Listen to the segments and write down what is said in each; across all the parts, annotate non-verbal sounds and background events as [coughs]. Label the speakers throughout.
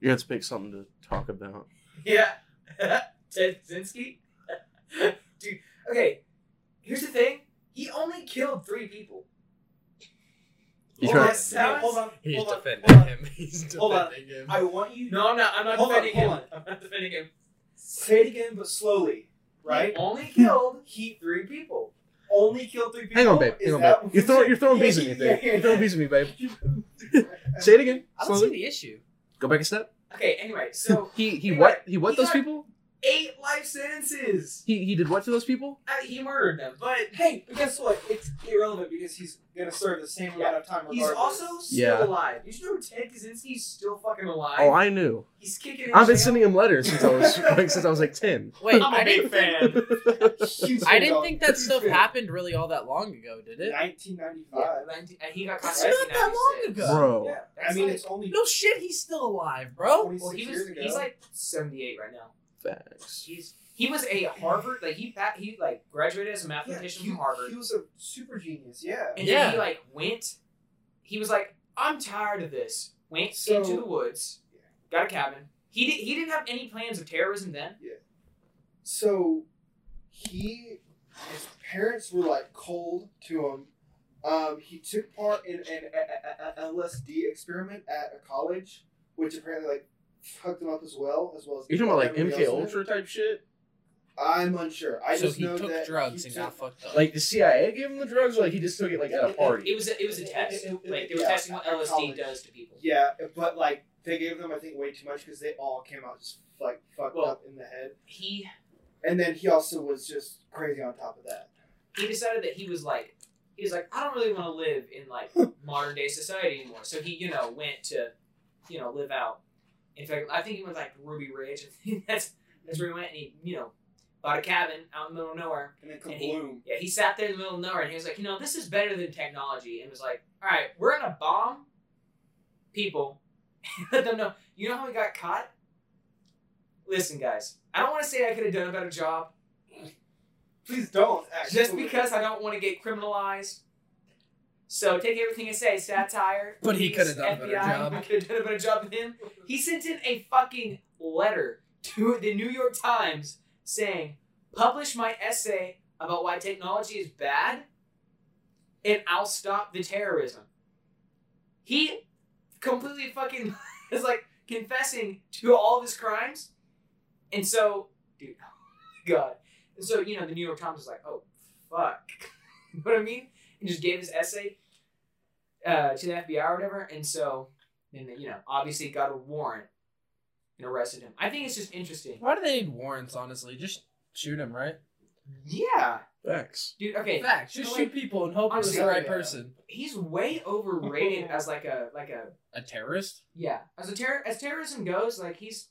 Speaker 1: You're gonna have to pick something to talk about.
Speaker 2: Yeah. [laughs] Ted Kaczynski? [laughs] Dude, okay. Here's the thing. He only killed three people.
Speaker 1: You
Speaker 2: Hold on,
Speaker 1: try- [laughs]
Speaker 2: now- hold on.
Speaker 3: He's
Speaker 2: hold on,
Speaker 3: defending
Speaker 2: hold on.
Speaker 3: him. He's
Speaker 2: Hold on.
Speaker 3: defending him.
Speaker 2: I want you
Speaker 4: No, I'm not. I'm not
Speaker 2: Hold on,
Speaker 4: defending him.
Speaker 2: hold
Speaker 4: [laughs] I'm not defending him.
Speaker 2: say it again, but slowly, right?
Speaker 4: He [laughs] only killed he
Speaker 2: Three people. Only killed three people.
Speaker 1: Hang on, babe.
Speaker 2: Is
Speaker 1: Hang on, babe.
Speaker 2: that what
Speaker 1: You're throwing, you're throwing
Speaker 2: Yeah,
Speaker 1: bees at me,
Speaker 2: yeah,
Speaker 1: babe. You're throwing bees at me, babe.
Speaker 2: yeah.
Speaker 1: Say it again.
Speaker 3: I don't see
Speaker 1: Slowly.
Speaker 3: the issue.
Speaker 1: Go back a step.
Speaker 2: Okay, anyway,
Speaker 4: [laughs]
Speaker 2: so
Speaker 1: He he
Speaker 2: Anyway,
Speaker 1: what? He what
Speaker 2: he
Speaker 1: those
Speaker 2: got-
Speaker 1: people?
Speaker 2: eight life sentences.
Speaker 1: He he did what to those people?
Speaker 2: Uh, he murdered them, but
Speaker 4: hey.
Speaker 2: but guess what? It's
Speaker 4: Irrelevant because he's gonna serve the same amount of time.
Speaker 2: He's
Speaker 4: Regardless.
Speaker 2: also still
Speaker 1: Yeah.
Speaker 2: alive. Did you know Ted Kaczynski's still fucking alive?
Speaker 1: Oh, I knew.
Speaker 2: He's kicking. in
Speaker 1: I've been
Speaker 2: jail.
Speaker 1: sending him letters since I was [laughs] like since I was like ten.
Speaker 3: Wait,
Speaker 4: I'm
Speaker 1: [laughs]
Speaker 4: a
Speaker 3: I
Speaker 4: big
Speaker 3: didn't,
Speaker 4: fan.
Speaker 2: Huge
Speaker 3: I
Speaker 2: fan
Speaker 3: didn't
Speaker 2: dog.
Speaker 3: think [laughs] that stuff
Speaker 2: Huge fan.
Speaker 3: happened really all that long ago, did it?
Speaker 4: 1995.
Speaker 2: Yeah, 19 and he got caught.
Speaker 3: It's
Speaker 2: in
Speaker 3: not that
Speaker 2: 1996.
Speaker 3: long ago.
Speaker 1: Bro,
Speaker 2: Yeah,
Speaker 4: I
Speaker 2: that's
Speaker 4: mean,
Speaker 2: like-
Speaker 4: it's only
Speaker 3: No shit, he's still alive, bro.
Speaker 4: 26
Speaker 2: well, he was.
Speaker 4: years ago.
Speaker 2: He's like seventy-eight right now.
Speaker 1: facts.
Speaker 2: He's he was a Harvard like he pa- he like graduated as a
Speaker 4: Yeah,
Speaker 2: mathematician
Speaker 4: he-
Speaker 2: from Harvard,
Speaker 4: He was a super genius. Yeah.
Speaker 2: and
Speaker 3: Yeah.
Speaker 2: then he like went. He was like, I'm tired of this. Went
Speaker 4: So-
Speaker 2: into the woods, got a cabin. He did, he didn't have any plans of terrorism then.
Speaker 4: So he his parents were like cold to him. Um, he took part in an a- a- a- LSD experiment at a college, which apparently like fucked him up as well, as well as
Speaker 1: You're talking about like
Speaker 4: everybody
Speaker 1: MK
Speaker 4: else in it.
Speaker 1: Ultra type shit?
Speaker 4: I'm unsure. I
Speaker 3: so
Speaker 4: just
Speaker 3: he
Speaker 4: know
Speaker 3: took
Speaker 4: that
Speaker 3: drugs
Speaker 4: he
Speaker 3: and
Speaker 4: took-
Speaker 3: got fucked up.
Speaker 1: Like the CIA gave him the drugs, or like he just took it like at a party.
Speaker 2: It was a, it was a
Speaker 4: It- it-
Speaker 2: test.
Speaker 4: it- it-
Speaker 2: like they were
Speaker 4: yeah,
Speaker 2: testing what
Speaker 4: at
Speaker 2: LSD
Speaker 4: college.
Speaker 2: does to people.
Speaker 4: Yeah, but like they gave them I think way too much because they all came out just like fucked
Speaker 2: Well-
Speaker 4: up in the head.
Speaker 2: He
Speaker 4: And then he also was just crazy on top of that.
Speaker 2: he decided that he was like he was like I don't really want to live in
Speaker 4: [laughs]
Speaker 2: like modern day society anymore. So he you know went to you know live out. In fact, I think he went like to Ruby Ridge. [laughs] And that's that's where he went and he you know bought a cabin out in the middle of nowhere.
Speaker 4: And then
Speaker 2: And he-
Speaker 4: kabloom.
Speaker 2: Yeah, he sat there in the middle of nowhere and he was like, you know, this is better than technology. And was like, all right, we're gonna bomb people. [laughs] Let them know. You know how he got caught? Listen, guys, I don't want to say I could have done a better job.
Speaker 4: Please don't. Actually.
Speaker 2: just because I don't want to get criminalized. So take everything I say, satire.
Speaker 3: But he
Speaker 2: police,
Speaker 3: could've done a better
Speaker 2: FBI, [laughs]
Speaker 3: job.
Speaker 2: I could have done a better job than him. He sent in a fucking letter to the New York Times saying, "Publish my essay about why technology is bad, and I'll stop the terrorism." He completely fucking [laughs] is like confessing to all of his crimes, and so, dude, [laughs] God. And so, you know, the New York Times was like, oh, fuck. [laughs] you know what I mean? And just gave his essay uh, to the FBI or whatever. And so, then, they, you know, obviously got a warrant and arrested him. I think it's just interesting.
Speaker 3: Why do they need warrants, honestly? Just shoot him, right?
Speaker 2: Yeah.
Speaker 1: Facts.
Speaker 2: Dude, okay.
Speaker 3: Facts. Just
Speaker 2: No,
Speaker 3: shoot people and hope it's
Speaker 2: Honestly,
Speaker 3: the right
Speaker 4: yeah.
Speaker 3: person.
Speaker 2: He's way overrated as like a, like a,
Speaker 3: A terrorist?
Speaker 2: yeah. As a terror, as terrorism goes, like he's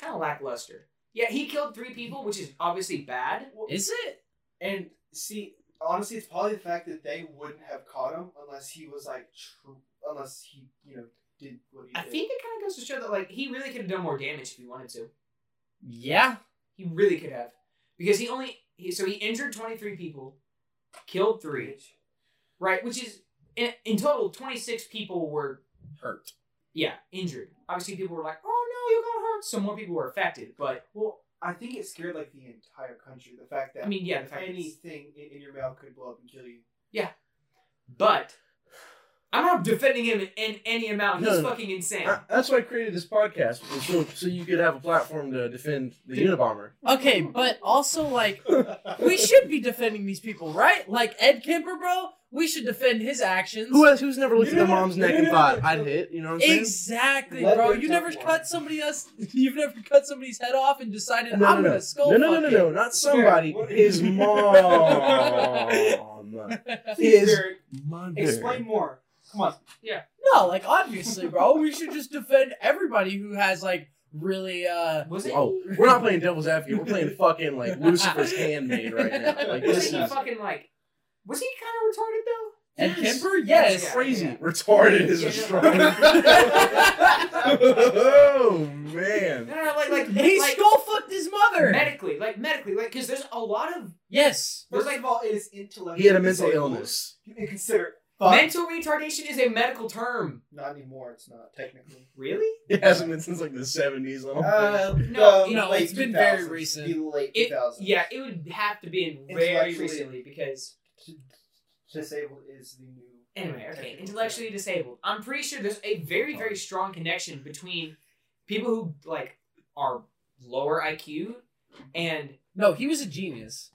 Speaker 2: kind of lackluster. Yeah, he killed three people, which is obviously bad.
Speaker 3: Is it?
Speaker 4: And see, honestly, it's probably the fact that they wouldn't have caught him unless he was like, tr- unless he, you know, did what he
Speaker 2: I
Speaker 4: did.
Speaker 2: think it kind of goes to show that like he really could have done more damage if he wanted to.
Speaker 3: Yeah.
Speaker 2: He really could have, because he only he, so he injured twenty three people, killed three, right? Which is in, in total twenty six people were
Speaker 3: Hurt.
Speaker 2: yeah injured. Obviously, people were like, "Oh no, you got hurt." So more people were affected, but
Speaker 4: Well, I think it scared like the entire country. The fact that
Speaker 2: I mean, yeah, the fact is,
Speaker 4: anything in, in your mouth could blow up and kill
Speaker 1: [laughs]
Speaker 4: you.
Speaker 2: but I'm not defending him in any amount. He's
Speaker 1: No. Uh,
Speaker 2: fucking insane.
Speaker 1: I- that's why I created this podcast was so, so you could have a platform to defend the Unabomber.
Speaker 3: Okay, but also, like, we should be defending these people, right? Like, Ed Kemper, bro, we should defend his actions.
Speaker 1: Who has, who's never looked at their
Speaker 4: Yeah,
Speaker 1: mom's neck and
Speaker 4: yeah.
Speaker 1: thought I'd hit? You know what I'm saying?
Speaker 3: Exactly,
Speaker 4: Let
Speaker 3: bro.
Speaker 4: them
Speaker 3: You never
Speaker 4: jump
Speaker 3: cut
Speaker 4: one.
Speaker 3: somebody else. [laughs] You've never cut somebody's head off and decided
Speaker 1: No,
Speaker 3: I'm
Speaker 1: no,
Speaker 3: gonna skull
Speaker 1: no, no, no, no,
Speaker 3: fuck
Speaker 1: no, not somebody.
Speaker 4: What-
Speaker 1: His
Speaker 3: [laughs]
Speaker 1: mom.
Speaker 3: it."
Speaker 1: His
Speaker 4: Derek,
Speaker 1: mother.
Speaker 4: explain more. Come on.
Speaker 3: no, like obviously, bro. We should just defend everybody who has like really uh
Speaker 2: was it?
Speaker 1: Oh, we're not playing devil's advocate. We're playing fucking
Speaker 3: [laughs]
Speaker 1: like Lucifer's handmaid right now. Like
Speaker 2: was
Speaker 1: this
Speaker 2: he
Speaker 1: is
Speaker 2: fucking like? Was he kind of retarded though?
Speaker 3: Ed
Speaker 1: Yes.
Speaker 3: Kemper.
Speaker 1: That's
Speaker 3: Yes.
Speaker 1: crazy.
Speaker 2: Yeah.
Speaker 1: Retarded is
Speaker 2: Yeah.
Speaker 1: a
Speaker 4: [laughs]
Speaker 3: [laughs]
Speaker 1: [laughs] oh man.
Speaker 2: No, no, no, like like
Speaker 3: he
Speaker 2: like
Speaker 3: skull fucked his mother.
Speaker 2: medically, like medically, like because there's a lot of
Speaker 3: yes.
Speaker 2: There's
Speaker 4: First of all, it is intellectual.
Speaker 1: He had a mental illness.
Speaker 4: You can consider Fuck.
Speaker 2: Mental retardation is a medical term.
Speaker 4: Not anymore. It's not technically.
Speaker 2: Really?
Speaker 1: It hasn't been since like the seventies. I don't think.
Speaker 4: Uh,
Speaker 2: No,
Speaker 4: the
Speaker 3: no,
Speaker 4: late
Speaker 3: it's been very
Speaker 4: 2000s,
Speaker 3: recent.
Speaker 4: The late
Speaker 2: It-
Speaker 4: 2000s.
Speaker 2: Yeah, it would have to be in very
Speaker 4: Intellectually-
Speaker 2: recently because
Speaker 4: Disabled is the new.
Speaker 2: anyway, okay,
Speaker 4: technical
Speaker 2: intellectually disabled. I'm pretty sure there's a very very strong connection between people who like are lower IQ and
Speaker 3: No, he was a genius.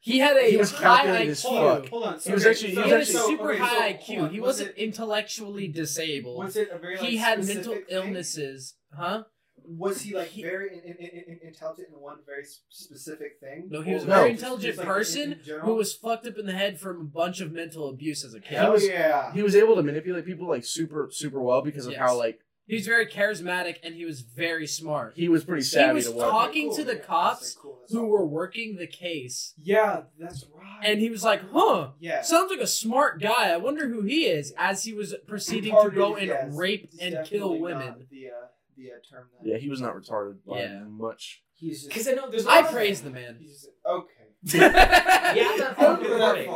Speaker 3: He had a
Speaker 1: He was
Speaker 3: high
Speaker 1: calculated
Speaker 3: IQ.
Speaker 1: as
Speaker 4: Hold on,
Speaker 1: Fuck.
Speaker 4: hold on.
Speaker 1: He was
Speaker 4: okay,
Speaker 1: actually-
Speaker 3: He
Speaker 1: so-
Speaker 3: had a
Speaker 1: so-
Speaker 3: super
Speaker 4: okay, so,
Speaker 3: high
Speaker 4: hold
Speaker 3: IQ.
Speaker 4: on,
Speaker 3: He
Speaker 4: was
Speaker 3: wasn't intellectually
Speaker 4: It,
Speaker 3: disabled.
Speaker 4: was it a very? Like,
Speaker 3: he had
Speaker 4: specific
Speaker 3: mental
Speaker 4: thing?
Speaker 3: illnesses. Huh?
Speaker 4: Was he like
Speaker 3: He-
Speaker 4: very in, in, in, in- intelligent in one very s- specific thing?
Speaker 3: No, he was
Speaker 1: a
Speaker 4: Or
Speaker 1: very
Speaker 4: just-
Speaker 3: intelligent
Speaker 4: just, like,
Speaker 3: person
Speaker 4: in, in general?
Speaker 3: Who was fucked up in the head from a bunch of mental abuse as a kid.
Speaker 4: Hell
Speaker 1: was-
Speaker 4: yeah.
Speaker 1: He was able to manipulate people like super super well because of
Speaker 3: Yes.
Speaker 1: how like
Speaker 3: He was very charismatic and he was very smart.
Speaker 1: he was pretty savvy
Speaker 3: was
Speaker 1: to
Speaker 4: Okay,
Speaker 1: what.
Speaker 3: taught- talking
Speaker 4: cool,
Speaker 3: to the
Speaker 4: yeah, that's
Speaker 3: cops
Speaker 4: like cool, that's
Speaker 3: Who
Speaker 4: all.
Speaker 3: were working the case.
Speaker 4: Yeah, that's right.
Speaker 3: And he was like, huh,
Speaker 4: yeah,
Speaker 3: sounds like a smart guy. I wonder who he is. As he was proceeding to
Speaker 4: Retarded,
Speaker 3: go and
Speaker 4: yes.
Speaker 3: rape
Speaker 4: It's
Speaker 3: and
Speaker 4: definitely
Speaker 3: kill
Speaker 4: not
Speaker 3: women.
Speaker 4: The uh, the uh, term that
Speaker 1: yeah, he was not retarded by
Speaker 3: Yeah.
Speaker 1: much.
Speaker 4: he's just
Speaker 2: because I know there's a
Speaker 3: I
Speaker 2: lot of-
Speaker 3: praise
Speaker 4: [laughs]
Speaker 3: the man.
Speaker 4: he's just- okay.
Speaker 2: Yeah, I'm
Speaker 3: [laughs]
Speaker 2: not
Speaker 4: I'll
Speaker 2: fucking
Speaker 4: go
Speaker 2: with
Speaker 4: that
Speaker 2: it.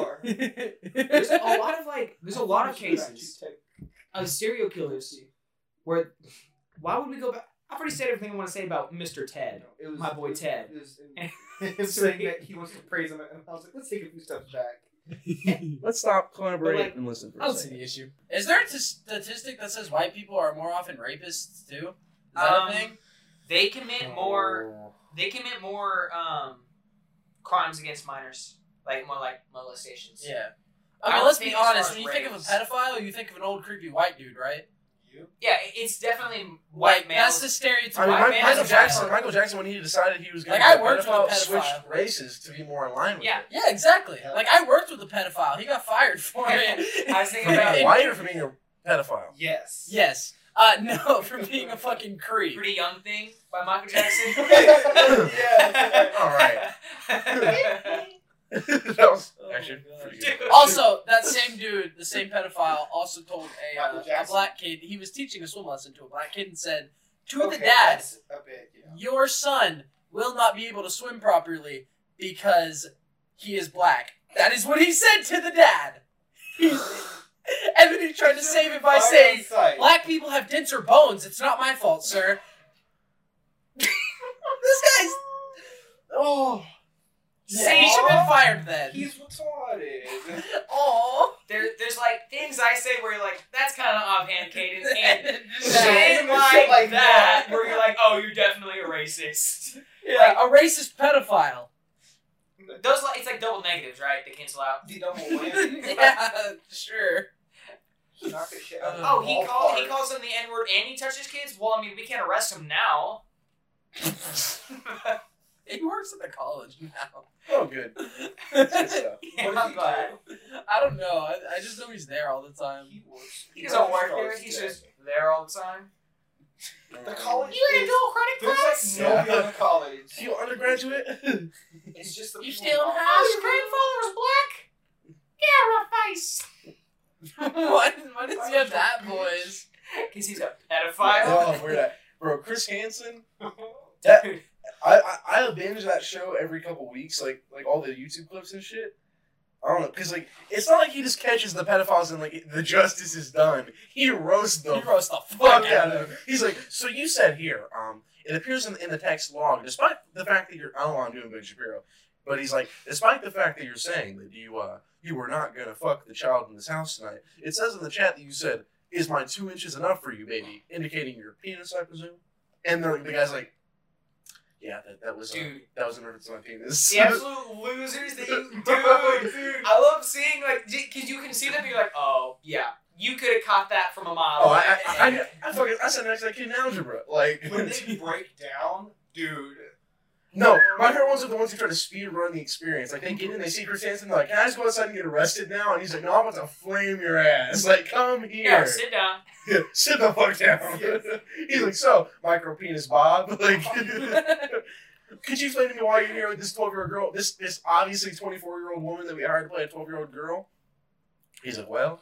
Speaker 4: far.
Speaker 2: There's a lot of like there's a lot of
Speaker 4: Actually,
Speaker 2: cases
Speaker 4: take-
Speaker 2: of serial killers where why would we go back? I've already said everything I want to say about Mr. Ted.
Speaker 4: No, it was,
Speaker 2: My boy
Speaker 4: it was-
Speaker 2: Ted. [laughs]
Speaker 4: It was in, him saying that he wants to praise him, and I was like, let's take a few steps back.
Speaker 1: Let's stop collaborating
Speaker 2: But, like,
Speaker 1: and listen for
Speaker 3: I
Speaker 1: a
Speaker 3: don't see
Speaker 1: second.
Speaker 3: the issue. Is there a t- statistic that says white people are more often rapists too? Is that
Speaker 2: Um,
Speaker 3: a thing?
Speaker 2: They commit more. They commit more um, crimes against minors, like more like molestations.
Speaker 3: Yeah.
Speaker 2: I
Speaker 3: I mean,
Speaker 2: don't
Speaker 3: let's
Speaker 2: think
Speaker 3: be
Speaker 2: as far
Speaker 3: honest.
Speaker 2: as
Speaker 3: When you think of a
Speaker 2: race.
Speaker 3: pedophile, you think of an old creepy white dude, right?
Speaker 4: You?
Speaker 2: Yeah, it- it's definitely white males.
Speaker 3: That's the
Speaker 1: I
Speaker 3: stereotype.
Speaker 1: mean,
Speaker 2: White
Speaker 1: Mi-
Speaker 2: man
Speaker 1: Michael
Speaker 2: is a
Speaker 1: Jackson.
Speaker 2: pedophile.
Speaker 1: Michael Jackson, when he decided he was going
Speaker 3: Like, I
Speaker 1: to
Speaker 3: worked with a
Speaker 1: switched
Speaker 3: pedophile.
Speaker 1: races to be more in line with
Speaker 2: Yeah.
Speaker 1: it.
Speaker 3: Yeah, exactly. Like I worked with a pedophile. He got fired for [laughs] it.
Speaker 2: I was thinking
Speaker 1: For
Speaker 2: about
Speaker 1: being
Speaker 2: white-
Speaker 1: white or for being a pedophile.
Speaker 4: Yes.
Speaker 3: [laughs] Yes. Uh, [laughs] no, for being a fucking creep.
Speaker 2: Pretty Young Thing by Michael Jackson. [laughs]
Speaker 4: Yes.
Speaker 2: right.
Speaker 1: [laughs] [laughs] that was actually
Speaker 4: Oh my
Speaker 1: pretty
Speaker 2: God.
Speaker 1: good.
Speaker 3: Also, that same dude, the same pedophile, also told a,
Speaker 4: Michael
Speaker 3: uh, a
Speaker 4: Jackson.
Speaker 3: black kid he was teaching a swim lesson to a black kid and said to
Speaker 4: Okay,
Speaker 3: the dad,
Speaker 4: that's a bit, yeah.
Speaker 3: "Your son will not be able to swim properly because he is black." That is what he said to the dad. [laughs] and then he tried to save it by
Speaker 4: Fire
Speaker 3: saying,
Speaker 4: on sight.
Speaker 3: Black people have denser bones. It's not my fault, sir. [laughs] this guy's. Oh. Say he should have been fired then.
Speaker 2: [laughs]
Speaker 4: He's retarded.
Speaker 3: Aw.
Speaker 2: there, there's like things I say where you're like, that's kind of offhand cadence, [laughs] and
Speaker 3: [laughs]
Speaker 4: Shit
Speaker 2: shit like, that,
Speaker 4: like that.
Speaker 2: where you're like, oh, you're definitely a racist.
Speaker 3: Yeah, a racist pedophile.
Speaker 2: Those like, it's like double negatives, right? They cancel out.
Speaker 4: The
Speaker 2: [laughs]
Speaker 4: double whammy.
Speaker 3: [laughs] yeah, sure.
Speaker 4: He knocked the shit out of
Speaker 2: Oh, he
Speaker 4: all
Speaker 2: called he
Speaker 4: parts.
Speaker 2: calls him the N word and he touches kids. Well, I mean, we can't arrest him now.
Speaker 3: He works at the college now.
Speaker 1: Oh, good. That's
Speaker 3: [laughs]
Speaker 1: good
Speaker 3: I
Speaker 1: stuff.
Speaker 2: Yeah,
Speaker 4: What does he
Speaker 2: but
Speaker 3: don't know. I, I just know he's there all the time.
Speaker 4: He works.
Speaker 2: he doesn't work there. He's just there all the time.
Speaker 4: The college. is-
Speaker 2: credit
Speaker 4: There's like no
Speaker 1: Yeah.
Speaker 4: other college.
Speaker 1: You undergraduate? [laughs]
Speaker 4: It's just the
Speaker 3: You
Speaker 4: people
Speaker 3: still
Speaker 4: who are-
Speaker 3: have- Oh, your
Speaker 2: grandfather's black. Yeah, my face.
Speaker 3: [laughs] why, why does he have that voice?
Speaker 2: Because he's a pedophile.
Speaker 1: oh, we're at. Bro, Chris Hansen.
Speaker 2: Dude,
Speaker 1: That I, I I binge that show every couple weeks, like like all the YouTube clips and shit. I don't know, cause like it's not like he just catches the pedophiles and like the justice is done. He roasts them.
Speaker 3: He roasts the
Speaker 1: fuck
Speaker 3: fuck
Speaker 1: out
Speaker 3: out
Speaker 1: of him. He's like, so you said here, um, it appears in, in the text log, despite the fact that you're, I don't know, why I'm doing Ben Shapiro, but he's like, despite the fact that you're saying that you, uh, you were not gonna fuck the child in this house tonight, it says in the chat that you said, is my two inches enough for you, baby? Indicating your penis, I presume. And the, the guy's like, yeah, that, that was, uh,
Speaker 2: [laughs] Dude.
Speaker 1: that was in reference to my penis.
Speaker 2: the absolute losers that you, dude. I love seeing like, because you can see them. and You're like, oh yeah, you could have caught that from a mile.
Speaker 1: [laughs] Oh, I,
Speaker 2: away.
Speaker 1: I, I, I, I fucking, I said next to that kid in algebra. Like,
Speaker 4: When
Speaker 1: [laughs]
Speaker 4: they break down, dude.
Speaker 1: No, my favorite ones are the ones who try to speed run the experience. Like they get in, they see Chris Hansen, they're like, "Can I just go outside and get arrested now?" And he's like, "No, I'm about to flame your ass. Like, come
Speaker 2: yeah,
Speaker 1: here,
Speaker 2: sit [laughs] down.
Speaker 1: [laughs] sit the fuck down."
Speaker 4: Yes.
Speaker 1: [laughs] he's like, "So, micro penis Bob, [laughs] like,
Speaker 3: him.
Speaker 1: could you explain to me why you're here with this 12 year old girl, this this obviously 24 year old woman that we hired to play a 12 year old girl?" He's like, "Well,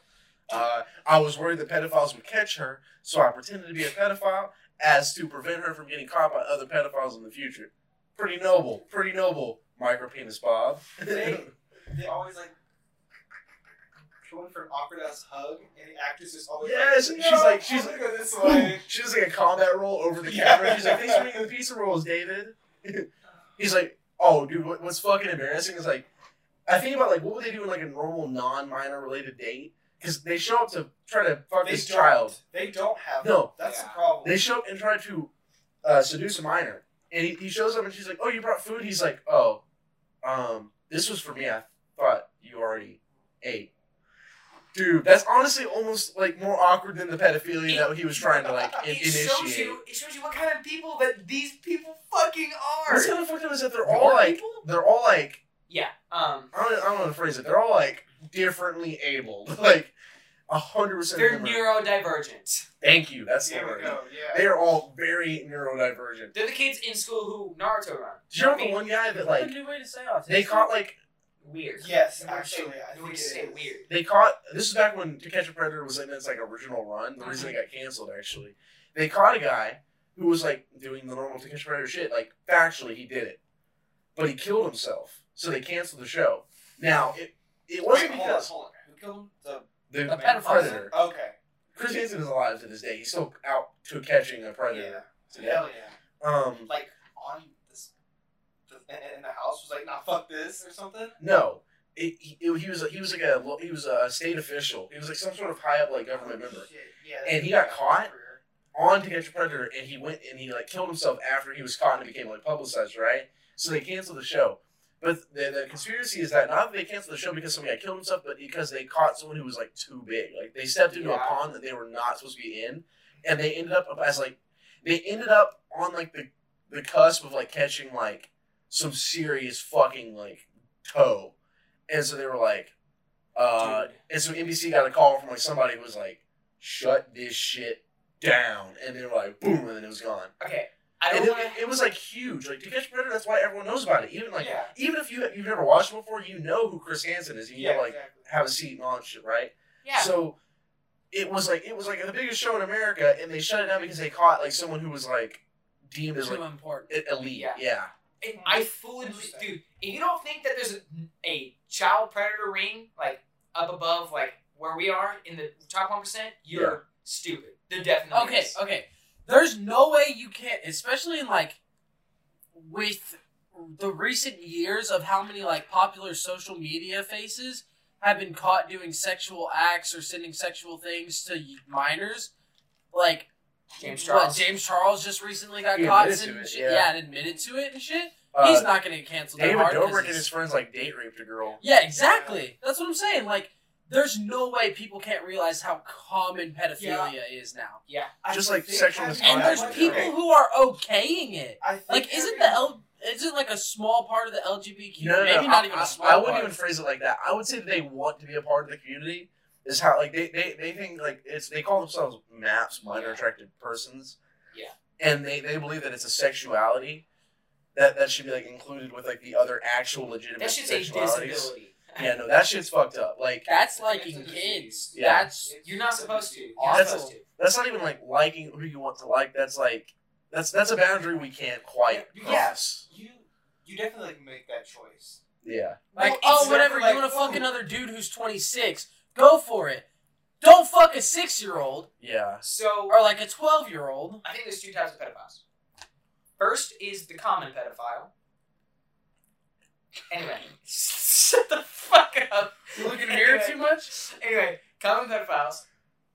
Speaker 1: uh, I was worried that pedophiles would catch her, so I pretended to be a pedophile as to prevent her from getting caught by other pedophiles in the future. Pretty noble, pretty noble, micro penis Bob.
Speaker 4: They, they always like going for an awkward ass hug, and the actress is always
Speaker 1: Yes,
Speaker 4: like,
Speaker 1: and she's
Speaker 4: "No,
Speaker 1: like-
Speaker 4: I'm
Speaker 1: she's
Speaker 4: gonna go this way.
Speaker 1: She does like a combat roll over the
Speaker 4: Yeah.
Speaker 1: camera. She's like, "Thanks for making the pizza rolls, David." He's like, "Oh, dude, what, what's fucking embarrassing is like, I think about like what would they do in like a normal non-minor related date? Because they show up to try to fuck
Speaker 4: they
Speaker 1: this
Speaker 4: don't.
Speaker 1: child.
Speaker 4: They don't have.
Speaker 1: No.
Speaker 4: them. that's the
Speaker 2: Yeah.
Speaker 4: problem.
Speaker 1: They show up and try to uh, seduce a minor, and he, he shows up and she's like, "Oh, you brought food." He's like, "Oh, um, this was for me. I thought you already ate." Dude, that's honestly almost like more awkward than the pedophilia that he was trying to like in-
Speaker 2: [laughs] it
Speaker 1: initiate.
Speaker 2: shows you. It shows you what kind of people that these people fucking are.
Speaker 1: What's kind of fucked up is that they're
Speaker 2: More
Speaker 1: all like
Speaker 2: people?
Speaker 1: they're all like
Speaker 2: Yeah. Um.
Speaker 1: I don't, I don't know how to phrase it. They're all like differently abled, [laughs] like a hundred percent.
Speaker 2: They're
Speaker 1: different.
Speaker 2: neurodivergent.
Speaker 1: Thank you. That's the
Speaker 4: There we
Speaker 1: word.
Speaker 4: go. Yeah.
Speaker 1: They are all very neurodivergent.
Speaker 2: They're the kids in school who Naruto run.
Speaker 1: Do you remember the one guy that
Speaker 3: That's a
Speaker 1: like
Speaker 3: good way to say autism.
Speaker 1: they caught like
Speaker 2: Weird.
Speaker 4: Yes,
Speaker 2: You wanna say-
Speaker 4: actually, I
Speaker 2: you wanna
Speaker 4: think it
Speaker 2: say
Speaker 4: is.
Speaker 2: weird.
Speaker 1: they caught this is back when To Catch a Predator was in its like original run. The reason it got canceled actually, they caught a guy who was like doing the normal To Catch a Predator shit. Like factually, he did it, but he killed himself, so they canceled the show. Now it it wasn't
Speaker 4: Wait, hold on,
Speaker 1: because
Speaker 4: hold on. Who killed him? The
Speaker 1: the,
Speaker 3: The
Speaker 4: man?
Speaker 3: pedophile.
Speaker 1: predator.
Speaker 4: Okay.
Speaker 1: Chris Hansen is alive to this day. He's still out to catching a predator.
Speaker 4: Yeah. Hell yeah.
Speaker 1: Um,
Speaker 4: like on this the, in the house was like, "Nah, fuck this" or something.
Speaker 1: no, it, he, it- he was a- he was like a lo- he was a state official. He was like some sort of high up like government member
Speaker 4: Shit, Yeah, that's
Speaker 1: And he got
Speaker 4: pretty
Speaker 1: caught?
Speaker 4: career.
Speaker 1: on to catch a predator, and he went and he like killed himself after he was caught and it became like publicized, right? So they canceled the show. But the, the conspiracy is that not that they canceled the show because somebody got killed himself, but because they caught someone who was like too big. Like they stepped into a
Speaker 2: Yeah.
Speaker 1: pond that they were not supposed to be in, and they ended up as like they ended up on like the the cusp of like catching like some serious fucking like toe, and so they were like, uh,
Speaker 2: Dude.
Speaker 1: and so NBC got a call from like somebody who was like, shut this shit down, and they were like, boom, and then it was gone.
Speaker 2: Okay. I
Speaker 1: And
Speaker 2: don't
Speaker 1: it,
Speaker 2: want to.
Speaker 1: it was like huge, like To Catch a Predator. That's why everyone knows about it. Even like,
Speaker 4: yeah,
Speaker 1: even if you you've never watched it before, you know who Chris Hansen is. You
Speaker 4: yeah,
Speaker 1: know, like
Speaker 4: exactly.
Speaker 1: have a seat and all that shit, right?
Speaker 2: Yeah.
Speaker 1: So it was like it was like the biggest show in America, and they shut it down because they caught like someone who was like deemed as like
Speaker 3: too important.
Speaker 1: e- elite.
Speaker 2: Yeah.
Speaker 1: yeah.
Speaker 2: And
Speaker 1: hmm,
Speaker 2: I fully believe,
Speaker 4: Interesting.
Speaker 2: dude. If you don't think that there's a, a child predator ring like up above, like where we are in the top one percent, you're stupid. There definitely
Speaker 3: Okay,
Speaker 2: is.
Speaker 3: okay. There's no way you can't, especially in like with the recent years of how many like popular social media faces have been caught doing sexual acts or sending sexual things to minors. Like
Speaker 2: James
Speaker 3: what,
Speaker 2: Charles.
Speaker 3: James Charles just recently got
Speaker 1: He
Speaker 3: caught
Speaker 1: admitted
Speaker 3: and
Speaker 1: to it,
Speaker 3: shit.
Speaker 1: yeah.
Speaker 3: and admitted to it and shit.
Speaker 1: Uh,
Speaker 3: He's not gonna get canceled. that
Speaker 1: David
Speaker 3: hard 'cause
Speaker 1: Dobrik and
Speaker 3: he's-
Speaker 1: his friends like date raped a girl.
Speaker 3: Yeah, exactly. That's what I'm saying. Like, there's no way people can't realize how common pedophilia is now.
Speaker 2: yeah.
Speaker 4: I
Speaker 1: just, like,
Speaker 4: think
Speaker 1: sexual
Speaker 4: I-
Speaker 1: misconduct.
Speaker 3: And
Speaker 1: Oh,
Speaker 3: there's
Speaker 1: that's
Speaker 3: people
Speaker 1: great.
Speaker 3: who are okaying it.
Speaker 4: I think
Speaker 3: Like, isn't the
Speaker 4: every-
Speaker 3: L? Isn't like a small part of the LGBTQ?
Speaker 1: No, no,
Speaker 3: Maybe
Speaker 1: no,
Speaker 3: not
Speaker 1: I,
Speaker 3: even
Speaker 1: I-
Speaker 3: a small.
Speaker 1: I wouldn't
Speaker 3: part.
Speaker 1: even phrase it like that. I would say that they want to be a part of the community. Is how like they, they, they think like it's they call themselves MAPS, minor
Speaker 2: Yeah.
Speaker 1: attracted persons.
Speaker 2: Yeah.
Speaker 1: And they, they believe that it's a sexuality that that should be like included with like the other actual legitimate
Speaker 2: That shit's a
Speaker 1: sexualities.
Speaker 2: disability.
Speaker 1: Yeah, no, that shit's fucked up. Like
Speaker 3: That's liking kids.
Speaker 1: Yeah.
Speaker 3: That's
Speaker 2: You're not supposed to. You're not
Speaker 1: That's-
Speaker 2: supposed to.
Speaker 1: that's not even like liking who you want to like. That's like that's that's a boundary we can't quite
Speaker 4: Yeah.
Speaker 1: cross.
Speaker 4: You you definitely like make that choice.
Speaker 1: Yeah.
Speaker 3: like,
Speaker 4: Well,
Speaker 3: oh,
Speaker 4: it's
Speaker 3: whatever.
Speaker 4: like,
Speaker 3: you want to
Speaker 4: oh.
Speaker 3: fuck another dude who's 26? Go for it. Don't fuck a six-year-old
Speaker 1: Yeah.
Speaker 2: So
Speaker 3: or like a 12-year-old.
Speaker 2: I think there's two types of pedophiles. First is the common pedophile. Anyway, [laughs] shut the fuck up.
Speaker 3: You look in the
Speaker 2: Anyway.
Speaker 3: mirror too much.
Speaker 2: Anyway, common pedophiles.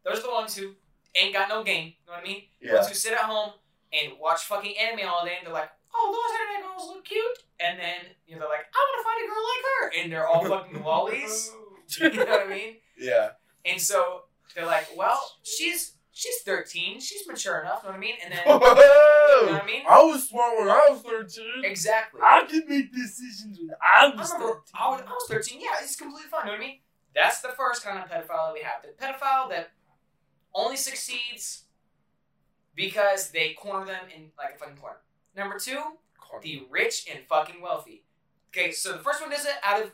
Speaker 2: Those are the ones who ain't got no game. You know what I mean? The
Speaker 1: Yeah.
Speaker 2: Ones who sit at home and watch fucking anime all day, and they're like, "Oh, those anime girls look cute," and then you know they're like, "I want to find a girl like her," and they're all fucking lollies. [laughs] you know what I mean?
Speaker 1: Yeah.
Speaker 2: And so they're like, "Well, she's she's 13. She's mature enough." You know what I mean?
Speaker 1: [laughs]
Speaker 2: And then you know what
Speaker 1: Whoa!
Speaker 2: I mean?
Speaker 1: I was smart when I was thirteen.
Speaker 2: Exactly.
Speaker 1: can make decisions when I
Speaker 2: I remember I was, I was 13. Yeah, it's completely fine. You know what I mean? That's the first kind of pedophile that we have. The pedophile that only succeeds because they corner them in like a fucking corner. Number two, the rich and fucking wealthy. Okay, so the first one does it out of.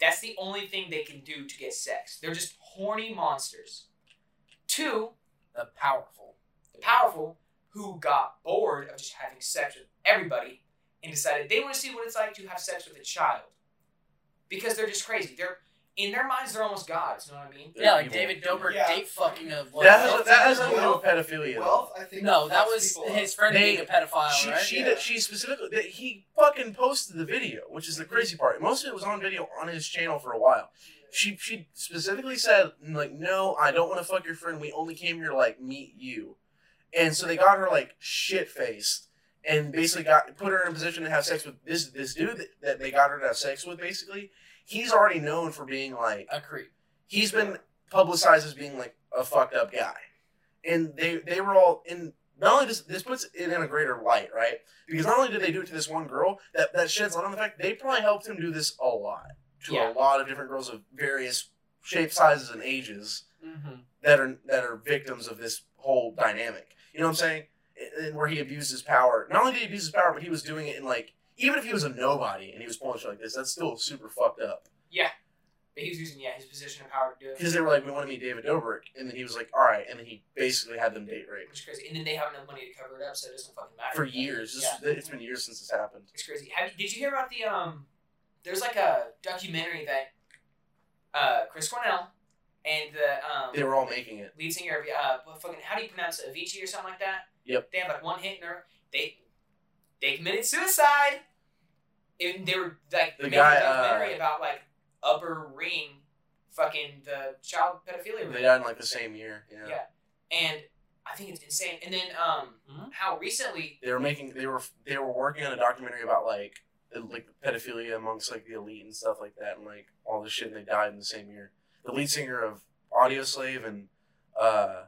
Speaker 2: That's the only thing they can do to get sex. They're just horny monsters. Two,
Speaker 3: The powerful.
Speaker 2: the powerful who got bored of just having sex with everybody and decided they want to see what it's like to have sex with a child because they're just crazy. They're in their minds, they're almost gods. You know what I mean?
Speaker 1: They're
Speaker 3: Yeah, like
Speaker 1: evil.
Speaker 3: David Dobrik
Speaker 4: Yeah.
Speaker 3: date fucking of what?
Speaker 1: That has,
Speaker 4: Well,
Speaker 1: that has nothing to do
Speaker 4: well,
Speaker 1: with pedophilia.
Speaker 4: Wealth, I think.
Speaker 3: no, that
Speaker 4: fucks
Speaker 3: was
Speaker 4: people
Speaker 3: his
Speaker 4: up.
Speaker 3: friend
Speaker 1: They-
Speaker 3: being a pedophile,
Speaker 1: she
Speaker 3: right?
Speaker 1: she
Speaker 4: Yeah.
Speaker 1: did- she specifically that he fucking posted the video, which is the crazy part. Most of it was on video on his channel for a while. She she specifically said like, "No, I don't want to fuck your friend. We only came here to like meet you," and so they got her like shit faced and basically got put her in a position to have sex with this this dude that, that they got her to have sex with. Basically, he's already known for being like
Speaker 3: A creep.
Speaker 1: he's been publicized as being like a fucked up guy, and they they were all in. Not only this this puts it in a greater light, right? Because not only did they do it to this one girl, that that sheds light on the fact they probably helped him do this a lot to
Speaker 2: Yeah.
Speaker 1: a lot of different girls of various shapes, sizes, and ages
Speaker 3: Mm-hmm.
Speaker 1: that are that are victims of this whole dynamic. You know what I'm saying? And- And where he abused his power. Not only did he abuse his power, but he was doing it in like even if he was a nobody and he was pulling shit like this, that's still super fucked up.
Speaker 2: But he's using yeah his position and power to do it,
Speaker 1: Because they were like, we want to meet David Dobrik, and then he was like, all right, and then he basically had them date rape
Speaker 2: which is crazy. And then they have enough money to cover it up, so it doesn't fucking matter
Speaker 1: for years. This,
Speaker 2: Yeah.
Speaker 1: It's been years since this happened.
Speaker 2: It's crazy. Have you, did you hear about the um? There's like a documentary that uh Chris Cornell and the
Speaker 1: They
Speaker 2: um
Speaker 1: were all making it.
Speaker 2: lead singer of uh what fucking how do you pronounce it Avicii or something like that.
Speaker 1: Yep.
Speaker 2: They have like one hit and they're- they they committed suicide. And they were like
Speaker 1: The
Speaker 2: making
Speaker 1: guy,
Speaker 2: a
Speaker 1: uh,
Speaker 2: documentary about like upper ring, fucking the child pedophilia ring.
Speaker 1: They died in like the same year. Yeah.
Speaker 2: Yeah. and I think it's insane. And then um,
Speaker 1: Mm-hmm.
Speaker 3: Mhm.
Speaker 2: how recently
Speaker 1: They were making. They were. They were working on a documentary about like the- like pedophilia amongst like the elite and stuff like that, and like all this shit. And they died in the same year. The lead singer of Audio Slave and uh,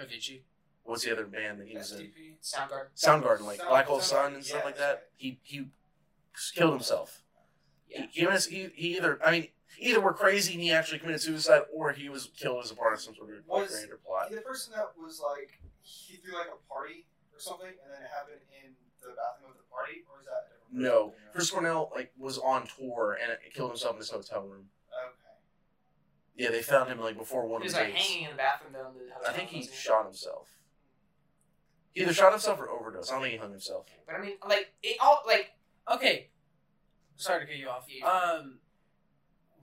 Speaker 3: Oh, did you?
Speaker 1: what's the other band that he was in?
Speaker 3: SDP?
Speaker 2: Soundgarden.
Speaker 1: Soundgarden, like
Speaker 4: Sound-
Speaker 1: Black Hole
Speaker 4: Soundgarden,
Speaker 1: Sun and stuff
Speaker 4: yeah,
Speaker 1: like
Speaker 4: that's
Speaker 1: that. He he killed himself.
Speaker 2: Yeah.
Speaker 1: He, he, was- he, he either, I mean, either were crazy and he actually committed suicide, or he was killed as a part of some sort of like,
Speaker 4: Was-
Speaker 1: grander plot.
Speaker 4: The person that was like, he threw like a party or something, and then it happened in the bathroom of the party, or is that a different
Speaker 1: No.
Speaker 4: person?
Speaker 1: Chris Cornell like was on tour and killed himself in his hotel room.
Speaker 4: Okay.
Speaker 1: Yeah, they found him like before one
Speaker 2: He
Speaker 1: of
Speaker 2: was
Speaker 1: the
Speaker 2: like
Speaker 1: dates.
Speaker 2: hanging in the bathroom though. In the
Speaker 1: I
Speaker 2: hotel
Speaker 1: think he
Speaker 2: wasn't
Speaker 1: shot himself. He either shot himself or overdosed. I don't think he hung himself.
Speaker 2: But I mean, like it all like
Speaker 3: Okay. Sorry to cut you off.
Speaker 2: Yeah.
Speaker 3: Um,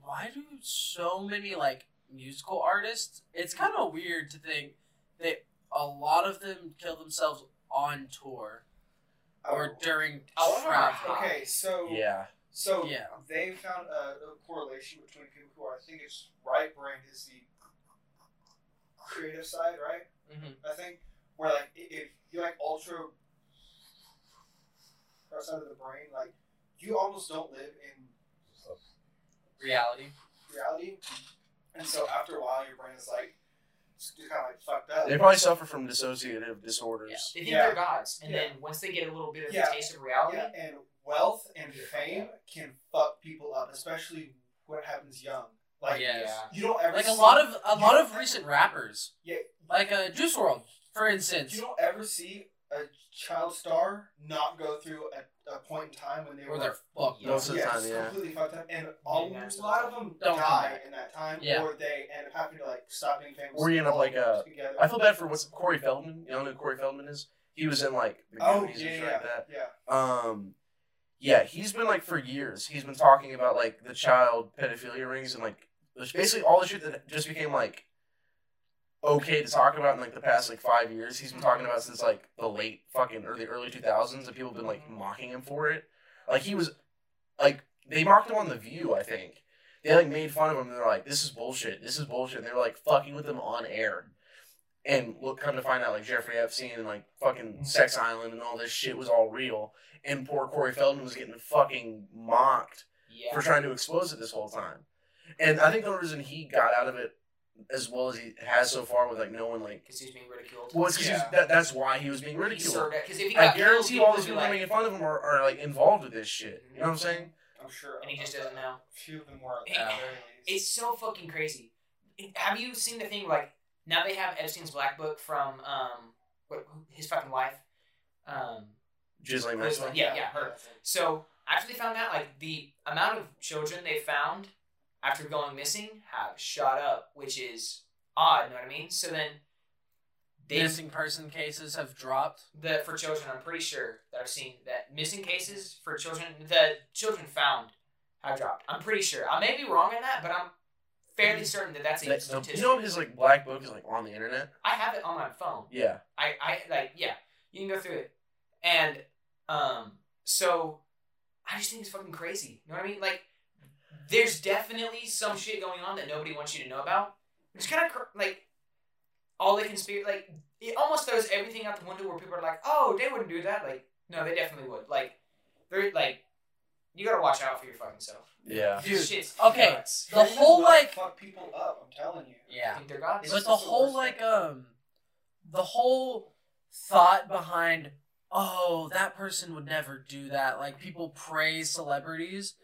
Speaker 3: why do so many like musical artists? It's kind of weird to think that a lot of them kill themselves on tour or during
Speaker 2: Oh, wow.
Speaker 3: travel.
Speaker 4: Okay, so
Speaker 1: Yeah,
Speaker 4: so
Speaker 3: Yeah.
Speaker 4: they found a, a correlation between people who are, I think it's right brain is the creative side, right?
Speaker 1: Mm-hmm.
Speaker 2: Mhm.
Speaker 4: I think where like i- if you like ultra right side of the brain, like you almost don't live in
Speaker 3: Reality.
Speaker 4: reality, and so after a while your brain is like just kind of like fucked up.
Speaker 1: they probably suffer from dissociative disorders.
Speaker 2: they think
Speaker 4: Yeah.
Speaker 2: they're gods, and
Speaker 4: Yeah.
Speaker 2: then once they get a little bit of
Speaker 4: Yeah.
Speaker 2: a taste of reality,
Speaker 4: Yeah, and wealth and fame can fuck people up, especially when it happens young. Like
Speaker 3: Yes.
Speaker 2: yeah.
Speaker 4: you don't ever
Speaker 3: Like a
Speaker 4: see-
Speaker 3: lot of a lot of recent rappers,
Speaker 4: yeah,
Speaker 3: like uh, Juice World, for instance,
Speaker 4: You don't ever see a child star not go through a, a point in time when they
Speaker 3: where
Speaker 4: were
Speaker 3: they're fucked
Speaker 1: Most of
Speaker 3: up.
Speaker 1: the
Speaker 4: yeah,
Speaker 1: time,
Speaker 4: just
Speaker 1: yeah.
Speaker 4: completely fucked up, and a
Speaker 2: Yeah, that's
Speaker 4: lot of them
Speaker 3: Don't come
Speaker 4: die
Speaker 3: back.
Speaker 4: in that time,
Speaker 3: Yeah.
Speaker 4: or they end up having to like stop being famous.
Speaker 1: Or you end up
Speaker 4: all
Speaker 1: like, uh,
Speaker 4: together.
Speaker 1: I feel bad for what's Corey Feldman. You know who Corey Feldman is? He was in like the
Speaker 4: Oh
Speaker 1: Goonies
Speaker 4: yeah,
Speaker 1: and shit
Speaker 4: yeah,
Speaker 1: like that.
Speaker 4: yeah.
Speaker 1: Um, yeah, he's been like for years. He's been talking about like the child pedophilia rings and like there's basically all the shit that just became like okay to talk about in like the past like five years. He's been talking about since like the late fucking or the early two thousands, and people have been like mocking him for it. Like he was, like they mocked him on the View, I think. They like made fun of him. and They're like, "This is bullshit. This is bullshit." And they were like fucking with him on air. And look, come to find out, like Jeffrey Epstein and like fucking Sex Island and all this shit was all real. And poor Corey Feldman was getting fucking mocked
Speaker 2: yeah.
Speaker 1: for trying to expose it this whole time. And I think the only reason he got out of it as well as he has so far with like no one like
Speaker 2: because he's being ridiculed.
Speaker 1: well, it's because
Speaker 4: Yeah.
Speaker 1: that, that's why he was being
Speaker 2: He
Speaker 1: ridiculed.
Speaker 2: served it because if he
Speaker 1: I
Speaker 2: got killed,
Speaker 1: guarantee
Speaker 2: he
Speaker 1: you all
Speaker 2: would
Speaker 1: these
Speaker 2: be
Speaker 1: people
Speaker 2: like,
Speaker 1: making fun of him are, are like involved with this shit. You know what I'm saying?
Speaker 4: I'm sure.
Speaker 2: And he just doesn't know.
Speaker 4: A few of them were.
Speaker 2: Yeah.
Speaker 4: at the very least.
Speaker 2: It's so fucking crazy. Have you seen the thing like now they have Epstein's black book from um what, his fucking wife, um
Speaker 1: Ghislaine
Speaker 2: Who's
Speaker 1: Maxwell.
Speaker 2: like- yeah, yeah, her. So after they found out, like the amount of children they found after going missing have shot up, which is odd. You know what I mean? So then they
Speaker 3: Missing person cases have dropped.
Speaker 2: the for children. I'm pretty sure that I've seen that missing cases for children, the children found have dropped. I'm pretty sure. I may be wrong on that, but I'm
Speaker 5: fairly certain that that's a
Speaker 1: That-
Speaker 5: statistic.
Speaker 1: you know his like black book is like on the internet.
Speaker 5: I have it on my phone.
Speaker 1: Yeah,
Speaker 5: I, I like yeah. You can go through it, and um, so I just think it's fucking crazy. You know what I mean? Like, there's definitely some shit going on that nobody wants you to know about. It's kind of cr- like all the conspiracy. Like, it almost throws everything out the window where people are like, "Oh, they wouldn't do that." Like, no, they definitely would. Like, they're like, you gotta watch out for your fucking self.
Speaker 1: yeah.
Speaker 3: Dude,
Speaker 5: Shit's
Speaker 3: okay.
Speaker 5: nuts.
Speaker 3: The whole,
Speaker 4: Will
Speaker 3: like-
Speaker 4: fuck people up. I'm telling you.
Speaker 5: I
Speaker 3: Yeah.
Speaker 5: think they're gods.
Speaker 3: But the whole like um the whole thought behind oh that person would never do that like people praise celebrities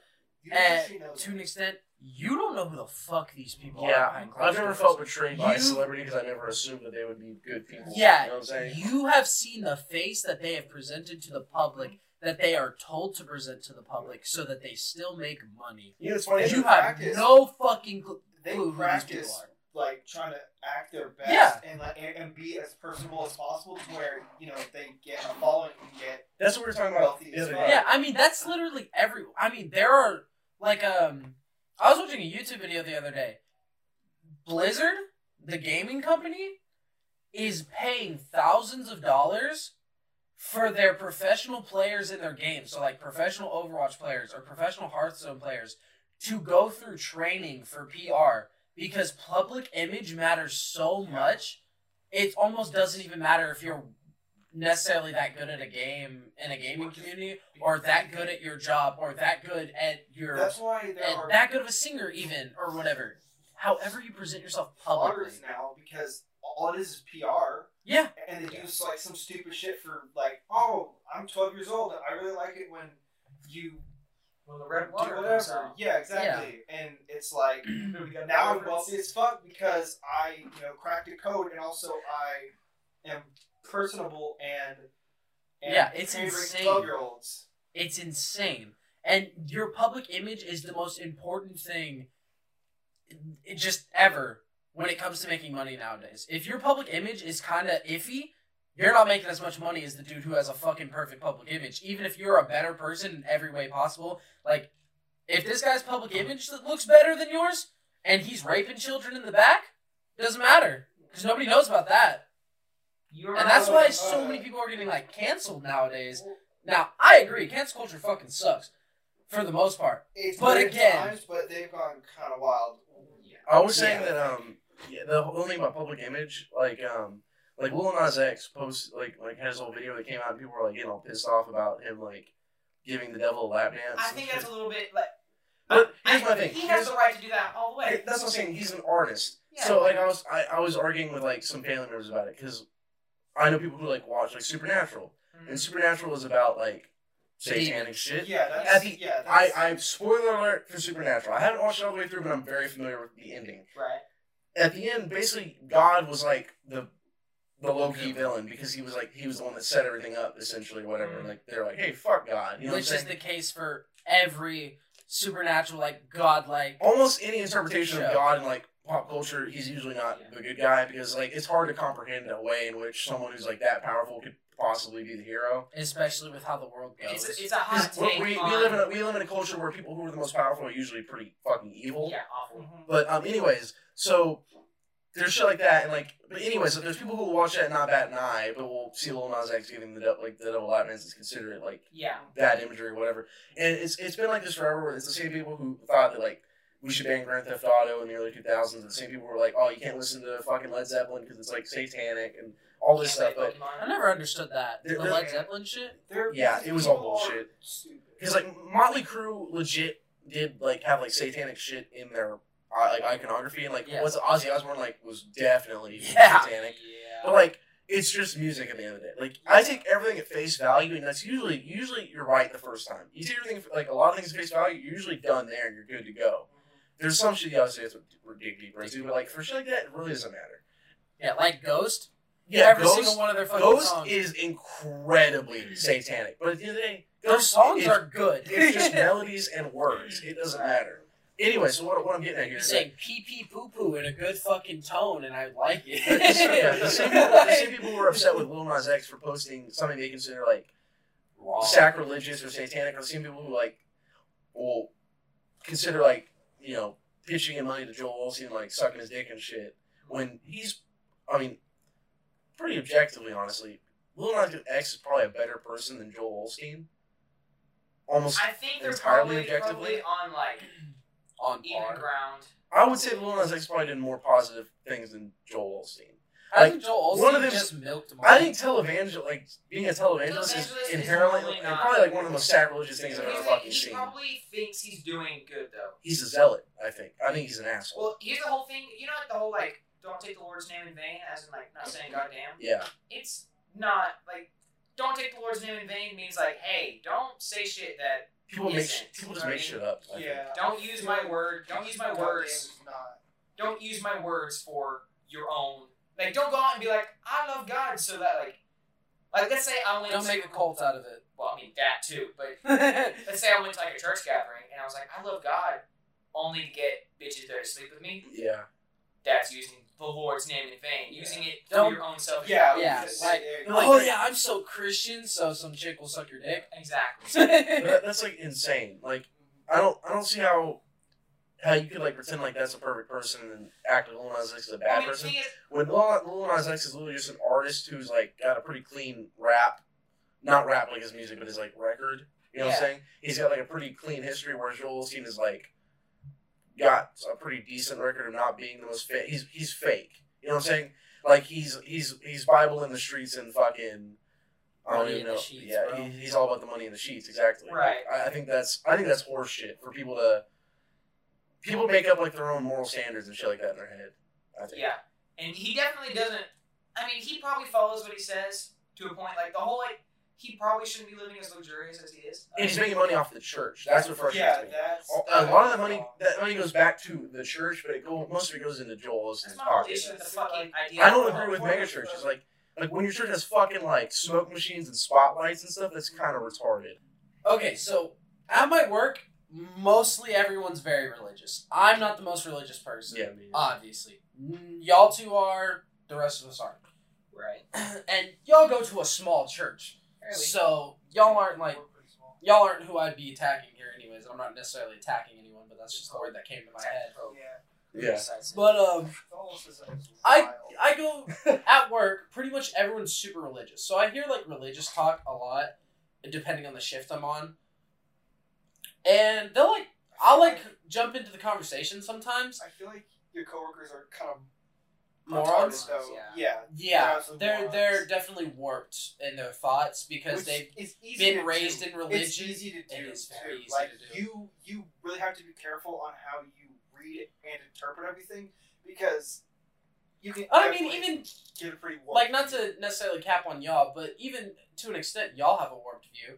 Speaker 4: You don't
Speaker 3: Eh,
Speaker 4: actually know
Speaker 3: to
Speaker 4: that.
Speaker 3: an extent you don't know who the fuck these people are
Speaker 1: Yeah,
Speaker 3: behind closed
Speaker 1: I've never
Speaker 3: doors.
Speaker 1: felt betrayed by a
Speaker 3: You-
Speaker 1: celebrity because I never assumed that they would be good people.
Speaker 3: Yeah,
Speaker 1: you know what I'm saying?
Speaker 3: you have seen the face that they have presented to the public that they are told to present to the public so that they still make money
Speaker 1: You know, it's funny.
Speaker 4: They
Speaker 3: you
Speaker 1: You,
Speaker 4: do
Speaker 3: have
Speaker 4: practice.
Speaker 3: no fucking cl-
Speaker 4: They
Speaker 3: clue who these people
Speaker 4: practice.
Speaker 3: are
Speaker 4: like trying to act their best
Speaker 3: Yeah.
Speaker 4: and like and, and be as personable as possible to where you know they get a following and get
Speaker 1: that's what we were talking about the other day.
Speaker 3: Yeah, I mean that's literally every. I mean there are like um. I was watching a YouTube video the other day. Blizzard, the gaming company, is paying thousands of dollars for their professional players in their games. So like professional Overwatch players or professional Hearthstone players to go through training for PR because public image matters so
Speaker 4: Yeah.
Speaker 3: much. It almost doesn't even matter if you're necessarily that good at a game in a gaming community or that good at your job or that good at your
Speaker 4: That's why there
Speaker 3: and
Speaker 4: are
Speaker 3: that good of a singer even or whatever. However you present yourself publicly.
Speaker 4: bloggers now because all it is is PR
Speaker 3: Yeah.
Speaker 4: and they do s- like some stupid shit for like oh I'm 12 years old and I really like it when you
Speaker 5: Well, the red
Speaker 4: do
Speaker 5: water comes
Speaker 4: whatever.
Speaker 5: out.
Speaker 4: Yeah, exactly. And it's like
Speaker 5: We got
Speaker 4: now I'm
Speaker 5: reference.
Speaker 4: wealthy as fuck because I, you know, cracked a code and also I am personable and, and
Speaker 3: Yeah, it's insane.
Speaker 4: Twelve year olds.
Speaker 3: It's insane. And your public image is the most important thing it- just ever when it comes to making money nowadays. If your public image is kind of iffy, you're not making as much money as the dude who has a fucking perfect public image. Even if you're a better person in every way possible, like if this guy's public image that looks better than yours and he's raping children in the back, doesn't matter because nobody knows about that.
Speaker 5: You remember
Speaker 3: And that's why
Speaker 4: Alright,
Speaker 3: so
Speaker 4: alright.
Speaker 3: many people are getting like canceled nowadays. Now I agree, cancel culture fucking sucks for the most part.
Speaker 4: It's
Speaker 3: But
Speaker 4: weird
Speaker 3: again-
Speaker 4: times, but they've gone kind of wild.
Speaker 1: I was saying
Speaker 4: Yeah.
Speaker 1: that um, yeah, the whole thing about public image, like um, like Lil Nas X post like like had his whole video that came out and people were like getting all pissed off about him like giving the devil a lap dance.
Speaker 5: I
Speaker 1: and
Speaker 5: think
Speaker 1: shit.
Speaker 5: that's a little bit like.
Speaker 1: But
Speaker 5: I-
Speaker 1: here's my
Speaker 5: I-
Speaker 1: thing.
Speaker 5: He
Speaker 1: Here's-
Speaker 5: has the right to do that all the way.
Speaker 1: Hey, That's what I'm saying. He's an artist.
Speaker 5: Yeah.
Speaker 1: So like I was I, I was arguing with like some family members about it because I know people who like watch like Supernatural
Speaker 2: Mm-hmm.
Speaker 5: Mm-hmm.
Speaker 1: and Supernatural is about like satanic shit.
Speaker 4: Yeah, that's
Speaker 1: At the-
Speaker 4: yeah.
Speaker 1: I
Speaker 4: That's,
Speaker 1: I spoiler alert for Supernatural. I haven't watched it all the way through, but I'm very familiar with the ending.
Speaker 5: Right.
Speaker 1: At the end, basically God was like the the low key villain because he was like he was the one that set everything up essentially or whatever.
Speaker 5: Mhm.
Speaker 1: Like they're like hey fuck God, you know what I'm
Speaker 3: which is
Speaker 1: saying?
Speaker 3: the case for every supernatural, like godlike.
Speaker 1: Almost any interpretation
Speaker 3: Yeah.
Speaker 1: of God in like pop culture, he's usually not
Speaker 5: Yeah.
Speaker 1: the good guy because like it's hard to comprehend a way in which someone who's like that powerful could possibly be the hero.
Speaker 3: Especially with how the world goes.
Speaker 5: It's, it's a hot
Speaker 1: Because
Speaker 5: take
Speaker 1: we, we
Speaker 5: on,
Speaker 1: live in a, we live in a culture where people who are the most powerful are usually pretty fucking evil.
Speaker 5: yeah, awful.
Speaker 1: But um, anyways, so there's shit like that, and like, but anyways, so there's people who will watch that and not bat an eye, but will see Lil Nas X giving the dou- like the double lap dance is considered like
Speaker 5: Yeah.
Speaker 1: bad imagery or whatever. And it's it's been like this forever. Where it's the same people who thought that like we should ban Grand Theft Auto in the early 2000s, and the same people were like, oh, you can't listen to fucking Led Zeppelin because it's like satanic and all this stuff. But
Speaker 3: I never understood that the
Speaker 1: There-
Speaker 4: there-
Speaker 3: Led Zeppelin shit.
Speaker 4: They're-
Speaker 1: yeah, it was all bullshit.
Speaker 4: Stupid.
Speaker 1: Because like Motley Crue legit did like have like satanic shit in their uh, like iconography, and like
Speaker 3: Yeah.
Speaker 1: what's Ozzy Osbourne like was definitely
Speaker 3: Yeah.
Speaker 1: satanic. But
Speaker 5: Yeah.
Speaker 1: like it's just music at the end of the day. Like I take everything at face value, and that's usually usually you're right the first time. You take everything like a lot of things at face value, you're usually done there, and you're good to go. There's some shit you obviously have to dig deeper into, but like for shit like that, it really doesn't matter.
Speaker 3: Yeah, like Ghost.
Speaker 1: Yeah,
Speaker 3: every
Speaker 1: Ghost,
Speaker 3: single one of their fucking
Speaker 1: Ghost
Speaker 3: songs.
Speaker 1: is incredibly satanic, but at the end of the day,
Speaker 3: their
Speaker 1: Ghost
Speaker 3: songs
Speaker 1: is
Speaker 3: are good.
Speaker 1: [laughs] it's
Speaker 3: [laughs]
Speaker 1: just melodies and words. It doesn't matter. Anyway, so what, what I'm getting at here
Speaker 3: You're
Speaker 1: is that
Speaker 3: saying pee pee poo poo in a good fucking tone, and I [laughs] like
Speaker 1: [laughs]
Speaker 3: it.
Speaker 1: yeah, the, [laughs] same people, the same people who are upset with Lil Nas X for posting something they consider like sacrilegious or satanic are the same people who like will consider like you know pitching in money to Joel Olstein, like sucking his dick and shit. When he's, I mean, pretty objectively, honestly, Lil Nas X is probably a better person than Joel Olstein. Almost,
Speaker 2: I think they're
Speaker 1: Entirely
Speaker 2: probably,
Speaker 1: objectively?
Speaker 2: probably on like
Speaker 3: on
Speaker 2: even
Speaker 3: par.
Speaker 2: ground.
Speaker 1: I would say Lil Nas X probably did more positive things than Joel Olstein.
Speaker 3: I think Joel Olsen
Speaker 1: one of them's-
Speaker 3: just milked him.
Speaker 1: I think televangel, like being a televangelist, is
Speaker 2: Televangelist is
Speaker 1: inherently
Speaker 2: probably
Speaker 1: and
Speaker 2: not-
Speaker 1: probably like one of the most sacrilegious things I've
Speaker 2: Here's
Speaker 1: ever
Speaker 2: the
Speaker 1: fucking
Speaker 2: thing, he
Speaker 1: seen.
Speaker 2: probably thinks he's doing good though.
Speaker 1: He's a zealot. I think. I think he's an asshole.
Speaker 2: Well, here's the whole thing. You know, like the whole like don't take the Lord's name in vain, as in like not saying goddamn.
Speaker 1: yeah.
Speaker 2: It's not like don't take the Lord's name in vain means like hey, don't say shit that
Speaker 1: People make sh-
Speaker 2: Isn't,
Speaker 1: people just make
Speaker 2: right?
Speaker 1: shit up. I think.
Speaker 4: Yeah.
Speaker 2: don't use my word, don't use my words,
Speaker 4: Goddamn, Not.
Speaker 2: don't use my words for your own. Like don't go out and be like I love God so that like like let's say I went
Speaker 3: don't
Speaker 2: to
Speaker 3: make a cult out of it.
Speaker 2: well I mean that too, but
Speaker 3: [laughs]
Speaker 2: let's say I went to like a church gathering and I was like, I love God, only to get bitches that are sleep with me. [laughs]
Speaker 1: Yeah.
Speaker 2: That's using the Lord's name in vain, using it for
Speaker 3: Don't-
Speaker 2: your own selfish
Speaker 4: Yeah.
Speaker 3: Yeah,
Speaker 4: it's-
Speaker 3: like-
Speaker 4: there you go.
Speaker 3: oh yeah, I'm so Christian, so some chick will suck your dick. [laughs]
Speaker 2: Exactly.
Speaker 1: But that- that's like insane. Like I don't I don't see how how you could like pretend like that's a perfect person and act like Lil Nas X is a
Speaker 2: I
Speaker 1: bad
Speaker 2: mean, the
Speaker 1: person.
Speaker 2: thing is,
Speaker 1: When Lil, Lil Nas X is literally just an artist who's like got a pretty clean rap, not rap like his music, but his like record. You know what I'm saying? He's got like a pretty clean history. Where Joel Osteen is like got a pretty decent record of not being the most fit. He's he's fake. You know what I'm saying? Like he's he's he's Bible in the streets and fucking. I don't
Speaker 3: Money
Speaker 1: even
Speaker 3: in the
Speaker 1: know.
Speaker 3: sheets,
Speaker 1: yeah,
Speaker 3: bro.
Speaker 1: he, he's all about the money in the sheets. Exactly. Like,
Speaker 2: Right.
Speaker 1: I, I think that's I think that's horseshit for people to. People make up like their own moral standards and shit like that in their head. I think.
Speaker 2: yeah, and he definitely doesn't. I mean, he probably follows what he says to a point. Like the whole like, he probably shouldn't be living as luxurious as he is.
Speaker 1: And he's making money off the church. That's what frustrates
Speaker 4: Yeah,
Speaker 1: me.
Speaker 4: that's
Speaker 1: A lot of the money that money goes back to the church, but it go, most of it goes into Joel Olstein's
Speaker 2: That's my whole
Speaker 1: pocket.
Speaker 2: issue with the fucking idea.
Speaker 1: I
Speaker 2: of
Speaker 1: don't
Speaker 2: the
Speaker 1: agree with
Speaker 2: Lord.
Speaker 1: mega churches. Like like when your church has fucking like smoke machines and spotlights and stuff, that's kind of retarded.
Speaker 3: Okay, so at my work, mostly everyone's very religious. I'm not the most religious person,
Speaker 1: Yeah, I mean,
Speaker 3: obviously. Mm, Y'all two are. The rest of us aren't.
Speaker 2: Right.
Speaker 3: and y'all go to a small church, so y'all aren't like y'all aren't who I'd be attacking here, anyways. I'm not necessarily attacking anyone, but that's just the word that came to my head.
Speaker 4: Yeah.
Speaker 1: yeah.
Speaker 3: But um,
Speaker 4: The whole system is
Speaker 3: I-
Speaker 4: wild.
Speaker 3: I go at work. Pretty much everyone's super religious, so I hear like religious talk a lot, depending on the shift I'm on. And they'll like, I'll like jump into the conversation sometimes.
Speaker 4: I feel like your coworkers are kind of
Speaker 3: Morons.
Speaker 4: retarded, though.
Speaker 2: yeah.
Speaker 4: Yeah.
Speaker 3: Yeah,
Speaker 4: absolute
Speaker 3: they're
Speaker 4: morons.
Speaker 3: they're definitely warped in their thoughts because
Speaker 4: Which
Speaker 3: they've
Speaker 4: is easy
Speaker 3: been
Speaker 4: to
Speaker 3: raised
Speaker 4: do.
Speaker 3: in religion.
Speaker 4: It's easy to do.
Speaker 3: and it's very
Speaker 4: too.
Speaker 3: easy
Speaker 4: like
Speaker 3: to do.
Speaker 4: you, you really have to be careful on how you read and interpret everything because you can.
Speaker 3: I mean,
Speaker 4: definitely
Speaker 3: even
Speaker 4: get a pretty
Speaker 3: like
Speaker 4: warped
Speaker 3: not
Speaker 4: view.
Speaker 3: to necessarily cap on y'all, but even to an extent, y'all have a warped view.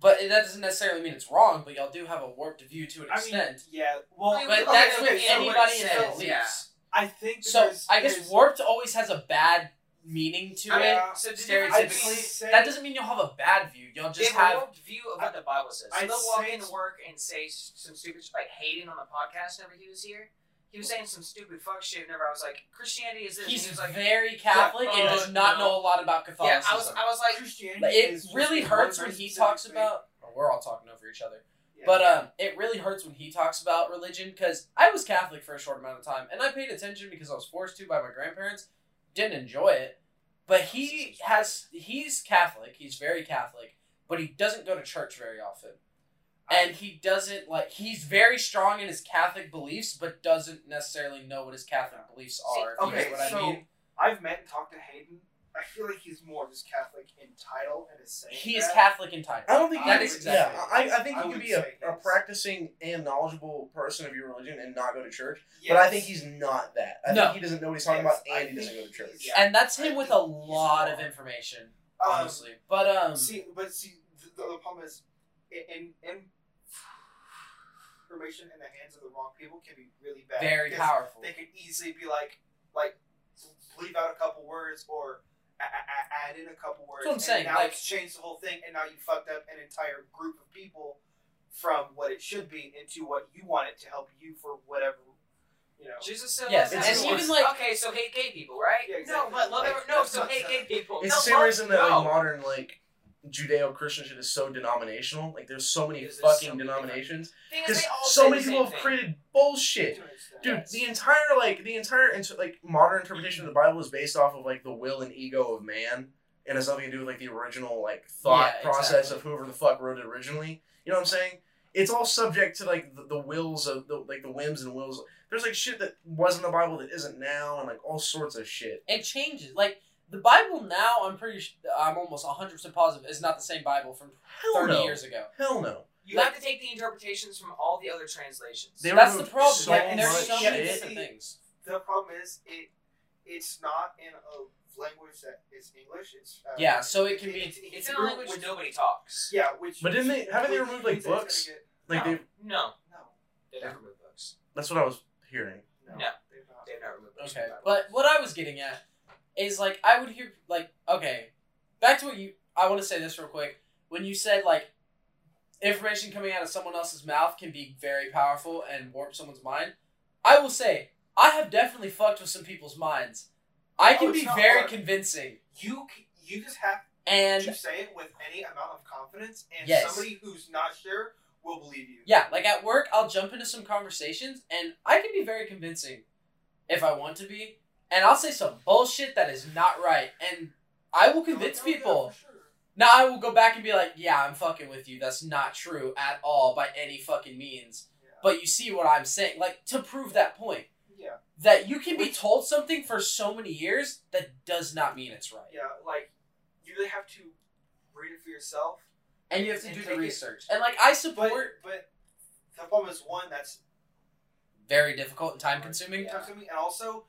Speaker 3: But that doesn't necessarily mean it's wrong. But y'all do have a warped view to an
Speaker 4: I mean,
Speaker 3: extent.
Speaker 4: yeah. Well,
Speaker 2: I mean,
Speaker 3: but
Speaker 2: okay,
Speaker 3: that's
Speaker 2: okay,
Speaker 3: with
Speaker 2: so what
Speaker 3: anybody
Speaker 2: it
Speaker 3: in
Speaker 2: says,
Speaker 3: their
Speaker 2: yeah.
Speaker 3: beliefs.
Speaker 4: I think
Speaker 3: So
Speaker 4: there's-
Speaker 3: I guess
Speaker 4: there's-
Speaker 3: warped always has a bad meaning to
Speaker 2: I mean,
Speaker 3: it.
Speaker 4: Yeah.
Speaker 2: so the difference
Speaker 4: I'd
Speaker 3: stereotypically,
Speaker 2: between-
Speaker 4: say-
Speaker 3: That doesn't mean y'all have a bad view. Y'all
Speaker 2: They
Speaker 3: just
Speaker 2: have a
Speaker 3: have
Speaker 2: warped view of what the Bible says.
Speaker 4: I'd
Speaker 2: They'll walk
Speaker 4: say-
Speaker 2: into work and say s- some stupid shit, like Hayden on the podcast whenever he was here. He was saying some stupid fuck shit whenever I was like, Christianity is this. and
Speaker 3: he's
Speaker 2: he was like,
Speaker 3: very Catholic and
Speaker 2: uh,
Speaker 3: does not
Speaker 2: no.
Speaker 3: know a lot about
Speaker 2: Yeah,
Speaker 3: Catholicism.
Speaker 2: I was, I was like,
Speaker 4: Christianity
Speaker 3: But it
Speaker 4: is just
Speaker 3: really
Speaker 4: one
Speaker 3: hurts
Speaker 4: very
Speaker 3: when he
Speaker 4: specific
Speaker 3: talks
Speaker 4: thing.
Speaker 3: about. oh, we're all talking over each other.
Speaker 4: Yeah.
Speaker 3: But um, it really hurts when he talks about religion because I was Catholic for a short amount of time and I paid attention because I was forced to by my grandparents. Didn't enjoy it, but he has he's Catholic. He's very Catholic, but he doesn't go to church very often, and he doesn't like. He's very strong in his Catholic beliefs, but doesn't necessarily know what his Catholic beliefs are. if you
Speaker 4: Okay,
Speaker 3: get what
Speaker 4: so
Speaker 3: I mean.
Speaker 4: I've met and talked to Hayden. I feel like he's more just Catholic in title and is saying
Speaker 3: He is
Speaker 4: that.
Speaker 3: Catholic in time.
Speaker 1: I don't think
Speaker 3: That
Speaker 1: you,
Speaker 3: is
Speaker 1: yeah,
Speaker 3: exactly-
Speaker 1: I, I think
Speaker 4: I
Speaker 1: you
Speaker 4: would
Speaker 1: can be a,
Speaker 4: say
Speaker 1: a
Speaker 4: yes.
Speaker 1: practicing and knowledgeable person of your religion and not go to church.
Speaker 4: Yes.
Speaker 1: But I think he's not that. I
Speaker 3: No.
Speaker 1: think he doesn't know what he's talking
Speaker 4: Yes,
Speaker 1: about
Speaker 4: I
Speaker 1: and he
Speaker 4: think
Speaker 1: doesn't go to church.
Speaker 4: he's-
Speaker 3: And that's him with a lot of information,
Speaker 4: Um,
Speaker 3: honestly. But um,
Speaker 4: See, but see, the, the other problem is, i- in, in information in the hands of the wrong people can be really bad.
Speaker 3: very
Speaker 4: because
Speaker 3: powerful.
Speaker 4: They can easily be like, like, leave out a couple words or a- a- a- add in a couple words.
Speaker 3: what
Speaker 4: and
Speaker 3: I'm saying,
Speaker 4: Now
Speaker 3: like-
Speaker 4: it's changed the whole thing, and now you fucked up an entire group of people from what it should be into what you want it to help you for whatever, you know.
Speaker 2: Jesus said,
Speaker 3: Yes,
Speaker 2: love
Speaker 1: and
Speaker 2: everyone.
Speaker 1: even
Speaker 3: like-
Speaker 2: okay, so hate gay people, right?
Speaker 4: Yeah,
Speaker 2: No,
Speaker 4: exactly.
Speaker 2: but love
Speaker 4: Like,
Speaker 2: everyone. No,
Speaker 4: that's
Speaker 2: so
Speaker 4: not
Speaker 2: hate
Speaker 4: that-
Speaker 2: gay people.
Speaker 1: It's the
Speaker 2: no,
Speaker 1: same reason that
Speaker 2: no.
Speaker 1: like modern like Judeo-Christian shit is so denominational. Like there's so many
Speaker 2: Is there
Speaker 1: fucking
Speaker 2: so many
Speaker 1: denominations
Speaker 2: Thing is,
Speaker 1: because
Speaker 2: they all
Speaker 1: so
Speaker 2: say
Speaker 1: many
Speaker 2: the
Speaker 1: people
Speaker 2: same
Speaker 1: have
Speaker 2: thing.
Speaker 1: created bullshit. Dude,
Speaker 2: Yes.
Speaker 1: the entire like the entire inter- like modern interpretation of the Bible is based off of like the will and ego of man, and has nothing to do with like the original like thought
Speaker 3: Yeah,
Speaker 1: process
Speaker 3: exactly.
Speaker 1: of whoever the fuck wrote it originally. You know what I'm saying? It's all subject to like the, the wills of the like the whims and wills. There's like shit that was in the Bible that isn't now, and like all sorts of shit.
Speaker 3: It changes. Like the Bible now, I'm pretty. Sh- I'm almost 100 percent positive it's not the same Bible from
Speaker 1: Hell
Speaker 3: 30
Speaker 1: no.
Speaker 3: years ago.
Speaker 1: Hell no.
Speaker 2: You have to take the interpretations from all the other translations.
Speaker 1: They
Speaker 3: That's the
Speaker 1: removed
Speaker 3: problem.
Speaker 1: so
Speaker 3: like, there's
Speaker 1: much
Speaker 3: so many
Speaker 1: shit.
Speaker 3: different things.
Speaker 4: The problem is it it's not in a language that is English. It's uh,
Speaker 3: Yeah, so it can be.
Speaker 4: it's,
Speaker 2: It's in a language where nobody talks.
Speaker 4: Yeah, which
Speaker 1: But didn't they- haven't they
Speaker 4: which
Speaker 1: removed, like,
Speaker 4: means it's gonna
Speaker 1: books?
Speaker 4: get-
Speaker 1: Like
Speaker 2: no,
Speaker 1: they.
Speaker 2: no,
Speaker 4: no,
Speaker 2: they never remove books.
Speaker 1: That's what I was hearing.
Speaker 4: no,
Speaker 2: No.
Speaker 4: they've not.
Speaker 2: They've never removed books.
Speaker 3: Okay,
Speaker 2: from the Bible.
Speaker 3: but what I was getting at is like I would hear like okay, back to what you. I want to say this real quick. When you said like information coming out of someone else's mouth can be very powerful and warp someone's mind, I will say I have definitely fucked with some people's minds. I
Speaker 4: Oh,
Speaker 3: can
Speaker 4: it's
Speaker 3: be
Speaker 4: not
Speaker 3: very
Speaker 4: hard.
Speaker 3: convincing
Speaker 4: You c- you just have
Speaker 3: and
Speaker 4: to say it with any amount of confidence, and
Speaker 3: Yes.
Speaker 4: somebody who's not sure will believe you.
Speaker 3: Yeah, like at work, I'll jump into some conversations and I can be very convincing if I want to be. And I'll say some bullshit that is not right. And I will convince
Speaker 4: Oh, no, yeah,
Speaker 3: people.
Speaker 4: for sure.
Speaker 3: Now I will go back and be like, yeah, I'm fucking with you. That's not true at all by any fucking means.
Speaker 4: Yeah.
Speaker 3: But you see what I'm saying? Like, to prove that point.
Speaker 4: yeah,
Speaker 3: That you can be told something for so many years that does not mean it's right.
Speaker 4: yeah, like you really have to read it for yourself.
Speaker 3: And you have to
Speaker 4: And
Speaker 3: do
Speaker 4: take
Speaker 3: the
Speaker 4: it-
Speaker 3: research. And like, I
Speaker 4: But
Speaker 3: support
Speaker 4: but the problem is one that's
Speaker 3: very difficult and time consuming.
Speaker 4: time consuming, and also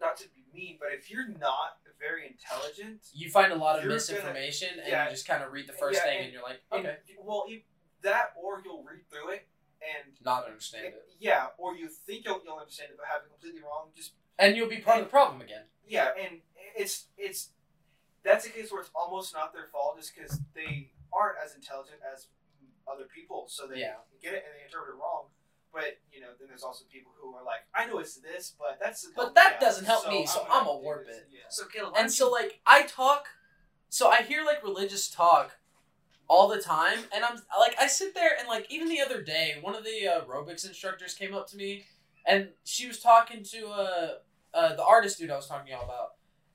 Speaker 4: not to be mean, but if you're not very intelligent,
Speaker 3: you find a lot of
Speaker 4: You're gonna-
Speaker 3: misinformation and
Speaker 4: yeah.
Speaker 3: you just kind of read the first
Speaker 4: Yeah,
Speaker 3: thing
Speaker 4: and-
Speaker 3: and, you're like,
Speaker 4: and-
Speaker 3: okay,
Speaker 4: well, you, that or you'll read through it and
Speaker 3: "Hmm, not understand it.
Speaker 4: yeah, or you think you'll, you'll understand it but have it completely wrong. Just
Speaker 3: And you'll be part of the problem again.
Speaker 4: yeah, and it's it's that's a case where it's almost not their fault, just because they aren't as intelligent as other people, so they
Speaker 3: Yeah.
Speaker 4: get it and they interpret it wrong. But you know, then there's also people who are like, I know it's this, but that's
Speaker 3: But that doesn't help me, so
Speaker 4: gonna
Speaker 3: I'ma
Speaker 4: do
Speaker 3: warp
Speaker 4: this."
Speaker 3: it.
Speaker 4: Yeah.
Speaker 2: So Caleb, why
Speaker 3: And
Speaker 2: don't
Speaker 3: so, like, I talk, so I hear like religious talk all the time, and I'm like, I sit there and like, even the other day, one of the uh, aerobics instructors came up to me, and she was talking to uh, uh, the artist dude I was talking to y'all about,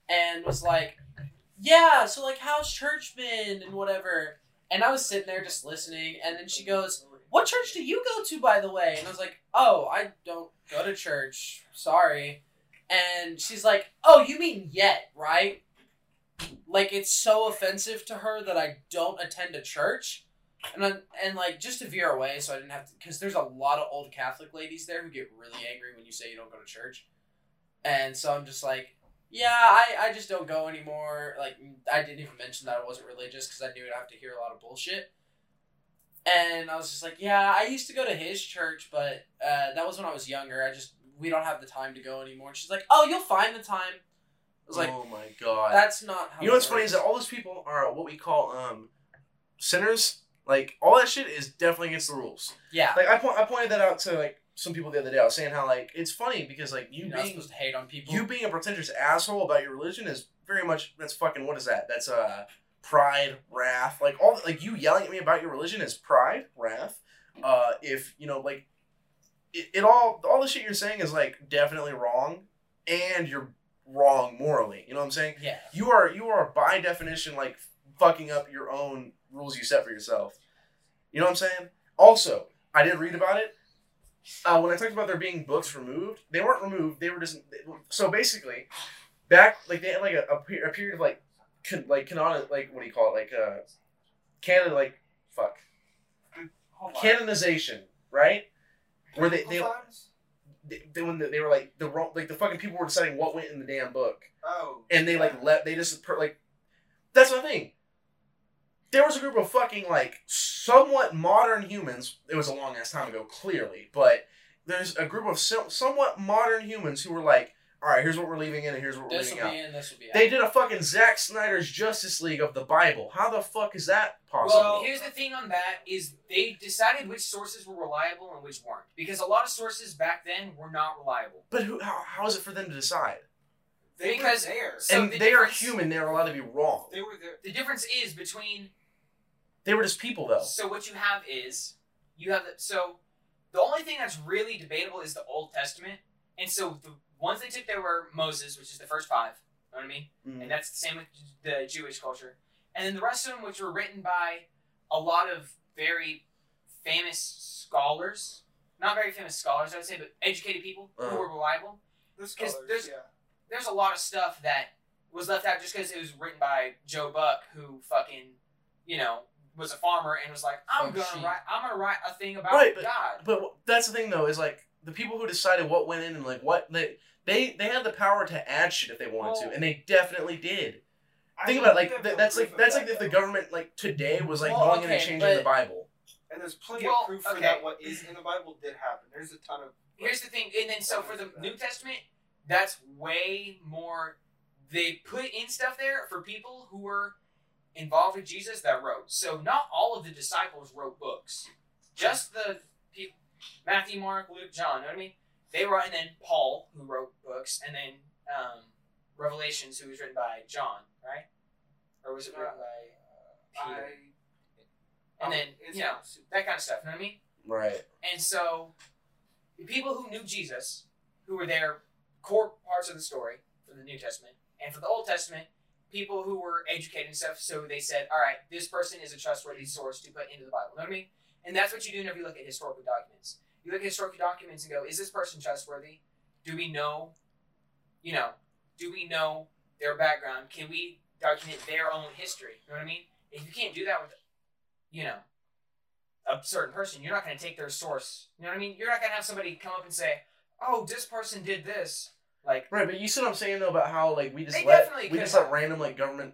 Speaker 3: and was like, yeah, so like, how's church been and whatever. And I was sitting there just listening, and then she goes, What church do you go to, by the way? And I was like, Oh, I don't go to church. Sorry. And she's like, Oh, you mean yet, right? Like it's so offensive to her that I don't attend a church. And I'm, and like just to veer away, so I didn't have to, because there's a lot of old Catholic ladies there who get really angry when you say you don't go to church. And so I'm just like, yeah, I, I just don't go anymore. Like I didn't even mention that I wasn't religious because I knew I'd have to hear a lot of bullshit. And I was just like, yeah, I used to go to his church, but uh, that was when I was younger. I just we don't have the time to go anymore. And she's like, oh, you'll find the time. I was like,
Speaker 1: oh my god.
Speaker 3: that's not. How
Speaker 1: You know what's funny is that all those people are what we call um sinners. Like all that shit is definitely against the rules.
Speaker 3: yeah,
Speaker 1: Like I point, I pointed that out to like some people the other day. I was saying how like it's funny because like you
Speaker 3: you're not
Speaker 1: being
Speaker 3: supposed to hate on people.
Speaker 1: you being a pretentious asshole about your religion is very much that's fucking what is that? That's uh pride, wrath. Like all like you yelling at me about your religion is pride, wrath. Uh, if you know like it, it all all the shit you're saying is like definitely wrong, and you're wrong morally. You know what I'm saying?
Speaker 3: yeah,
Speaker 1: you are you are by definition like fucking up your own rules you set for yourself. You know what I'm saying? Also, I did read about it. Uh, when I talked about there being books removed, they weren't removed. They were just so basically back like they had like a, a, pe- a period of like con, like canon like what do you call it like uh canon like fuck
Speaker 4: Hold on.
Speaker 1: canonization right where they they,
Speaker 4: Sometimes-
Speaker 1: they, they when they were like the wrong like the fucking people were deciding what went in the damn book
Speaker 4: oh
Speaker 1: and they like let they just per, like that's my thing. There was a group of fucking like somewhat modern humans. It was a long ass time ago, clearly, but there's a group of so, somewhat modern humans who were like, all right, here's what we're leaving in, and here's what we're
Speaker 3: this
Speaker 1: leaving
Speaker 3: will
Speaker 1: out.
Speaker 3: be in. This will be out.
Speaker 1: They did a fucking Zack Snyder's Justice League of the Bible. How the fuck is that possible?
Speaker 2: Well, here's the thing on that is they decided which sources were reliable and which weren't because a lot of sources back then were not reliable.
Speaker 1: but who, how, how is it for them to decide?
Speaker 2: They Because-
Speaker 5: were there.
Speaker 2: So
Speaker 1: and
Speaker 2: the
Speaker 1: they are
Speaker 2: difference-
Speaker 1: human. They are allowed to be wrong.
Speaker 5: They were there.
Speaker 2: The difference is between.
Speaker 1: They were just people, though.
Speaker 2: So what you have is you have the, so the only thing that's really debatable is the Old Testament, and so the ones they took there were Moses, which is the first five. Know what I mean? and that's the same with the Jewish culture. And then the rest of them, which were written by a lot of very famous scholars, not very famous scholars, I would say, but educated people who were reliable.
Speaker 4: There's
Speaker 2: 'Cause
Speaker 4: colors,
Speaker 2: there's-
Speaker 4: yeah.
Speaker 2: There's a lot of stuff that was left out just because it was written by Joe Buck, who fucking, you know, was a farmer and was like, I'm
Speaker 3: Oh,
Speaker 2: gonna
Speaker 3: shit.
Speaker 2: write, I'm gonna write a thing about
Speaker 1: Right,
Speaker 2: God.
Speaker 1: But wh- that's the thing, though, is like the people who decided what went in and like what they they they had the power to add shit if they wanted
Speaker 2: Well-
Speaker 1: to, and they definitely did.
Speaker 4: I
Speaker 1: Think about it,
Speaker 4: mean, you
Speaker 1: like
Speaker 4: have
Speaker 1: th-
Speaker 4: no
Speaker 1: that's
Speaker 4: proof
Speaker 1: like
Speaker 4: of
Speaker 1: that's
Speaker 4: that,
Speaker 1: like if the
Speaker 4: though.
Speaker 1: government like today was like
Speaker 3: Well,
Speaker 1: going in and
Speaker 3: okay,
Speaker 1: changing
Speaker 3: but-
Speaker 1: the Bible.
Speaker 4: And there's plenty
Speaker 2: Well,
Speaker 4: of proof for
Speaker 2: okay.
Speaker 4: that. What is in the Bible did happen. There's a ton of.
Speaker 2: Here's the thing, and then so for the New Testament, that's way more. They put in stuff there for people who were involved with Jesus that wrote. So not all of the disciples wrote books, just the people Matthew, Mark, Luke, John. Know what I mean? They wrote, and then Paul who wrote books, and then um, Revelations who was written by John, right? Or was it written by
Speaker 4: I, Oh,
Speaker 2: Peter? And then
Speaker 4: it's
Speaker 2: you know that kind of stuff. Know what I mean?
Speaker 1: Right.
Speaker 2: And so, the people who knew Jesus, who were their core parts of the story for the New Testament, and for the Old Testament, people who were educated and stuff, so they said, all right, this person is a trustworthy source to put into the Bible. Know what I mean? And that's what you do whenever you look at historical documents. You look at historical documents and go, is this person trustworthy? Do we know, you know, do we know their background? Can we document their own history? You know what I mean? If you can't do that with, you know, a certain person, you're not going to take their source. You know what I mean? You're not going to have somebody come up and say, "Oh, this person did this." Like,
Speaker 1: Right, but you see what I'm saying though about how like we just
Speaker 2: They
Speaker 1: let
Speaker 2: definitely
Speaker 1: we
Speaker 2: could
Speaker 1: just
Speaker 2: have.
Speaker 1: let random like government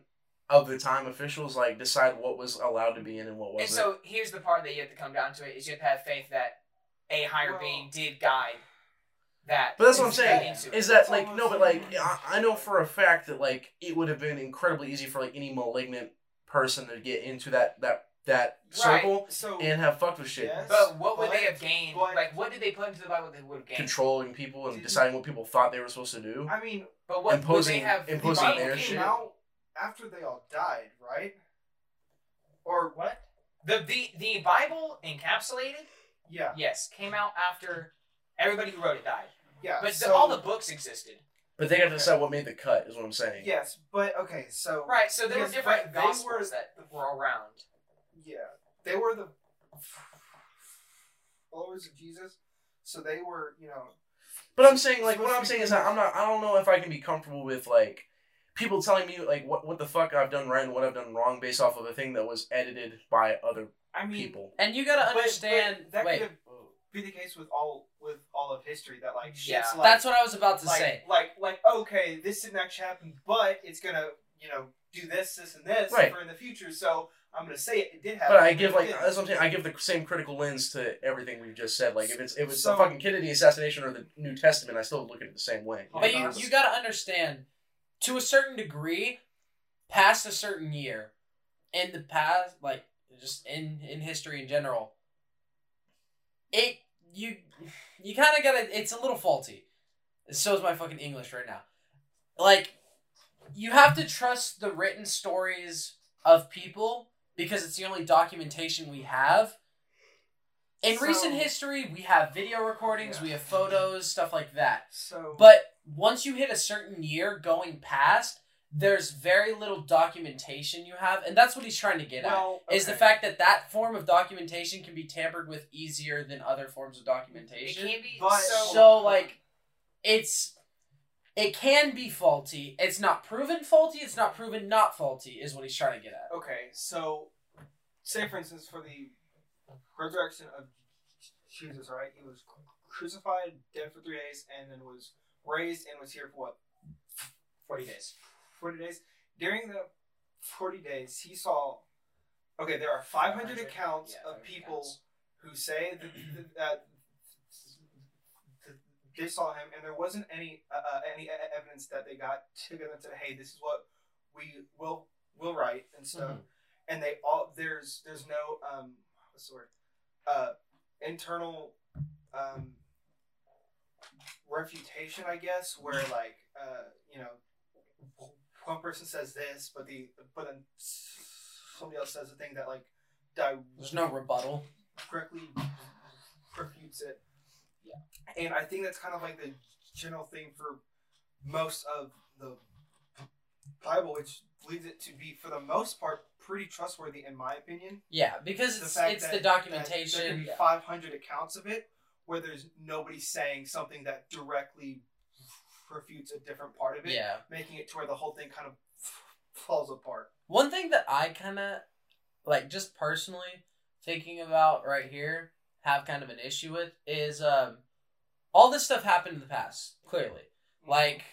Speaker 1: of the time officials like decide what was allowed to be in and what
Speaker 2: and
Speaker 1: wasn't.
Speaker 2: so here's the part that you have to come down to it is you have to have faith that a higher
Speaker 4: Well-
Speaker 2: being did guide that.
Speaker 1: But that's what I'm
Speaker 2: that
Speaker 1: saying,
Speaker 2: into it.
Speaker 1: is that
Speaker 4: It's
Speaker 1: like no,
Speaker 4: almost
Speaker 1: but like
Speaker 4: like-
Speaker 1: I, I know for a fact that like it would have been incredibly easy for like any malignant person to get into that that that
Speaker 2: Right.
Speaker 1: circle
Speaker 4: So
Speaker 1: and have fucked with shit,
Speaker 4: Yes.
Speaker 2: But what would
Speaker 4: But-
Speaker 2: they have gained?
Speaker 4: but-
Speaker 2: like, what did they put into the Bible that they would have gained?
Speaker 1: controlling people and
Speaker 4: Did-
Speaker 1: deciding what people thought they were supposed to do.
Speaker 4: I mean,
Speaker 2: But what
Speaker 1: Imposing-
Speaker 2: would they have
Speaker 1: imposing
Speaker 4: the
Speaker 2: gained?
Speaker 4: Bible
Speaker 1: their
Speaker 4: came
Speaker 1: shit.
Speaker 4: out after they all died, right? Or what?
Speaker 2: The, the the Bible encapsulated,
Speaker 4: Yeah,
Speaker 2: yes, came out after everybody who wrote it died.
Speaker 4: yeah.
Speaker 2: But
Speaker 4: so,
Speaker 2: the, all the books existed,
Speaker 1: But they got to decide what made the cut. Is what I'm saying.
Speaker 4: Yes, but okay, so
Speaker 2: right? So there
Speaker 4: Yes,
Speaker 2: were different
Speaker 4: but they
Speaker 2: gospels
Speaker 4: were-
Speaker 2: that were around.
Speaker 4: yeah, they were the followers of Jesus, so they were, you know,
Speaker 1: But I'm saying like what I'm saying is that I'm not. I don't know if I can be comfortable with like people telling me like what what the fuck I've done right and what I've done wrong based off of a thing that was edited by other
Speaker 4: I mean,
Speaker 1: people.
Speaker 3: And you gotta
Speaker 4: but- but
Speaker 3: understand.
Speaker 4: that
Speaker 3: wait,
Speaker 4: could have be the case with all with all of history that like shit's
Speaker 2: Yeah.
Speaker 4: like
Speaker 3: that's what I was about to
Speaker 4: like,
Speaker 3: say.
Speaker 4: Like, like, okay, this didn't actually happen, but it's gonna, you know, do this, this, and this
Speaker 1: Right.
Speaker 4: for in the future. So I'm gonna say it, it did happen.
Speaker 1: But I give
Speaker 4: it
Speaker 1: like
Speaker 4: didn't.
Speaker 1: that's what I'm saying. I give the same critical lens to everything we've just said. Like if it's if it's
Speaker 4: So-
Speaker 1: the fucking Kennedy assassination or the New Testament, I still look at it the same way.
Speaker 3: But you,
Speaker 4: Regardless.
Speaker 3: you got to understand, to a certain degree, past a certain year, in the past, like just in in history in general, it you you kind of gotta. It's a little faulty. So is my fucking English right now. Like, you have to trust the written stories of people because it's the only documentation we have. In
Speaker 4: So-
Speaker 3: recent history, we have video recordings, we have photos, stuff like that.
Speaker 4: So,
Speaker 3: But once you hit a certain year going past, there's very little documentation you have, and that's what he's trying to get
Speaker 4: well,
Speaker 3: at. Is the
Speaker 4: okay.
Speaker 3: fact that that form of documentation can be tampered with easier than other forms of
Speaker 2: It
Speaker 3: documentation.
Speaker 2: can be
Speaker 4: But-
Speaker 2: so.
Speaker 3: So like, it's it can be faulty. It's not proven faulty. It's not proven not faulty. Is what he's trying to get at.
Speaker 4: Okay, so say for instance for the resurrection of Jesus, right? He was crucified, dead for three days, and then was raised and was here for what?
Speaker 2: forty days.
Speaker 4: Forty days. During the forty days, he saw. Okay, there are five hundred accounts
Speaker 2: yeah,
Speaker 4: of
Speaker 2: 500
Speaker 4: people
Speaker 2: accounts.
Speaker 4: who say that, that, that they saw him, and there wasn't any uh, uh, any e- evidence that they got together and said, "Hey, this is what we will will write and stuff."
Speaker 3: Mm-hmm.
Speaker 4: And they all there's there's no um what's the word uh internal um refutation, I guess, where like uh you know one person says this, but the but then somebody else says a thing that like di-
Speaker 3: There's no rebuttal.
Speaker 4: correctly refutes it.
Speaker 2: Yeah.
Speaker 4: And I think that's kind of like the general thing for most of the Bible, which leads it to be, for the most part, pretty trustworthy in my opinion.
Speaker 3: Yeah, because
Speaker 4: The
Speaker 3: it's
Speaker 4: fact
Speaker 3: it's
Speaker 4: that-
Speaker 3: the
Speaker 4: That there can
Speaker 3: documentation.
Speaker 4: be 500 accounts of it where there's nobody saying something that directly refutes a different part of it,
Speaker 3: yeah.
Speaker 4: making it to where the whole thing kind of [laughs] falls apart.
Speaker 3: One thing that I kind of like just personally thinking about right here have kind of an issue with is um all this stuff happened in the past, clearly.
Speaker 1: Mm-hmm.
Speaker 3: Like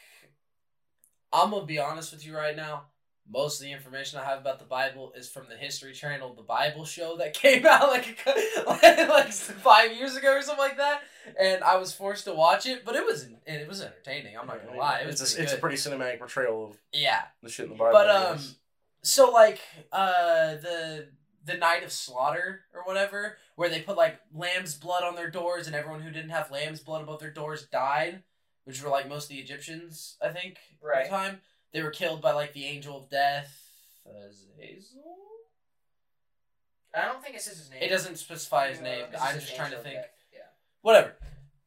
Speaker 3: I'm going to be honest with you right now. Most of the information I have about the Bible is from the History Channel, the Bible show that [laughs] came out like a cou- [laughs] like, like five years ago or something like that, and I was forced to watch it. But it was and it was entertaining. I'm not gonna lie, it was
Speaker 1: it's, a,
Speaker 3: pretty
Speaker 1: it's a
Speaker 3: good.
Speaker 1: pretty cinematic portrayal of
Speaker 3: yeah.
Speaker 1: the shit in the Bible.
Speaker 3: But
Speaker 1: I
Speaker 3: um,
Speaker 1: guess.
Speaker 3: so like uh the the night of slaughter or whatever, where they put like lamb's blood on their doors, and everyone who didn't have lamb's blood above their doors died, which were like most of the Egyptians, I think, at
Speaker 2: Right.
Speaker 3: the time. They were killed by like the angel of death, Uh, Azazel.
Speaker 2: I don't think it says his name.
Speaker 3: It doesn't specify his
Speaker 2: No,
Speaker 3: name.
Speaker 2: it says
Speaker 3: I'm
Speaker 2: his
Speaker 3: just
Speaker 2: name,
Speaker 3: trying to
Speaker 2: so
Speaker 3: think.
Speaker 2: that- Yeah.
Speaker 3: Whatever.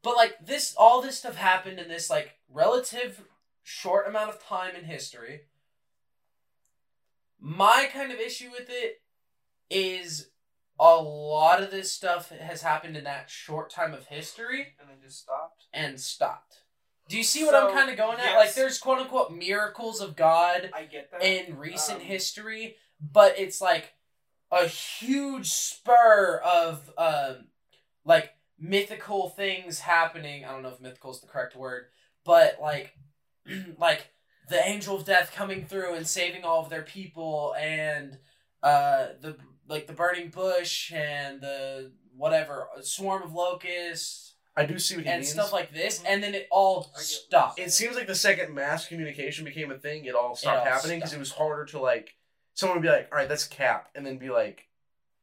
Speaker 3: But like this, all this stuff happened in this like relative short amount of time in history. My kind of issue with it is a lot of this stuff has happened in that short time of history
Speaker 4: And then just stopped.
Speaker 3: and stopped. Do you see what I'm
Speaker 4: So,
Speaker 3: kind of going at? Like
Speaker 4: yes.
Speaker 3: there's quote unquote miracles of God
Speaker 4: I get that.
Speaker 3: in recent
Speaker 4: um,
Speaker 3: history, but it's like a huge spur of um, like mythical things happening. I don't know if mythical is the correct word, but like [clears throat] like the angel of death coming through and saving all of their people, and uh, the like the burning bush and the whatever uh, swarm of locusts
Speaker 1: I do see what he
Speaker 3: and
Speaker 1: means.
Speaker 3: stuff like this, and then it all
Speaker 4: Mm-hmm. I get-
Speaker 3: stopped.
Speaker 1: it seems like the second mass communication became a thing, it all
Speaker 3: all
Speaker 1: stopped happening because it
Speaker 3: stopped.
Speaker 1: was harder to like. Someone would be like, "All right, that's cap," and then be like,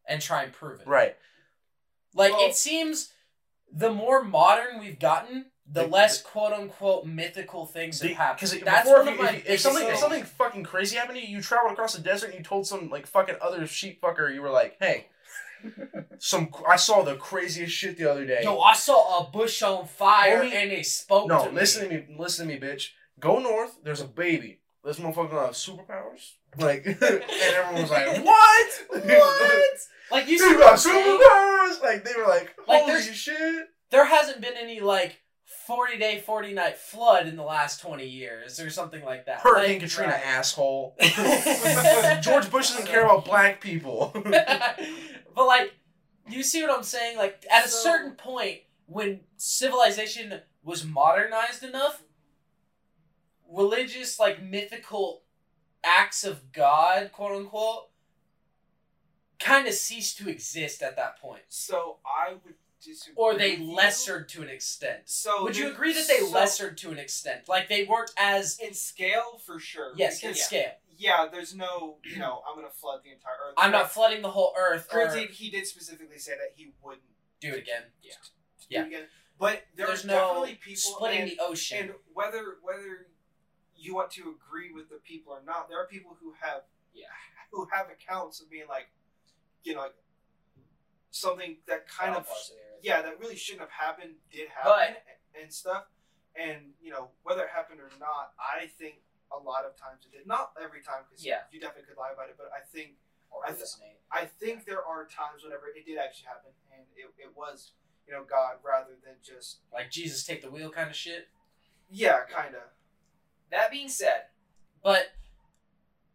Speaker 3: and try and prove it.
Speaker 1: "Right."
Speaker 3: Like
Speaker 4: Well-
Speaker 3: it seems the more modern we've gotten, the,
Speaker 1: The-
Speaker 3: less quote unquote mythical things have happened.
Speaker 1: Because
Speaker 3: That's
Speaker 1: before,
Speaker 3: one
Speaker 1: if,
Speaker 3: of
Speaker 1: you-
Speaker 3: my
Speaker 1: if, if
Speaker 3: biggest
Speaker 1: something if
Speaker 3: things.
Speaker 1: something fucking crazy happened to you, you traveled across the desert and you told some like fucking other sheep fucker, you were like,
Speaker 3: [laughs]
Speaker 1: "Hey, some I saw the craziest shit the other day."
Speaker 3: Yo, I saw a bush on fire
Speaker 1: Homie-
Speaker 3: and it spoke
Speaker 1: no,
Speaker 3: to me.
Speaker 1: listen to me, listen to me, bitch. Go north. There's a baby. This motherfucker has superpowers. Like, [laughs] and everyone was
Speaker 3: [laughs]
Speaker 1: like, "What?
Speaker 3: What? Like you
Speaker 1: You
Speaker 3: see
Speaker 1: got
Speaker 3: what
Speaker 1: [laughs]
Speaker 3: I'm saying?
Speaker 1: superpowers!" Like they were like,
Speaker 3: Like,
Speaker 1: "Holy
Speaker 3: there's-
Speaker 1: shit!"
Speaker 3: There hasn't been any like forty day, forty night flood in the last twenty years or something like that.
Speaker 1: Hurricane
Speaker 3: Like-
Speaker 1: Katrina,
Speaker 2: right.
Speaker 1: asshole.
Speaker 3: Right.
Speaker 1: George Bush doesn't care about black people.
Speaker 3: [laughs] but like you see what i'm saying like at a
Speaker 2: So-
Speaker 3: certain point when civilization was modernized enough religious like mythical acts of god quote unquote kind of ceased to exist at that point
Speaker 4: So I would disagree.
Speaker 3: or they
Speaker 4: with you.
Speaker 3: lessered to an extent
Speaker 4: So
Speaker 3: would you
Speaker 4: there-
Speaker 3: agree that they
Speaker 4: so-
Speaker 3: lessered to an extent like they weren't as
Speaker 4: in scale for sure?
Speaker 3: yes in
Speaker 4: because-
Speaker 3: scale
Speaker 4: yeah. There's no you know I'm gonna flood the entire earth.
Speaker 3: i'm not flooding the whole earth or
Speaker 4: Granted, he did specifically say that he wouldn't
Speaker 3: do it again
Speaker 4: do
Speaker 3: Yeah.
Speaker 4: it again. But there
Speaker 3: there's
Speaker 4: are
Speaker 3: no
Speaker 4: definitely people
Speaker 3: splitting
Speaker 4: and,
Speaker 3: the ocean
Speaker 4: and whether whether you want to agree with the people or not, there are people who have
Speaker 2: Yeah.
Speaker 4: who have accounts of being like, you know, like something that kind
Speaker 2: All
Speaker 4: of
Speaker 2: parts of the earth.
Speaker 4: yeah, that really shouldn't have happened did happen
Speaker 2: But-
Speaker 4: and stuff. And you know whether it happened or not, I think a lot of times it did. Not every time, because
Speaker 2: Yeah.
Speaker 4: you definitely could lie about it. But I think
Speaker 2: Or
Speaker 4: I-
Speaker 2: hallucinate.
Speaker 4: I think there are times whenever it did actually happen, and it, it was you know God rather than just
Speaker 3: like Jesus take the wheel kind of shit.
Speaker 4: yeah, kind of.
Speaker 2: That being said,
Speaker 3: But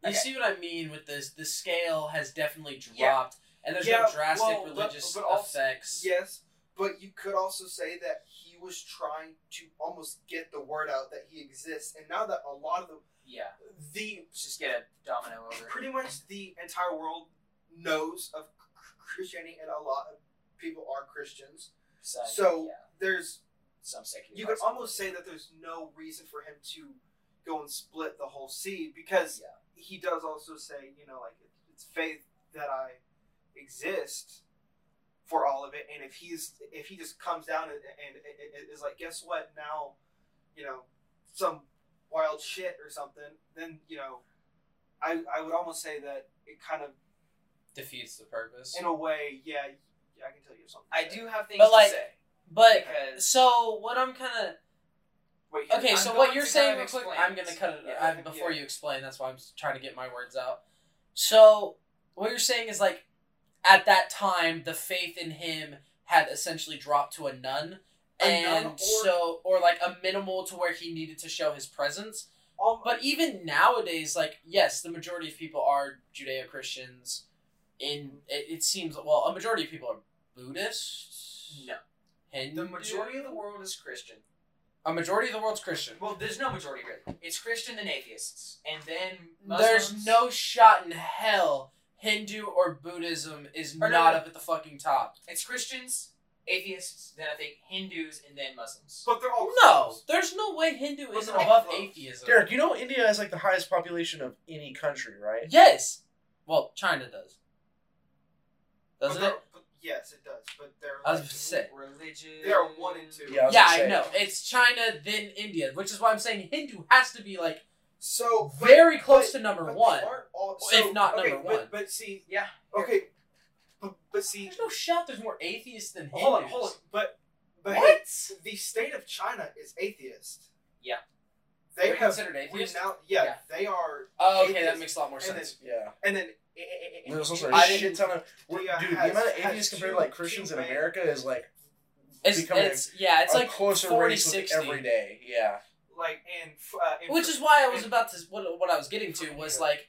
Speaker 3: you
Speaker 2: Okay.
Speaker 3: see what I mean with this. The scale has definitely dropped,
Speaker 2: Yeah.
Speaker 3: and there's
Speaker 4: Yeah,
Speaker 3: no drastic
Speaker 4: well, but-
Speaker 3: religious
Speaker 4: but also-
Speaker 3: effects.
Speaker 4: Yes, but you could also say that he was trying to almost get the word out that he exists, and now that a lot of the
Speaker 2: yeah,
Speaker 4: the
Speaker 2: let's just get a domino over.
Speaker 4: pretty much the entire world knows of cr- Christianity, and a lot of people are Christians.
Speaker 2: Some,
Speaker 4: So-
Speaker 2: yeah,
Speaker 4: There's
Speaker 2: some secular.
Speaker 4: you could
Speaker 2: parts of
Speaker 4: almost say that there's no reason for him to go and split the whole seed because
Speaker 2: it. Yeah.
Speaker 4: he does also say, you know, like it, it's faith that I exist for all of it. And if he's if he just comes down and, and, and is like, guess what? Now, you know, some wild shit or something, then you know, I I would almost say that it kind of
Speaker 3: defeats the purpose.
Speaker 4: in a way, yeah, yeah I can tell you something.
Speaker 2: I do have things
Speaker 3: But, like,
Speaker 2: to say
Speaker 3: But
Speaker 2: because
Speaker 3: so what I'm kind
Speaker 4: Wait,
Speaker 3: of okay.
Speaker 2: I'm
Speaker 3: so
Speaker 2: going
Speaker 3: what you're
Speaker 2: to
Speaker 3: saying,
Speaker 2: kind of
Speaker 3: real quick,
Speaker 2: explain
Speaker 3: I'm gonna
Speaker 2: this.
Speaker 3: cut it
Speaker 4: Yeah,
Speaker 3: I-
Speaker 4: yeah.
Speaker 3: before you explain. That's why I'm s- trying to get my words out. So what you're saying is like at that time the faith in him had essentially dropped to a nun.
Speaker 2: A nun
Speaker 3: and
Speaker 2: or-
Speaker 3: so or like a minimal to where he needed to show his presence
Speaker 4: all,
Speaker 3: But even nowadays, like yes, the majority of people are Judeo Christians. In it, it seems well, a majority of people are Buddhists.
Speaker 2: no,
Speaker 3: Hindu.
Speaker 2: the majority of the world is Christian.
Speaker 3: A majority of the world's Christian.
Speaker 2: Well, there's no majority really. It's Christian and atheists, and then Muslims-
Speaker 3: There's no shot in hell Hindu or Buddhism is
Speaker 2: Or no,
Speaker 3: not
Speaker 2: no.
Speaker 3: up at the fucking top.
Speaker 2: It's Christians, atheists, then I think Hindus, and then Muslims.
Speaker 4: but they're all
Speaker 3: No, there's no way Hindu
Speaker 4: Well,
Speaker 3: isn't
Speaker 4: they're all
Speaker 3: above
Speaker 4: close.
Speaker 3: atheism.
Speaker 1: Derek, you know India has like the highest population of any country, right?
Speaker 3: Yes. Well, China does.
Speaker 4: But
Speaker 3: Doesn't
Speaker 4: they're-
Speaker 3: it?
Speaker 4: but- yes, it does. But they're
Speaker 3: I was
Speaker 4: like,
Speaker 3: about to say.
Speaker 2: Religion.
Speaker 4: they are one and two.
Speaker 1: Yeah, I was
Speaker 3: yeah,
Speaker 1: gonna
Speaker 3: I
Speaker 1: say.
Speaker 3: know. It's China, then India, which is why I'm saying Hindu has to be like
Speaker 4: So but-
Speaker 3: very close
Speaker 4: but-
Speaker 3: to number
Speaker 4: Oh, but they
Speaker 3: one.
Speaker 4: aren't all-
Speaker 3: If
Speaker 4: so-
Speaker 3: not
Speaker 4: okay,
Speaker 3: number
Speaker 4: but-
Speaker 3: one.
Speaker 4: But see,
Speaker 2: Yeah.
Speaker 4: okay, but, but see,
Speaker 3: There's no shot there's more atheists than Hindus.
Speaker 4: hold on, hold on. But but hey,
Speaker 3: What?
Speaker 4: the state of China is atheist.
Speaker 2: Yeah.
Speaker 4: They
Speaker 3: Are you
Speaker 4: have
Speaker 3: considered atheist?
Speaker 4: Now, yeah,
Speaker 2: Yeah.
Speaker 4: they are,
Speaker 3: Oh, okay, that
Speaker 4: atheist.
Speaker 3: makes a lot more
Speaker 4: And
Speaker 3: sense.
Speaker 1: Yeah.
Speaker 4: and then
Speaker 1: And There's also a
Speaker 3: I
Speaker 1: shit
Speaker 3: didn't-
Speaker 1: ton of
Speaker 4: we,
Speaker 1: dude.
Speaker 4: uh,
Speaker 1: The
Speaker 4: has-
Speaker 1: amount of
Speaker 4: has
Speaker 1: atheists compared
Speaker 4: two-
Speaker 1: to like Christians
Speaker 4: two
Speaker 1: in
Speaker 4: main-
Speaker 1: America is like
Speaker 3: It's,
Speaker 1: becoming
Speaker 3: it's yeah, it's
Speaker 1: a
Speaker 3: like
Speaker 1: closer
Speaker 3: 40,
Speaker 1: race with
Speaker 3: 60.
Speaker 1: every day. Yeah.
Speaker 4: like and uh, and
Speaker 3: which is why I was about to what what I was getting to was like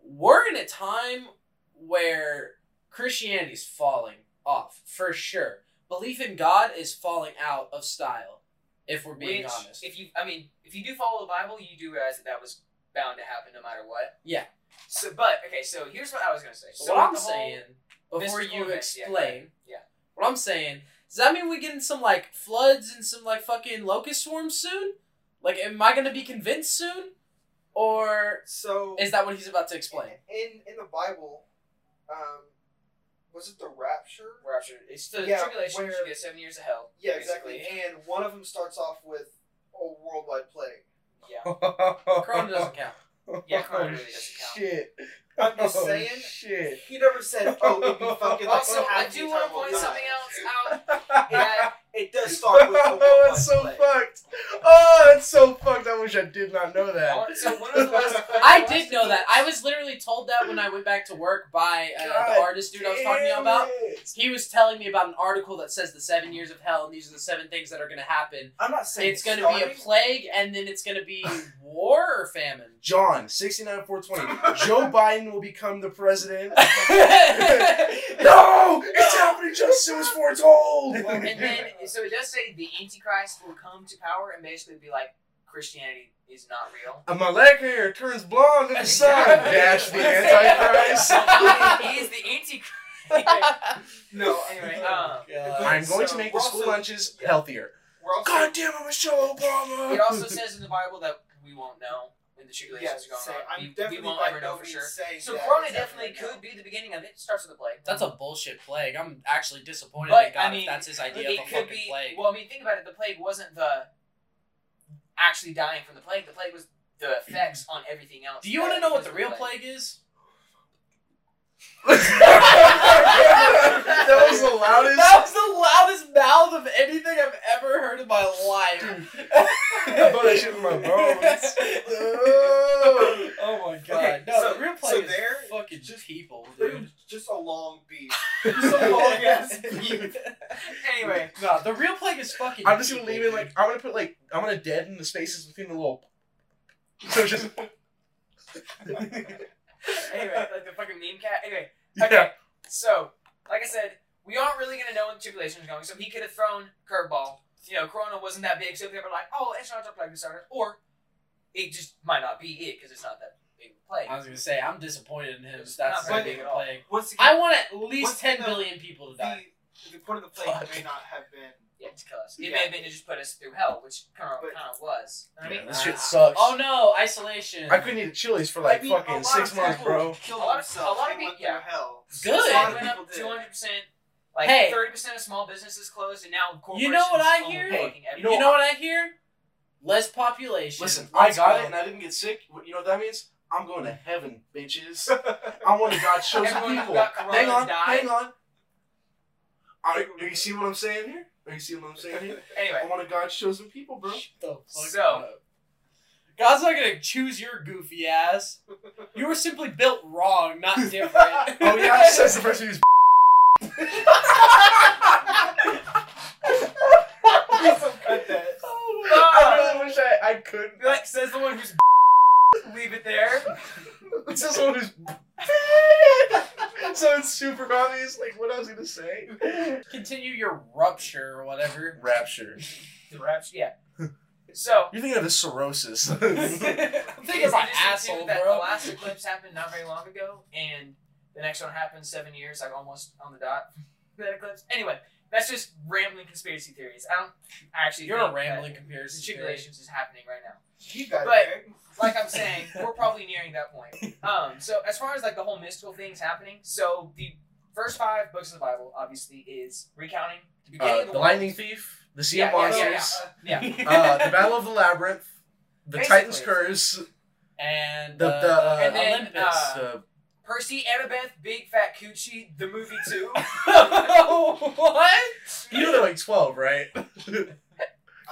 Speaker 3: we're in a time where Christianity's falling off for sure. Belief in God is falling out of style, if we're being
Speaker 2: Which,
Speaker 3: honest.
Speaker 2: if you, I mean, if you do follow the Bible, you do realize that that was bound to happen no matter what.
Speaker 3: Yeah.
Speaker 2: So, but okay, so here's what I was gonna say.
Speaker 3: But
Speaker 2: So
Speaker 3: what I'm
Speaker 2: the whole-
Speaker 3: saying, before
Speaker 2: mystical
Speaker 3: you
Speaker 2: event, yeah,
Speaker 3: explain,
Speaker 2: yeah.
Speaker 3: what I'm saying, does that mean we getting some like floods and some like fucking locust swarms soon? Like, am I gonna be convinced soon, or
Speaker 4: so
Speaker 3: is that what he's about to explain?
Speaker 4: in in the Bible, um, was it the rapture?
Speaker 2: rapture, it's the
Speaker 4: Yeah,
Speaker 2: tribulation.
Speaker 4: where-
Speaker 2: you get seven years of hell.
Speaker 4: Yeah,
Speaker 2: basically.
Speaker 4: exactly. And one of them starts off with a worldwide plague.
Speaker 2: Yeah.
Speaker 1: [laughs]
Speaker 3: Corona doesn't count.
Speaker 2: Yeah, Corona really doesn't count.
Speaker 1: Oh, Shit.
Speaker 4: I'm just
Speaker 1: Oh,
Speaker 4: saying.
Speaker 1: Shit.
Speaker 4: He never said,
Speaker 2: [laughs]
Speaker 4: "Oh, it'd be fucking." Like
Speaker 2: Also, I
Speaker 4: half the
Speaker 2: do want to
Speaker 4: entire
Speaker 2: point
Speaker 4: world
Speaker 2: something
Speaker 4: died."
Speaker 2: else out.
Speaker 4: Yeah, it
Speaker 2: [laughs]
Speaker 4: does start with a
Speaker 1: [laughs] oh,
Speaker 4: worldwide
Speaker 1: it's so
Speaker 4: plague.
Speaker 1: fucked. Oh, it's so fucked. I wish I did not know that.
Speaker 2: So one of the last-
Speaker 4: [laughs]
Speaker 3: I did know that. I was literally told that when I went back to work by uh,
Speaker 1: God
Speaker 3: the artist dude I was talking
Speaker 1: Damn
Speaker 3: about.
Speaker 1: it.
Speaker 3: He was telling me about an article that says the seven years of hell and these are the seven things that are going to happen.
Speaker 4: I'm not saying
Speaker 3: It's going to be
Speaker 4: starting,
Speaker 3: a plague and then it's going to [laughs] be war or famine. [laughs]
Speaker 1: John, 69 [laughs] 420. Joe Biden will become the [laughs] president. no! It's happening just as foretold!
Speaker 2: Well, and then, so it does say the Antichrist will come to power and basically be like, Christianity is not real.
Speaker 1: And Uh, my leg hair turns blonde in the sun. [laughs] Dash the Antichrist.
Speaker 2: [laughs] he is the [laughs] Antichrist.
Speaker 4: No,
Speaker 2: anyway,
Speaker 4: um,
Speaker 2: um,
Speaker 1: [laughs] I'm going to
Speaker 4: So,
Speaker 1: make the school
Speaker 4: Russell-
Speaker 1: lunches healthier.
Speaker 4: we're also
Speaker 1: God damn it, Michelle Obama!
Speaker 2: it also says in the Bible that we won't know when the tribulations are
Speaker 4: yeah,
Speaker 2: going
Speaker 4: say,
Speaker 2: on.
Speaker 4: I'm
Speaker 2: we,
Speaker 4: definitely
Speaker 2: we won't
Speaker 4: by
Speaker 2: ever
Speaker 4: no
Speaker 2: know for
Speaker 4: means
Speaker 2: sure.
Speaker 4: saying
Speaker 2: So
Speaker 4: that
Speaker 2: Corona
Speaker 4: it's happening
Speaker 2: definitely
Speaker 4: right
Speaker 2: could be the beginning of it. It starts with a plague.
Speaker 3: That's a bullshit plague. I'm actually disappointed
Speaker 2: But,
Speaker 3: that God
Speaker 2: I mean,
Speaker 3: if that's his idea
Speaker 2: it
Speaker 3: of a
Speaker 2: could
Speaker 3: fucking
Speaker 2: be.
Speaker 3: plague.
Speaker 2: Well, I mean, think about it. The plague wasn't the actually dying from the plague. The plague was the effects on everything else.
Speaker 3: Do you
Speaker 2: that
Speaker 3: want to know what
Speaker 2: was
Speaker 3: the real plague is?
Speaker 1: [laughs] that was the loudest.
Speaker 2: [laughs]
Speaker 3: was the loudest mouth of anything I've ever heard in my life.
Speaker 1: I thought I shit in my
Speaker 2: [laughs]
Speaker 1: bones. Oh.
Speaker 3: Oh my god!
Speaker 4: Okay,
Speaker 3: no,
Speaker 4: so-
Speaker 3: the real
Speaker 4: so
Speaker 3: plague is
Speaker 4: there-
Speaker 3: fucking just people,
Speaker 4: now. It
Speaker 3: dude.
Speaker 4: was just a long
Speaker 2: [laughs]
Speaker 4: beat. [laughs] Just a long ass beat.
Speaker 2: Anyway,
Speaker 3: No, Uh, the real plague is fucking.
Speaker 1: I'm just gonna
Speaker 3: people,
Speaker 1: leave it
Speaker 3: dude.
Speaker 1: like I'm gonna put like I'm gonna deaden the spaces between the little. [laughs] So just [laughs]
Speaker 2: anyway, like the fucking meme cat. Anyway. Okay.
Speaker 1: yeah.
Speaker 2: So, like I said, we aren't really gonna know when the tribulation is going. So he could have thrown curveball. You know, Corona wasn't that big, so they were like, "Oh, it's not a plague disorder," or it just might not be it because it's not that big of a plague.
Speaker 3: I was gonna say I'm disappointed in him.
Speaker 2: It's
Speaker 4: not
Speaker 3: That's not
Speaker 4: funny
Speaker 3: being
Speaker 2: at
Speaker 3: a
Speaker 2: all.
Speaker 3: plague.
Speaker 4: Once again,
Speaker 3: I want at least
Speaker 4: What's
Speaker 3: ten
Speaker 4: the-
Speaker 3: billion people to die.
Speaker 4: the, the point of the plague
Speaker 1: Fuck.
Speaker 4: may not have been.
Speaker 2: Yeah, to kill us. It
Speaker 4: Yeah.
Speaker 2: may have been to just put us through hell, which kind of
Speaker 4: But-
Speaker 2: kind of was. You know what I
Speaker 1: yeah,
Speaker 2: mean, uh,
Speaker 1: this shit
Speaker 3: Ah.
Speaker 1: sucks.
Speaker 3: Oh no, isolation.
Speaker 1: I couldn't eat chilies for like
Speaker 4: I mean, a
Speaker 1: fucking
Speaker 4: lot
Speaker 1: six
Speaker 4: of
Speaker 1: months,
Speaker 4: people
Speaker 1: bro.
Speaker 4: Killed
Speaker 2: A lot of-
Speaker 4: themselves.
Speaker 2: a lot of
Speaker 4: They
Speaker 2: pe-
Speaker 4: went through
Speaker 2: yeah.
Speaker 1: [laughs]
Speaker 4: hell.
Speaker 2: So
Speaker 4: A lot
Speaker 2: it
Speaker 4: of
Speaker 3: Good.
Speaker 2: went
Speaker 4: people
Speaker 2: up
Speaker 4: did.
Speaker 2: two hundred percent. Like
Speaker 3: Hey.
Speaker 2: thirty percent of small businesses closed, and now corporations
Speaker 3: You know what I
Speaker 2: own
Speaker 3: hear?
Speaker 2: fucking
Speaker 3: You
Speaker 2: everything.
Speaker 3: know what I hear? less population.
Speaker 1: Listen, I
Speaker 3: Let's
Speaker 1: got
Speaker 3: go.
Speaker 1: it and I didn't get sick. What- You know what that means? I'm going to heaven, bitches. I'm one of God's chosen
Speaker 2: Everyone who
Speaker 1: people.
Speaker 2: got corona
Speaker 1: Hang on,
Speaker 2: died.
Speaker 1: hang on. I, do you see what I'm saying here? Are you seeing what I'm saying here? I'm
Speaker 2: Anyway,
Speaker 1: one of God's chosen people, bro.
Speaker 3: Shut the fuck
Speaker 2: So-
Speaker 3: up. God's not gonna choose your goofy ass. You were simply built wrong, not
Speaker 1: [laughs]
Speaker 3: different.
Speaker 1: Oh yeah, says the person who's. [laughs] I really wish I, I could.
Speaker 2: like says the one who's leave it there.
Speaker 1: [laughs] It's just one who's. so it's super obvious. Like what I was gonna say.
Speaker 3: Continue your rupture or whatever.
Speaker 1: Rapture.
Speaker 2: The raps,
Speaker 1: [laughs]
Speaker 2: yeah. So
Speaker 1: You're thinking of the
Speaker 2: [laughs]
Speaker 1: cirrhosis. Uh,
Speaker 3: I'm thinking
Speaker 2: Is
Speaker 3: about
Speaker 2: it just
Speaker 3: asshole,
Speaker 2: that The
Speaker 3: bro.
Speaker 2: last eclipse happened not very long ago, and the next one happened seven years, like almost on the dot. [laughs] that eclipse. Anyway, that's just rambling conspiracy theories. I don't actually.
Speaker 3: You're
Speaker 2: think
Speaker 3: a rambling
Speaker 2: That
Speaker 3: comparison. theory.
Speaker 2: situations is happening right now.
Speaker 4: You got
Speaker 2: But-
Speaker 4: it. Eric.
Speaker 2: Like I'm
Speaker 3: [laughs]
Speaker 2: saying, we're probably nearing that point. Um, so as far as like the whole mystical things happening, so the first five books of the Bible obviously is recounting the beginning
Speaker 1: Uh,
Speaker 2: of the,
Speaker 1: the
Speaker 2: world.
Speaker 1: lightning thief, the sea of
Speaker 2: Yeah, yeah,
Speaker 1: monsters,
Speaker 2: yeah, yeah.
Speaker 4: yeah.
Speaker 2: Yeah.
Speaker 1: Uh, the
Speaker 2: [laughs]
Speaker 1: battle of the labyrinth, the
Speaker 2: Basically.
Speaker 1: Titan's curse,
Speaker 3: And
Speaker 1: the
Speaker 3: uh,
Speaker 1: the uh,
Speaker 2: and then,
Speaker 3: Olympus.
Speaker 2: uh,
Speaker 1: the-
Speaker 2: Percy, Annabeth, Big Fat Coochie, the movie too.
Speaker 3: what?
Speaker 1: [laughs] you know they're like twelve, right?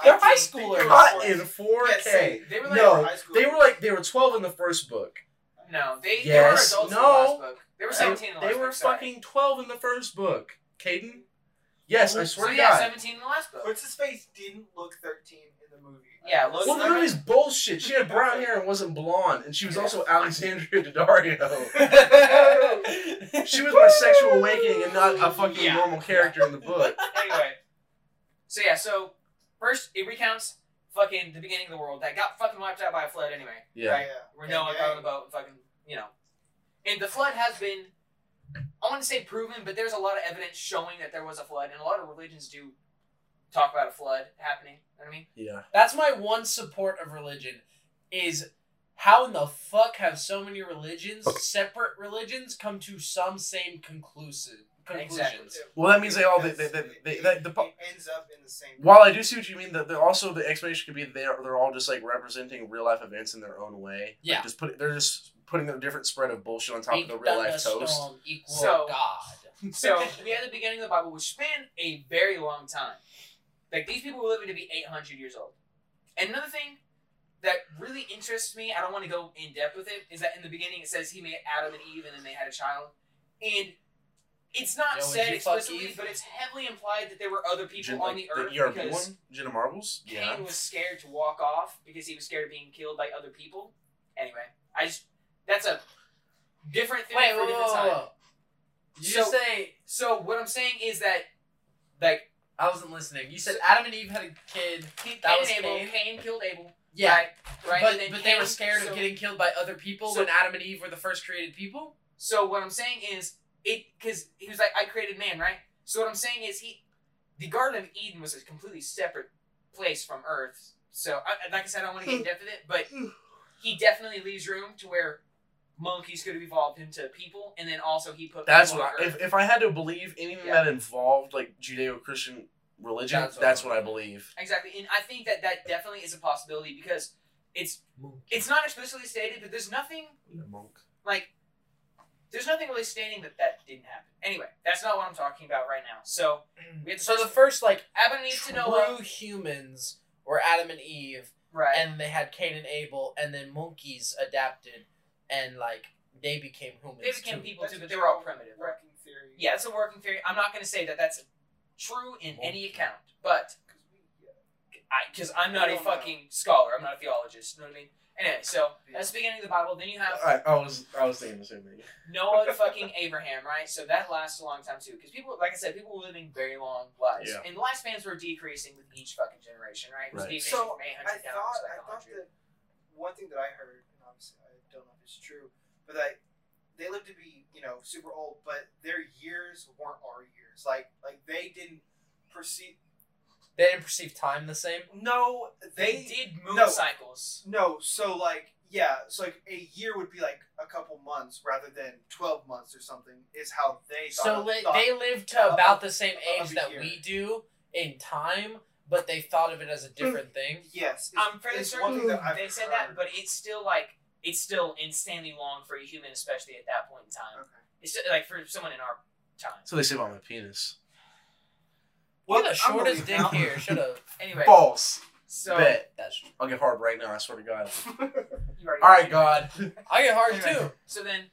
Speaker 3: They're high
Speaker 4: I
Speaker 3: schoolers.
Speaker 4: think
Speaker 1: Not
Speaker 4: they
Speaker 1: in
Speaker 4: were-
Speaker 1: four
Speaker 4: Yes,
Speaker 1: K.
Speaker 4: say,
Speaker 2: They were like
Speaker 1: No,
Speaker 4: high school.
Speaker 1: They were like they were twelve in the first book.
Speaker 2: No, they,
Speaker 1: Yes,
Speaker 2: they were
Speaker 1: no.
Speaker 2: adults in the last book. They were 17 in the last
Speaker 1: They were
Speaker 2: book. sorry.
Speaker 1: fucking twelve in the first book. Caden. Yes, I
Speaker 2: So
Speaker 1: swear to
Speaker 2: yeah,
Speaker 1: God.
Speaker 2: 17 in the last book.
Speaker 4: What's his face didn't look thirteen in the movie.
Speaker 2: Yeah, Lois
Speaker 1: Well, the
Speaker 2: Lane-
Speaker 1: movie's bullshit. She had brown hair and wasn't blonde, and she was also Alexandria Daddario. She was my sexual awakening and not a fucking
Speaker 2: Yeah.
Speaker 1: normal character in the book. [laughs]
Speaker 2: anyway. So yeah, so first it recounts fucking the beginning of the world that got fucking wiped out by a flood anyway.
Speaker 1: Yeah.
Speaker 4: yeah.
Speaker 2: Where no one got on the boat and fucking you know. And the flood has been I want to say proven, but there's a lot of evidence showing that there was a flood, and a lot of religions do talk about a flood happening. You know what I mean?
Speaker 1: Yeah.
Speaker 3: [laughs] That's my one support of religion is how in the fuck have so many religions, separate religions, come to some same conclusive conclusions?
Speaker 2: Exactly.
Speaker 1: Well, that means they all. They, they, they, they, they, the,
Speaker 4: it ends up in the same.
Speaker 1: while I do see what you mean, that they're also the explanation could be that they are, they're all just like representing real life events in their own way. Like,
Speaker 3: Yeah.
Speaker 1: just put they're just putting their different spread of bullshit on top
Speaker 3: Make
Speaker 1: of the real life
Speaker 3: thunderstorm
Speaker 1: toast.
Speaker 3: equal
Speaker 2: So-
Speaker 3: God.
Speaker 2: So [laughs] we had the beginning of the Bible, which spanned a very long time. Like these people were living to be 800 years old. And another thing that really interests me, I don't want to go in depth with it, is that in the beginning it says he made Adam and Eve, and then they had a child. And it's not
Speaker 3: Yo, would
Speaker 2: said
Speaker 3: you fuck
Speaker 2: explicitly,
Speaker 3: Eve?
Speaker 2: but it's heavily implied that there were other people
Speaker 1: Gen-
Speaker 2: on
Speaker 1: like,
Speaker 2: the earth
Speaker 1: the ERB
Speaker 2: because
Speaker 1: one, Jenna Marbles.
Speaker 2: Cain
Speaker 1: Yeah.
Speaker 2: was scared to walk off because he was scared of being killed by other people. Anyway, I just that's a different theory
Speaker 3: Wait,
Speaker 2: for a
Speaker 3: whoa,
Speaker 2: different
Speaker 3: whoa,
Speaker 2: time.
Speaker 3: whoa. Did you
Speaker 2: So-
Speaker 3: say
Speaker 2: So what I'm saying is that, like,
Speaker 3: I wasn't listening? You said Adam and Eve had a kid.
Speaker 2: Cain
Speaker 3: That was
Speaker 2: and Abel,
Speaker 3: Cain?
Speaker 2: Cain. killed Abel.
Speaker 3: Yeah.
Speaker 2: Right. right?
Speaker 3: But,
Speaker 2: and then
Speaker 3: but they were
Speaker 2: Cain-
Speaker 3: scared
Speaker 2: so-
Speaker 3: of getting killed by other people
Speaker 2: so-
Speaker 3: when Adam and Eve were the first created people?
Speaker 2: So what I'm saying is it because he was like, I created man, right? So what I'm saying is he, the Garden of Eden was a completely separate place from Earth. So I, like I said, I don't want to
Speaker 3: Hmm.
Speaker 2: get in depth with it, but he definitely leaves room to where monkeys could have evolved into people, and then also he put
Speaker 1: That's
Speaker 2: people
Speaker 1: what
Speaker 2: on
Speaker 1: I,
Speaker 2: Earth.
Speaker 1: if, if I had to believe anything
Speaker 2: Yeah.
Speaker 1: that involved like Judeo-Christian religion,
Speaker 3: That's
Speaker 1: that's,
Speaker 3: what I
Speaker 1: what I believe.
Speaker 2: Exactly, and I think that that definitely is a possibility because it's it's not explicitly stated, but there's nothing
Speaker 1: Monk.
Speaker 2: like there's nothing really stating that that didn't happen. Anyway, that's not what I'm talking about right now. So we had the
Speaker 3: So
Speaker 2: first
Speaker 3: the first like
Speaker 2: Abba needs to
Speaker 3: true
Speaker 2: know what,
Speaker 3: humans were Adam and Eve,
Speaker 2: right?
Speaker 3: and they had Cain and Abel, and then monkeys adapted, and like they became humans.
Speaker 2: they became
Speaker 3: too.
Speaker 2: people too, but they were all primitive, right?
Speaker 4: Working theory.
Speaker 2: Yeah, it's a working theory. I'm not going to say that that's true in any
Speaker 1: Monkey.
Speaker 2: account, but I because I'm not
Speaker 4: I
Speaker 2: a
Speaker 4: don't know.
Speaker 2: fucking scholar. I'm not a theologist. You know what I mean? Anyway, so that's the beginning of the Bible. Then
Speaker 1: [laughs]
Speaker 2: you have
Speaker 1: I, I was I was thinking the same thing.
Speaker 2: Noah to fucking Abraham, right? So that lasts a long time too, because people, like I said, people were living very long lives,
Speaker 1: Yeah.
Speaker 2: and lifespans were decreasing with each fucking generation, right? It was
Speaker 1: Right.
Speaker 2: decreasing from
Speaker 4: So
Speaker 2: eight
Speaker 4: I
Speaker 2: hundred down
Speaker 4: thought
Speaker 2: to
Speaker 4: I
Speaker 2: like
Speaker 4: thought
Speaker 2: hundred.
Speaker 4: that one thing that I heard, and obviously I don't know if it's true, but that they lived to be you know super old, but their years weren't our years. Like like they didn't perceive.
Speaker 3: They didn't perceive time the same.
Speaker 4: No,
Speaker 2: They did moon
Speaker 4: no.
Speaker 2: cycles.
Speaker 4: No, so like yeah, so like a year would be like a couple months rather than twelve months or something is how they thought.
Speaker 3: So
Speaker 4: of-
Speaker 3: li-
Speaker 4: thought
Speaker 3: they lived to
Speaker 4: of-
Speaker 3: about the same
Speaker 4: of
Speaker 3: age
Speaker 4: a
Speaker 3: that
Speaker 4: year.
Speaker 3: we do in time, but they thought of it as a different thing.
Speaker 4: Yes.
Speaker 2: I'm fairly
Speaker 4: It's
Speaker 2: certain
Speaker 4: one thing
Speaker 2: they
Speaker 4: that I've
Speaker 2: said
Speaker 4: heard.
Speaker 2: that, but it's still like it's still insanely long for a human, especially at that point in time.
Speaker 4: Okay.
Speaker 2: It's just, like for someone in our time.
Speaker 1: So they say about my penis.
Speaker 3: Well,
Speaker 4: Well,
Speaker 3: the
Speaker 4: I'm
Speaker 3: shortest dick
Speaker 4: gonna leave
Speaker 3: here. Should have.
Speaker 2: Anyway,
Speaker 1: False.
Speaker 2: so
Speaker 1: Bet.
Speaker 3: That's.
Speaker 1: I'll get hard right now. I swear to God.
Speaker 2: you already
Speaker 1: All right, God.
Speaker 3: I get hard
Speaker 4: Anyway.
Speaker 3: too.
Speaker 2: So then,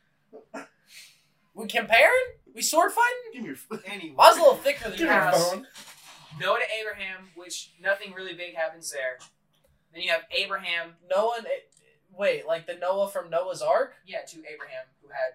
Speaker 3: We comparing? We sword fighting?
Speaker 1: [laughs] Give me your,
Speaker 2: [laughs]
Speaker 1: give
Speaker 4: [laughs] Anyway.
Speaker 3: I was a little thicker than
Speaker 1: me your
Speaker 2: Yes.
Speaker 3: yours.
Speaker 1: phone.
Speaker 2: Noah to Abraham, which nothing really big happens there. Then you have Abraham,
Speaker 3: Noah. and- eh, Wait, like the Noah from Noah's Ark?
Speaker 2: yeah, to Abraham who had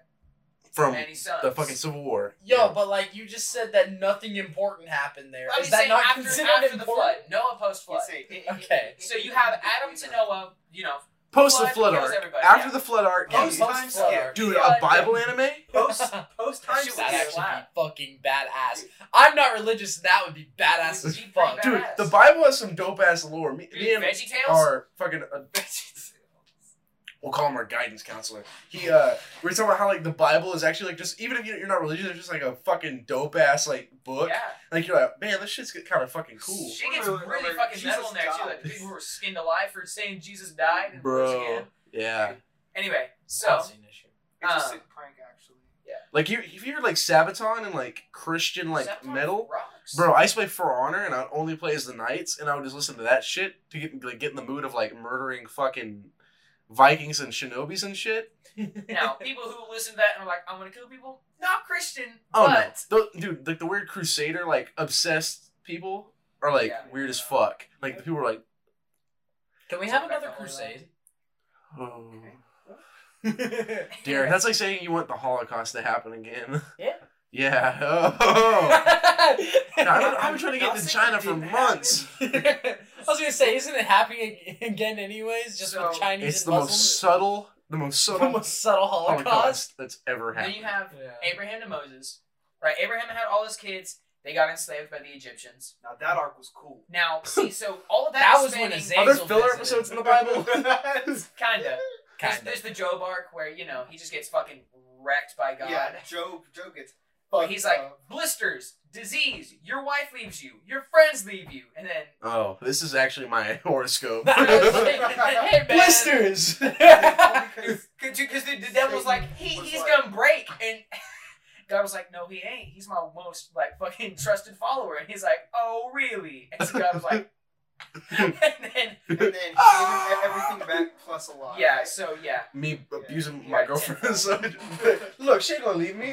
Speaker 1: [laughs] From
Speaker 2: many sons.
Speaker 1: the fucking Civil War.
Speaker 3: Yo, but like you just said that nothing important happened there.
Speaker 2: Well, I'm
Speaker 3: Is
Speaker 2: just
Speaker 3: that
Speaker 2: saying
Speaker 3: not
Speaker 2: after,
Speaker 3: considered
Speaker 2: after the flood?
Speaker 3: important?
Speaker 2: Noah post flood.
Speaker 3: Okay.
Speaker 2: So you have Adam to Noah, you know,
Speaker 1: Post the
Speaker 2: Flood
Speaker 1: flood
Speaker 2: kills
Speaker 1: arc.
Speaker 2: everybody,
Speaker 1: After
Speaker 2: yeah.
Speaker 1: the flood arc.
Speaker 4: Post-
Speaker 1: yeah.
Speaker 4: time
Speaker 3: flood
Speaker 4: skip.
Speaker 3: ark.
Speaker 1: Dude, uh,
Speaker 2: flood,
Speaker 1: a Bible anime?
Speaker 2: [laughs]
Speaker 4: Post post
Speaker 2: That
Speaker 4: time
Speaker 2: shit was
Speaker 3: That'd actually
Speaker 4: skip.
Speaker 2: Wow.
Speaker 3: be fucking badass. I'm not religious, and that would be badass
Speaker 2: Would
Speaker 3: as
Speaker 2: be pretty
Speaker 3: fuck.
Speaker 1: Dude,
Speaker 2: Badass.
Speaker 1: the Bible has some dope ass lore. Me, me
Speaker 2: dude,
Speaker 1: and
Speaker 2: Veggie [laughs] Tales.
Speaker 1: our fucking uh, we'll call him our guidance counselor. He uh we were talking about how like the Bible is actually like just even if you- you're not religious, it's just like a fucking dope ass like book.
Speaker 2: Yeah.
Speaker 1: Like you're like, man, this shit's kind of fucking cool.
Speaker 2: She gets
Speaker 4: Really,
Speaker 2: really,
Speaker 4: really,
Speaker 2: fucking
Speaker 4: Jesus
Speaker 2: metal in there too.
Speaker 4: died.
Speaker 2: Like people were skinned alive for saying Jesus died and rose again.
Speaker 1: yeah.
Speaker 2: Anyway, so
Speaker 3: I've seen this shit.
Speaker 4: It's a
Speaker 2: Um,
Speaker 4: sick prank actually.
Speaker 1: Like you, if you're like Sabaton and like Christian like
Speaker 2: Septon
Speaker 1: metal,
Speaker 2: rocks.
Speaker 1: bro, I used to play For Honor and I would only play as the knights, and I would just listen to that shit to get like get in the mood of like murdering fucking Vikings and shinobis and shit.
Speaker 2: Now, people who listen to that and are like, "I'm gonna kill people," not Christian,
Speaker 1: Oh
Speaker 2: but
Speaker 1: no, Tho- dude! Like the weird crusader, like obsessed people are like
Speaker 2: Yeah.
Speaker 1: weird as fuck. Like the people are like,
Speaker 3: [laughs] Can we have
Speaker 2: Take back
Speaker 3: another
Speaker 2: the
Speaker 3: crusade?
Speaker 1: oh, [laughs]
Speaker 3: yeah.
Speaker 1: [laughs] Derek, that's like saying you want the Holocaust to happen again. [laughs]
Speaker 3: Yeah.
Speaker 1: yeah. Oh. No, I've, been- I've been trying to get into
Speaker 2: Nothing
Speaker 1: China for
Speaker 2: didn't happen. [laughs]
Speaker 1: months.
Speaker 3: I was gonna say, isn't it happening ag- again anyways? Just with
Speaker 2: So,
Speaker 3: Chinese
Speaker 1: It's the
Speaker 3: [laughs] and
Speaker 1: most Oh
Speaker 3: Muslims.
Speaker 1: subtle, the most
Speaker 3: [laughs] The
Speaker 1: subtle
Speaker 3: most subtle
Speaker 1: Holocaust,
Speaker 3: Holocaust.
Speaker 1: that's ever
Speaker 2: then
Speaker 1: happened.
Speaker 2: you have
Speaker 3: Yeah.
Speaker 2: Abraham to Moses, right? Abraham had all his kids. They got enslaved by the Egyptians.
Speaker 4: Now that arc was cool.
Speaker 2: Now, see, so all of that,
Speaker 3: That
Speaker 2: is
Speaker 3: was when
Speaker 2: spanning-
Speaker 1: Are there
Speaker 3: Hazel
Speaker 1: filler
Speaker 3: visited.
Speaker 1: episodes in the [laughs] Bible?
Speaker 2: Kinda. There's,
Speaker 3: Kind
Speaker 2: there's the Job arc where you know he just gets fucking wrecked by God.
Speaker 4: [laughs] Yeah, Joe Joe gets.
Speaker 2: But he's like blisters, disease, your wife leaves you, your friends leave you, and then
Speaker 1: Oh, this is actually my [laughs] horoscope. [laughs]
Speaker 3: of.
Speaker 1: Blisters.
Speaker 2: [laughs]
Speaker 4: because
Speaker 2: because the, the devil's like he,
Speaker 4: Was
Speaker 2: he's
Speaker 4: like-
Speaker 2: gonna break, and [laughs] God was like, no, he ain't. He's my most like fucking trusted follower, and he's like, oh really? And so God was like, [laughs] and then
Speaker 4: and then he gave him e-, everything back plus a lot.
Speaker 2: yeah, so yeah,
Speaker 1: Me abusing
Speaker 2: Yeah,
Speaker 1: my
Speaker 2: yeah,
Speaker 1: girlfriend. [laughs]
Speaker 2: ten.
Speaker 1: So, look, she ain't gonna leave me. [laughs]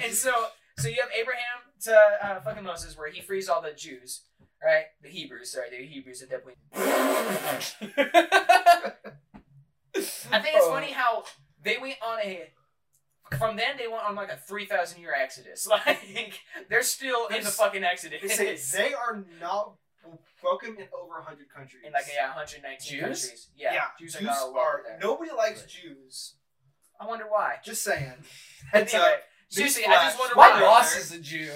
Speaker 2: and so so you have Abraham to uh, fucking Moses where he frees all the Jews, right? The Hebrews, sorry, the Hebrews at that point. I think it's funny how they went on a. From then they went on like a three thousand year exodus. [laughs] Like they're still in the fucking exodus.
Speaker 4: They
Speaker 2: [laughs]
Speaker 4: say they are not welcome in over hundred countries.
Speaker 2: in like yeah, 119
Speaker 3: Jews?
Speaker 2: countries. Yeah, Jews, are not allowed there.
Speaker 4: nobody likes Jews.
Speaker 2: I wonder [laughs] why.
Speaker 4: Just saying.
Speaker 2: Anyway,
Speaker 4: Heads up.
Speaker 2: seriously, I just wonder
Speaker 4: Newsflash.
Speaker 3: My
Speaker 2: why.
Speaker 3: boss is a Jew.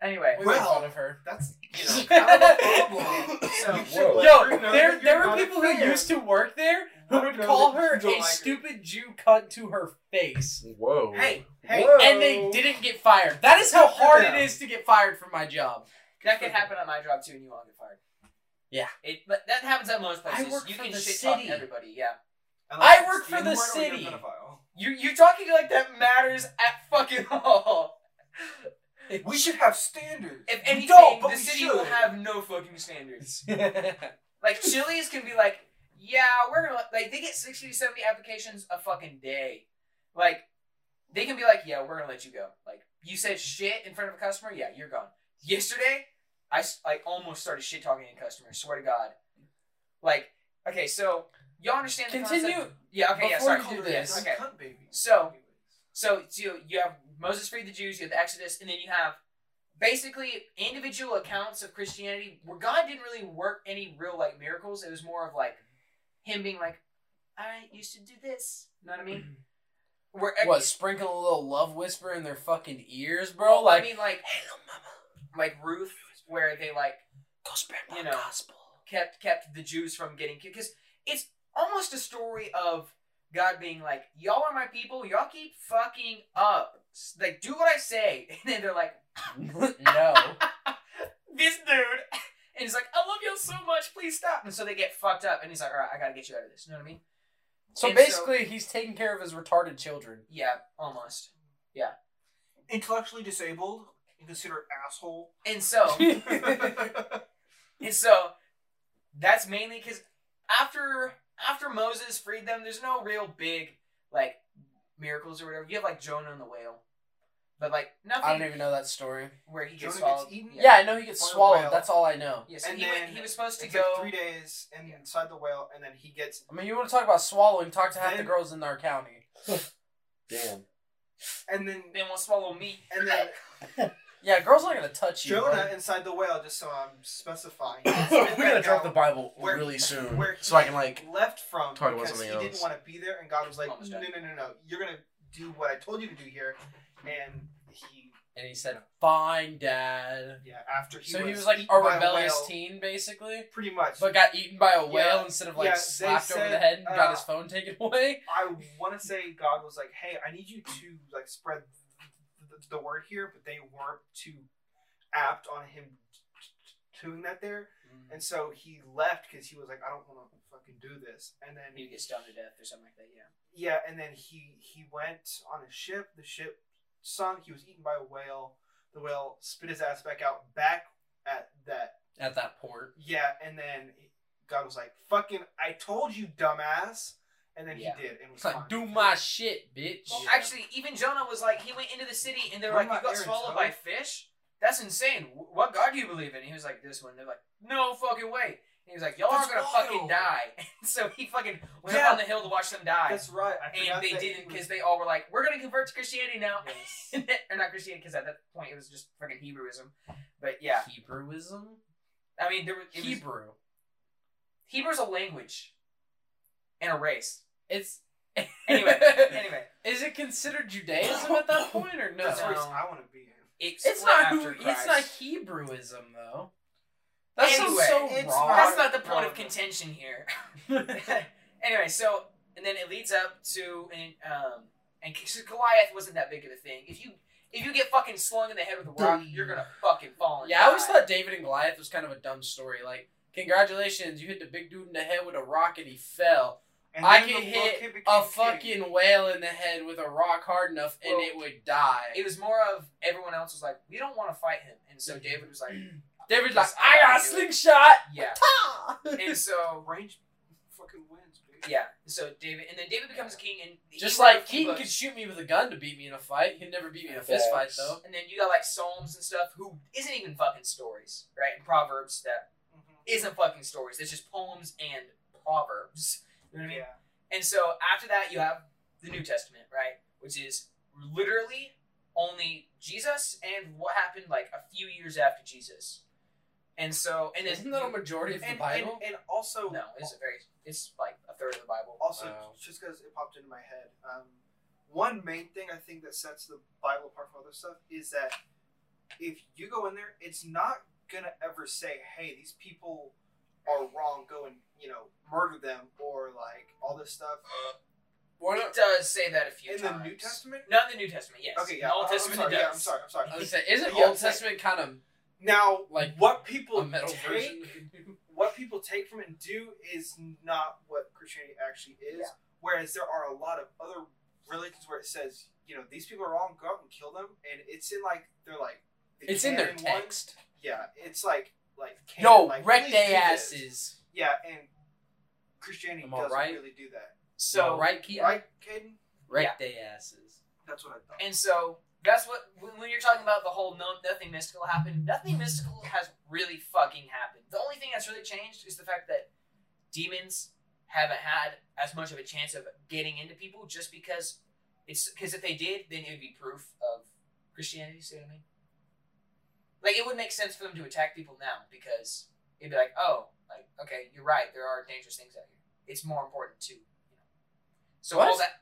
Speaker 2: Anyway,
Speaker 3: We made
Speaker 4: Well,
Speaker 3: fun of her.
Speaker 4: That's you know kind of a problem.
Speaker 2: so
Speaker 4: You should
Speaker 1: Whoa.
Speaker 4: let her
Speaker 3: Yo,
Speaker 4: know
Speaker 3: there
Speaker 4: that
Speaker 3: there
Speaker 4: you're
Speaker 3: were
Speaker 4: not a
Speaker 3: people who
Speaker 4: fan.
Speaker 3: used to work there who
Speaker 4: Let
Speaker 3: would
Speaker 4: know
Speaker 3: call
Speaker 4: that
Speaker 3: her
Speaker 4: you don't
Speaker 3: a
Speaker 4: like her.
Speaker 3: stupid Jew cunt to her face.
Speaker 1: Whoa.
Speaker 2: hey,
Speaker 4: Hey,
Speaker 1: Whoa.
Speaker 3: And they didn't get fired. That is how
Speaker 4: Good for
Speaker 3: hard
Speaker 4: them.
Speaker 3: it is to get fired from my job.
Speaker 2: that could happen on my job too, and you won't get fired.
Speaker 3: Yeah.
Speaker 2: it. But that happens at most
Speaker 3: I
Speaker 2: places.
Speaker 3: work
Speaker 2: you
Speaker 3: for
Speaker 2: can
Speaker 3: the
Speaker 2: shit
Speaker 3: city.
Speaker 2: talk everybody. Yeah.
Speaker 4: Unless
Speaker 3: I work
Speaker 4: it's
Speaker 3: for the
Speaker 4: N-word or you're a
Speaker 3: city.
Speaker 4: pedophile.
Speaker 2: You you talking like that matters at fucking all.
Speaker 4: We should have standards.
Speaker 2: If anything,
Speaker 4: don't, but
Speaker 2: the
Speaker 4: we
Speaker 2: city
Speaker 4: should.
Speaker 2: will have no fucking standards.
Speaker 3: That's
Speaker 2: Like Chili's can be like, yeah, we're gonna like they get 60 to 70 applications a fucking day. Like they can be like, yeah, we're gonna let you go. Like you said shit in front of a customer, yeah, you're gone. Yesterday, I s- like almost started shit talking a customer. Swear to God. Like okay, so y'all understand the
Speaker 3: Continue.
Speaker 2: concept- Yeah, okay, yeah,
Speaker 3: Before
Speaker 2: sorry.
Speaker 3: you do
Speaker 2: yes,
Speaker 3: this.
Speaker 2: Okay.
Speaker 4: Cunt baby.
Speaker 2: So- So, so you, you have Moses freed the Jews, you have the Exodus, and then you have basically individual accounts of Christianity where God didn't really work any real like miracles. It was more of like him being like, "All right, you should do this." You know what I mean? Where
Speaker 3: what, sprinkle a little love whisper in their fucking ears,
Speaker 2: well,
Speaker 3: bro? Like,
Speaker 2: I mean, like like Ruth, where they like
Speaker 3: go spread
Speaker 2: my You know.
Speaker 3: gospel. [laughs]
Speaker 2: kept kept the Jews from getting killed because it's almost a story of God being like, "Y'all are my people. [laughs] Y'all keep fucking up. Like, do what I say," and then they're like.
Speaker 3: no.
Speaker 2: [laughs] much, please stop. And so they get fucked up, and he's like, all right, I gotta get you out of this. You know what I mean?
Speaker 3: So
Speaker 2: And so-
Speaker 3: basically, he's taking care of his retarded children.
Speaker 2: Yeah, almost.
Speaker 4: Intellectually disabled, you consider asshole. [laughs]
Speaker 2: And so, and so, that's mainly because after after Moses freed them, there's no real big like miracles or whatever. You have like Jonah and the whale, but like nothing
Speaker 3: [laughs] I don't even know that story.
Speaker 2: where he gets
Speaker 4: Jonah gets
Speaker 2: swallowed.
Speaker 4: eaten?
Speaker 3: Yeah, I know he gets
Speaker 4: Or the
Speaker 3: swallowed.
Speaker 4: whale.
Speaker 3: That's all I know.
Speaker 2: Yeah, so
Speaker 4: And
Speaker 2: he,
Speaker 4: then
Speaker 2: went, he was supposed to
Speaker 4: It's
Speaker 2: go.
Speaker 4: like three days and
Speaker 2: Yeah.
Speaker 4: inside the whale, and then he gets.
Speaker 3: I mean, you want to talk about swallowing? Talk to half the
Speaker 4: Then-
Speaker 3: girls in our county.
Speaker 1: Damn.
Speaker 4: And then.
Speaker 2: They won't swallow me.
Speaker 4: And then
Speaker 2: [laughs]
Speaker 3: Yeah, girls aren't gonna touch you. bro.
Speaker 4: Jonah inside the whale, just so I'm specifying.
Speaker 1: we gotta drop the Bible
Speaker 4: Where-
Speaker 1: really soon,
Speaker 4: where
Speaker 1: so I can like.
Speaker 4: left from
Speaker 1: Talk about
Speaker 4: because
Speaker 1: something
Speaker 4: he
Speaker 1: else.
Speaker 4: didn't want to be there, and God was like,
Speaker 2: Almost
Speaker 4: "No,
Speaker 2: done.
Speaker 4: no, no, no! You're gonna do what I told you to do here." And he,
Speaker 3: And he said, "Fine, Dad."
Speaker 4: yeah, after he
Speaker 3: so
Speaker 4: was
Speaker 3: he was like
Speaker 4: eaten
Speaker 3: a
Speaker 4: by
Speaker 3: rebellious
Speaker 4: whale,
Speaker 3: teen, basically,
Speaker 4: pretty much.
Speaker 3: but got eaten by a whale
Speaker 4: Yeah.
Speaker 3: instead of like
Speaker 4: Yeah, they
Speaker 3: slapped over the
Speaker 4: said,
Speaker 3: head and got
Speaker 4: uh,
Speaker 3: his phone taken [laughs] away.
Speaker 4: I want to say God was like, "Hey, I need you to like spread th- th- the word here," but they weren't too apt on him doing that there,
Speaker 2: Mm.
Speaker 4: and so he left because he was like, "I don't want to fucking do this." And then
Speaker 2: He gets stoned to death or something like that. Yeah.
Speaker 4: Yeah, and then he he went on a ship. The ship sunk. He was eaten by a whale. The whale spit his ass back out back at that.
Speaker 3: At that port,
Speaker 4: Yeah, and then God was like, "Fucking, I told you, dumbass." And then
Speaker 2: Yeah.
Speaker 4: he did, and was
Speaker 3: it's like,
Speaker 4: fine.
Speaker 3: "Do my shit, bitch."
Speaker 2: Well,
Speaker 4: Yeah.
Speaker 2: actually, even Jonah was like, he went into the city and they were like,
Speaker 4: What
Speaker 2: you
Speaker 4: about
Speaker 2: got
Speaker 4: Aaron's
Speaker 2: swallowed
Speaker 4: hoe?
Speaker 2: by fish? That's insane. Wh- What God do you believe in? He was like, this one. They're like, no fucking way. And he was like, y'all are
Speaker 4: That's
Speaker 2: gonna
Speaker 4: wild.
Speaker 2: fucking die. [laughs] And so he fucking went
Speaker 4: Yeah.
Speaker 2: up on the hill to watch them die.
Speaker 4: That's right. I forgot
Speaker 2: and they
Speaker 4: that he
Speaker 2: didn't
Speaker 4: was-
Speaker 2: because they all were like, we're gonna convert to Christianity now. [laughs]
Speaker 4: Yes.
Speaker 2: or not Christianity because at that point it was just fucking Hebrewism. But yeah,
Speaker 3: Hebrewism.
Speaker 2: I mean, there were, it was,
Speaker 3: Hebrew.
Speaker 2: Hebrew's a language and a race.
Speaker 3: It's [laughs]
Speaker 2: Anyway, Anyway,
Speaker 3: Is it considered Judaism at that point or no?
Speaker 4: That's where
Speaker 2: No.
Speaker 4: I want to be in.
Speaker 2: it's,
Speaker 3: It's
Speaker 2: split
Speaker 3: not
Speaker 2: after
Speaker 3: who,
Speaker 2: Christ.
Speaker 3: it's not Hebrewism though. That
Speaker 2: Anyway,
Speaker 3: sounds so
Speaker 4: it's
Speaker 3: wrong.
Speaker 2: That's not the point of
Speaker 4: Wrong.
Speaker 2: contention here. [laughs] anyway, so and then it leads up to and um and so Goliath wasn't that big of a thing. If you if you get fucking slung in the head with a rock, you're gonna fucking fall. And
Speaker 3: yeah, I always
Speaker 2: die.
Speaker 3: thought David and Goliath was kind of a dumb story. Like, congratulations, you hit the big dude in the head with a rock and he fell.
Speaker 4: And
Speaker 3: I
Speaker 4: then
Speaker 3: could
Speaker 4: the
Speaker 3: hit
Speaker 4: kid became
Speaker 3: A
Speaker 4: king.
Speaker 3: fucking whale in the head with a rock hard enough and
Speaker 2: Well,
Speaker 3: it would die.
Speaker 2: it was more of everyone else was like, we don't want to fight him, and so David
Speaker 3: [clears throat]
Speaker 2: was like,
Speaker 3: David's like,
Speaker 2: Yes, I
Speaker 3: I got a
Speaker 2: gotta do it."
Speaker 3: slingshot.
Speaker 2: yeah, and so
Speaker 4: range fucking wins, bitch.
Speaker 2: yeah, so David and then David becomes king, and he
Speaker 3: Just
Speaker 2: wrote a
Speaker 3: like
Speaker 2: few
Speaker 3: Keaton
Speaker 2: books.
Speaker 3: could shoot me with a gun to beat me in a fight. He could never beat me in a fist fight
Speaker 1: Facts.
Speaker 3: though.
Speaker 2: and then you got like Psalms and stuff who isn't even fucking stories, right? And Proverbs that
Speaker 4: Mhm.
Speaker 2: isn't fucking stories. It's just poems and proverbs. You know what I mean?
Speaker 4: Yeah.
Speaker 2: And so after that, you have the New Testament, right? Which is literally only Jesus and what happened like a few years after Jesus. And so, and then
Speaker 3: Isn't that a majority of the
Speaker 4: And, and,
Speaker 3: Bible?
Speaker 4: and also
Speaker 2: no? It's a very it's like a third of the Bible.
Speaker 4: Also,
Speaker 1: Wow.
Speaker 4: just because it popped into my head, um, one main thing I think that sets the Bible apart from other stuff is that if you go in there, it's not gonna ever say, "Hey, these people are wrong. Go and you know murder them," or like all this stuff.
Speaker 3: One
Speaker 2: It does say that a few
Speaker 4: in
Speaker 2: times.
Speaker 4: the New Testament.
Speaker 2: Not in the New Testament. Yes.
Speaker 4: Okay,
Speaker 2: In
Speaker 4: yeah.
Speaker 2: the Old
Speaker 4: I-
Speaker 2: Testament.
Speaker 4: I'm
Speaker 2: it
Speaker 4: sorry, yeah, I'm
Speaker 2: does.
Speaker 4: sorry. I'm sorry.
Speaker 3: I was gonna say, isn't
Speaker 4: Yeah,
Speaker 3: Old
Speaker 4: it's like-
Speaker 3: Testament kind of
Speaker 4: Now,
Speaker 3: Like,
Speaker 4: what people
Speaker 3: a metal
Speaker 4: take,
Speaker 3: version?
Speaker 4: what people take from it and do is not what Christianity actually is.
Speaker 2: Yeah.
Speaker 4: Whereas there are a lot of other religions where it says, you know, these people are wrong, go out and kill them, and it's in like they're like the
Speaker 3: It's in their
Speaker 4: canon one.
Speaker 3: text.
Speaker 4: Yeah, it's like like canon,
Speaker 3: Yo,
Speaker 4: like,
Speaker 3: wreck
Speaker 4: please do
Speaker 3: they
Speaker 4: this.
Speaker 3: asses.
Speaker 4: Yeah, and Christianity
Speaker 3: Am I
Speaker 4: doesn't
Speaker 3: right?
Speaker 4: really do that,
Speaker 2: So
Speaker 3: right, Keaton?
Speaker 4: right, Caden?
Speaker 3: Wreck they asses.
Speaker 4: That's what I thought.
Speaker 2: And so that's what when, when you're talking about the whole no, nothing mystical happened. Nothing mystical has really fucking happened. The only thing that's really changed is the fact that demons haven't had as much of a chance of getting into people just because it's because if they did, then it would be proof of Christianity. See what I mean? Like it would make sense for them to attack people now because it'd be like, oh, like okay, you're right. There are dangerous things out here. It's more important to you know. So all
Speaker 3: What?
Speaker 2: that,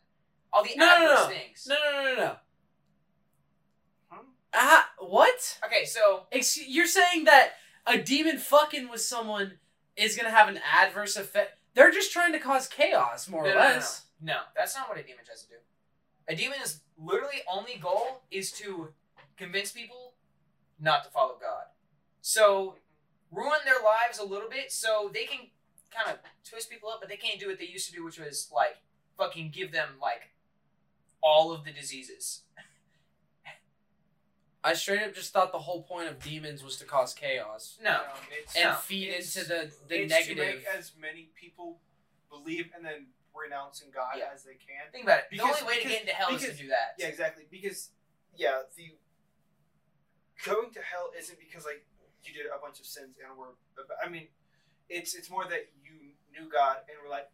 Speaker 2: all the
Speaker 3: No, no,
Speaker 2: adverse
Speaker 3: no.
Speaker 2: things.
Speaker 3: No, no, no, no, no.
Speaker 4: Huh?
Speaker 3: Ah, what?
Speaker 2: Okay, so
Speaker 3: Excuse, you're saying that a demon fucking with someone is gonna have an adverse effect? They're just trying to cause chaos, more
Speaker 2: No,
Speaker 3: or
Speaker 2: no, no,
Speaker 3: less.
Speaker 2: no, that's not what a demon tries to do. A demon's literally only goal is to convince people not to follow God. So ruin their lives a little bit so they can kind of twist people up, but they can't do what they used to do, which was like fucking give them like all of the diseases.
Speaker 3: I straight up just thought the whole point of demons was to cause chaos
Speaker 2: No.
Speaker 6: Um, it's,
Speaker 3: and
Speaker 2: No,
Speaker 3: feed
Speaker 6: it's-
Speaker 3: into the the
Speaker 6: it's to
Speaker 3: negative.
Speaker 6: make as many people believe and then renounce in God
Speaker 2: Yeah.
Speaker 6: as they can.
Speaker 2: Think about it. the
Speaker 6: Because-
Speaker 2: only way to
Speaker 6: because-
Speaker 2: get into hell is
Speaker 6: because-
Speaker 2: to do that.
Speaker 6: Yeah, exactly. Because yeah, the going to hell isn't because like you did a bunch of sins and were. I mean, it's it's more that you knew God and were like,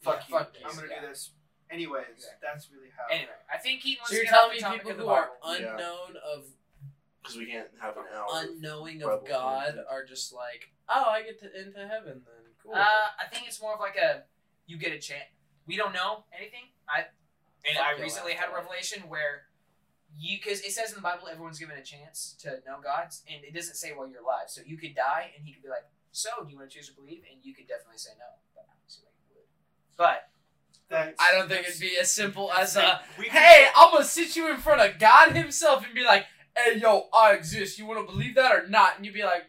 Speaker 6: "Fuck
Speaker 3: Yeah,
Speaker 6: you,
Speaker 3: fuck
Speaker 6: I'm
Speaker 3: you,
Speaker 6: gonna
Speaker 2: yeah.
Speaker 6: do this anyways."
Speaker 2: Exactly.
Speaker 6: That's really how.
Speaker 2: Anyway, I think he wants
Speaker 3: So
Speaker 2: to
Speaker 3: you're
Speaker 2: get off
Speaker 3: telling
Speaker 2: the
Speaker 3: me
Speaker 2: topic
Speaker 3: people
Speaker 2: of the
Speaker 3: who are
Speaker 2: Bible.
Speaker 1: Yeah.
Speaker 3: unknown of
Speaker 1: because we can't have an hour.
Speaker 3: unknowing
Speaker 1: Bible
Speaker 3: of God
Speaker 1: content.
Speaker 3: are just like, oh, I get to into heaven then. Cool.
Speaker 2: Uh, I think it's more of like a you get a chance. We don't know anything. I and
Speaker 3: Fuck
Speaker 2: I
Speaker 3: your
Speaker 2: recently had a
Speaker 3: afterlife.
Speaker 2: revelation where you because it says in the Bible everyone's given a chance to know God, and it doesn't say while you're alive. So you could die, and He could be like, "So do you want to choose to believe?" And you could definitely say no, but obviously like, you would. But
Speaker 6: That's-
Speaker 3: I don't think it'd be as simple as uh, a,
Speaker 6: we could-
Speaker 3: hey, I'm gonna sit you in front of God Himself and be like, hey, yo, I exist. You wanna believe that or not? And you'd be like,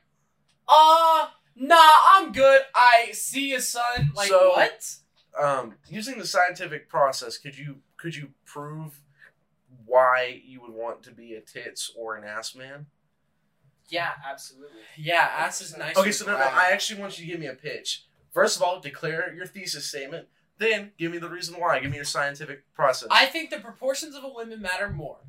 Speaker 3: uh, nah, I'm good. I see you, son. Like,
Speaker 1: So-
Speaker 3: what?
Speaker 1: Um, using the scientific process, could you could you prove why you would want to be a tits or an ass man?
Speaker 2: yeah, absolutely.
Speaker 3: Yeah, ass is nice.
Speaker 1: Okay,
Speaker 3: and
Speaker 1: so no, no,
Speaker 3: dry.
Speaker 1: I actually want you to give me a pitch. First of all, declare your thesis statement. Then give me the reason why. Give me your scientific process
Speaker 3: I think the proportions of a woman matter more.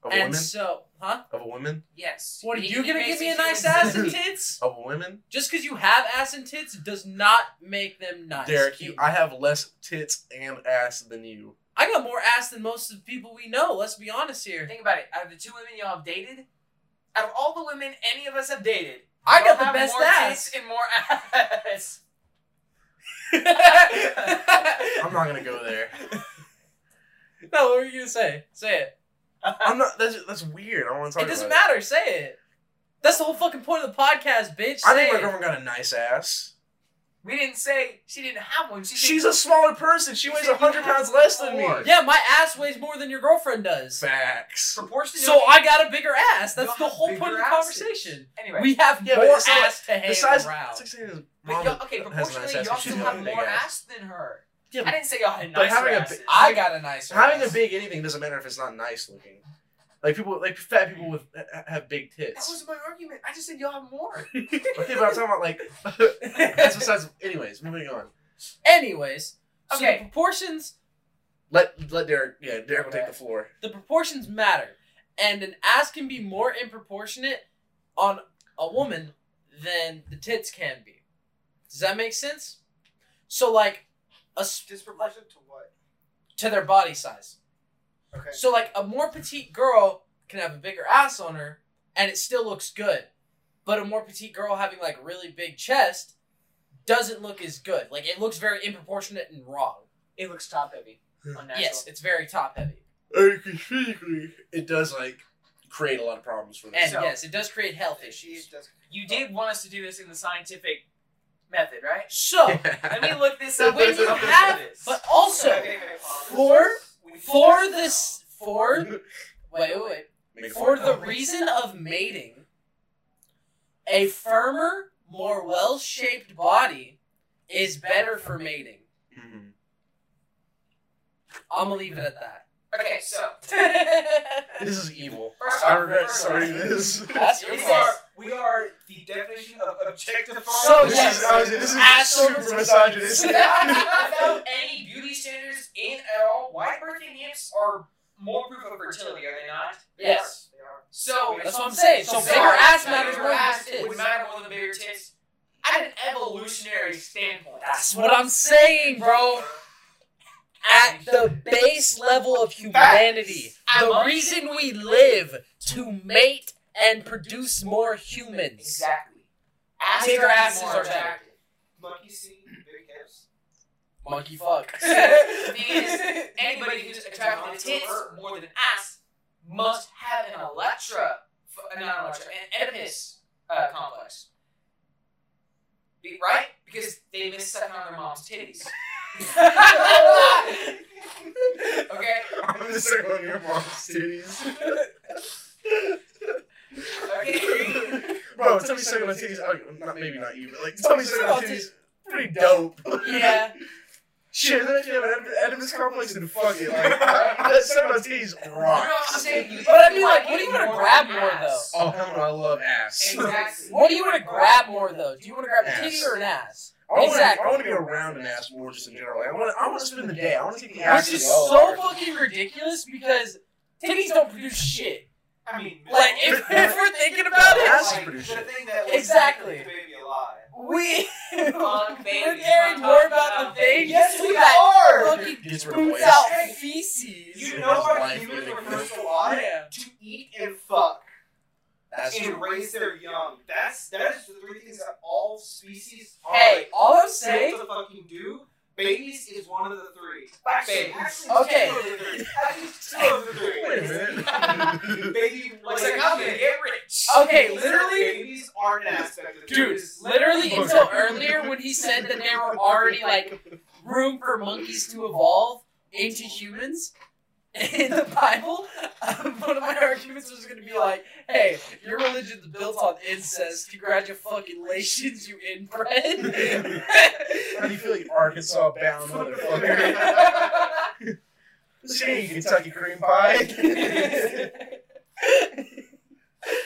Speaker 1: of a
Speaker 3: and
Speaker 1: woman,
Speaker 3: so, huh?
Speaker 1: of a woman,
Speaker 2: Yes.
Speaker 3: What are
Speaker 2: He-
Speaker 3: you
Speaker 2: he
Speaker 3: gonna give me a
Speaker 2: basically [laughs]
Speaker 3: [laughs] nice
Speaker 2: said-
Speaker 3: ass and tits?
Speaker 1: of a woman.
Speaker 3: Just because you have ass and tits does not make them nice.
Speaker 1: Derek, you,
Speaker 3: Keaton.
Speaker 1: I have less tits and ass than you.
Speaker 3: I got more ass than most of the people we know. Let's be honest here. [laughs]
Speaker 2: Think about it. Out of the two women y'all have dated, out of all the women any of us have dated,
Speaker 3: I
Speaker 2: y'all
Speaker 3: got the
Speaker 2: have
Speaker 3: best
Speaker 2: more
Speaker 3: ass.
Speaker 2: tits and more [laughs] ass.
Speaker 1: I'm not gonna go there.
Speaker 3: no, what were you gonna say? Say it.
Speaker 2: [laughs]
Speaker 1: I'm not. That's that's weird. I don't want to talk.
Speaker 3: It doesn't
Speaker 1: about it.
Speaker 3: matter. Say it. That's the whole fucking point of the podcast, bitch.
Speaker 1: I
Speaker 3: Say
Speaker 1: think my
Speaker 3: it.
Speaker 1: girlfriend got a nice ass.
Speaker 2: We didn't say she didn't have one. She said
Speaker 1: She's a smaller person. She weighs hundred pounds less than me.
Speaker 2: Or-
Speaker 3: Yeah, my ass weighs more than your girlfriend does.
Speaker 1: Facts.
Speaker 2: proportionally.
Speaker 3: So I got a bigger ass. That's
Speaker 2: Y'all
Speaker 3: the
Speaker 2: have
Speaker 3: whole point of
Speaker 2: bigger
Speaker 3: the
Speaker 2: asses.
Speaker 3: conversation.
Speaker 2: anyway,
Speaker 3: We have
Speaker 1: Yeah, but
Speaker 3: more
Speaker 1: it's not-
Speaker 3: ass to hang
Speaker 1: Besides,
Speaker 3: around.
Speaker 1: it's like saying his
Speaker 2: but
Speaker 1: mom
Speaker 2: y'all, okay,
Speaker 1: has a
Speaker 2: proportionally,
Speaker 1: nice ass
Speaker 2: y'all
Speaker 1: and she's
Speaker 2: still
Speaker 1: got a
Speaker 2: have
Speaker 1: big
Speaker 2: more
Speaker 1: ass.
Speaker 2: ass than her.
Speaker 1: Yeah,
Speaker 2: I didn't say y'all had
Speaker 1: but
Speaker 2: nicer
Speaker 1: having a
Speaker 2: asses.
Speaker 1: big-
Speaker 3: I got a nice.
Speaker 1: having
Speaker 3: ass.
Speaker 1: a big anything doesn't matter if it's not nice looking. Like people, like fat people with ha- have big
Speaker 2: that
Speaker 1: tits.
Speaker 2: was my argument. I just said y'all have more. [laughs]
Speaker 1: Okay, [laughs] but I'm talking about like [laughs] that's besides. Anyways, moving on.
Speaker 3: Anyways, so
Speaker 2: Okay.
Speaker 3: the proportions
Speaker 1: Let let Derek. Yeah, Derek will take the floor.
Speaker 3: the proportions matter, and an ass can be more improportionate on a woman than the tits can be. Does that make sense? So like, a s-
Speaker 6: disproportionate to what?
Speaker 3: to their body size.
Speaker 6: Okay.
Speaker 3: So like a more petite girl can have a bigger ass on her and it still looks good. But a more petite girl having like really big chest doesn't look as good. Like it looks very improportionate and wrong.
Speaker 2: It looks top heavy.
Speaker 1: Hmm.
Speaker 2: Unnatural.
Speaker 3: Yes, it's very top heavy.
Speaker 1: Physically, it does like create a lot of problems for
Speaker 3: And
Speaker 1: this.
Speaker 2: So-
Speaker 3: yes, it does create health issues.
Speaker 6: It does-
Speaker 2: You did want us to do this in the scientific method, right?
Speaker 1: [laughs]
Speaker 3: So,
Speaker 2: Let me look this up.
Speaker 3: when you
Speaker 2: Look
Speaker 3: have-
Speaker 2: this.
Speaker 3: but also
Speaker 6: Okay, okay, okay, pause.
Speaker 3: for
Speaker 6: We need to
Speaker 3: for
Speaker 6: talk
Speaker 3: this for wait, wait,
Speaker 1: Make a
Speaker 3: wait for
Speaker 1: phone
Speaker 3: the
Speaker 1: call.
Speaker 3: reason of mating, a firmer, more well-shaped body is better for mating.
Speaker 1: Mhm.
Speaker 3: Mm-hmm. I'm gonna leave it at that.
Speaker 2: okay,
Speaker 3: [laughs]
Speaker 2: so
Speaker 1: This is evil.
Speaker 2: First
Speaker 1: I
Speaker 2: off,
Speaker 1: regret
Speaker 2: first
Speaker 1: starting
Speaker 2: off.
Speaker 1: this.
Speaker 3: [laughs] That's your
Speaker 2: It
Speaker 6: We
Speaker 2: fault.
Speaker 6: are,
Speaker 3: fault.
Speaker 6: we are the definition of objectifying.
Speaker 3: So,
Speaker 1: this
Speaker 3: yes.
Speaker 1: is, I was- this is
Speaker 3: Ass
Speaker 1: super
Speaker 2: [laughs]
Speaker 3: over [laughs]
Speaker 1: misogynistic.
Speaker 2: I found any beauty standards in at all. White birthing hips are more proof of fertility, are they not?
Speaker 3: Yes.
Speaker 6: They are.
Speaker 2: So
Speaker 3: That's what I'm saying. So bigger ass matters more than
Speaker 2: would
Speaker 3: tits.
Speaker 2: matter more than bigger tits. At an evolutionary standpoint,
Speaker 3: That's what I'm saying, bro. At the base level of humanity, the reason we live to mate and produce more humans.
Speaker 2: exactly.
Speaker 3: Bigger
Speaker 2: are
Speaker 3: asses
Speaker 2: more
Speaker 3: are better.
Speaker 2: attractive.
Speaker 6: Monkey see big hips.
Speaker 3: Monkey fuck. [laughs]
Speaker 2: So, the thing is, anybody who's attracted to tits more than ass must have an Electra, f- uh, not an Electra, an Oedipus uh, complex. Be- right? Because they miss sucking on their mom's titties. [laughs] okay?
Speaker 1: [laughs] I'm gonna circle on
Speaker 3: [laughs]
Speaker 1: your mom's titties.
Speaker 2: Okay.
Speaker 1: Bro, bro, tell me sucking on titties. Oh, not, maybe not you, but like, tell me sucking on
Speaker 3: Sucking on
Speaker 1: titties. Pretty dope.
Speaker 3: Yeah.
Speaker 1: [laughs] Shit, then you have an Oedipus complex and fuck it.
Speaker 3: [laughs]
Speaker 1: Like, that sucking on titties rocks.
Speaker 3: But I mean, like, what do you want to grab more
Speaker 2: ass.
Speaker 3: though?
Speaker 1: Oh, hell no, I love ass.
Speaker 2: Exactly.
Speaker 3: What do you want to grab more though? Do you want to grab a
Speaker 1: Ass.
Speaker 3: titty or an ass?
Speaker 1: I wanna-
Speaker 3: Exactly.
Speaker 1: I want to be around an ass more just in general. Like, I want. to. I want to spend the day. I want to take the ass.
Speaker 3: Which
Speaker 1: to
Speaker 3: is
Speaker 1: the well.
Speaker 3: so fucking ridiculous because titties don't produce shit.
Speaker 6: I mean,
Speaker 3: Like, if, if we're thinking about it,
Speaker 1: Ass
Speaker 6: like,
Speaker 1: produce
Speaker 6: the
Speaker 1: shit.
Speaker 6: thing that was
Speaker 3: Exactly.
Speaker 6: keeping the baby alive.
Speaker 3: [laughs] we
Speaker 2: Fuck babies,
Speaker 3: we're caring
Speaker 2: we're
Speaker 3: more
Speaker 2: talking
Speaker 3: about
Speaker 2: about
Speaker 3: the thing.
Speaker 2: babies.
Speaker 3: Yes, we
Speaker 6: We
Speaker 3: got
Speaker 6: are.
Speaker 3: fucking
Speaker 1: Gets rid of
Speaker 3: boots
Speaker 1: waste.
Speaker 3: out feces.
Speaker 6: You
Speaker 1: His
Speaker 6: know what
Speaker 1: wife
Speaker 6: humans
Speaker 1: really
Speaker 6: were
Speaker 1: quick.
Speaker 6: first alive
Speaker 3: Yeah.
Speaker 6: to eat and fuck
Speaker 1: That's
Speaker 6: and raise their young. That's that is the three things that all species are.
Speaker 3: Hey,
Speaker 6: like,
Speaker 3: all I'm
Speaker 6: set
Speaker 3: saying.
Speaker 6: to fucking do. Babies is one of the three.
Speaker 2: Babies.
Speaker 6: Actually,
Speaker 3: Okay.
Speaker 6: Two of the three. Actually, two of the
Speaker 3: [laughs]
Speaker 6: three.
Speaker 1: Wait a minute.
Speaker 6: Baby,
Speaker 2: Like,
Speaker 6: like,
Speaker 2: I'm gonna get rich.
Speaker 3: Okay, literally,
Speaker 6: babies are an aspect of
Speaker 3: dude,
Speaker 6: this.
Speaker 3: literally until earlier when he said that there were already like room for monkeys to evolve into humans in the Bible. um, one of my arguments was going to be like, "Hey, your religion's built on incest. Congratulations, you inbred."
Speaker 1: How do you feel, you Arkansas bound
Speaker 3: [laughs]
Speaker 1: motherfucker? See, you Kentucky cream pie.
Speaker 3: [laughs]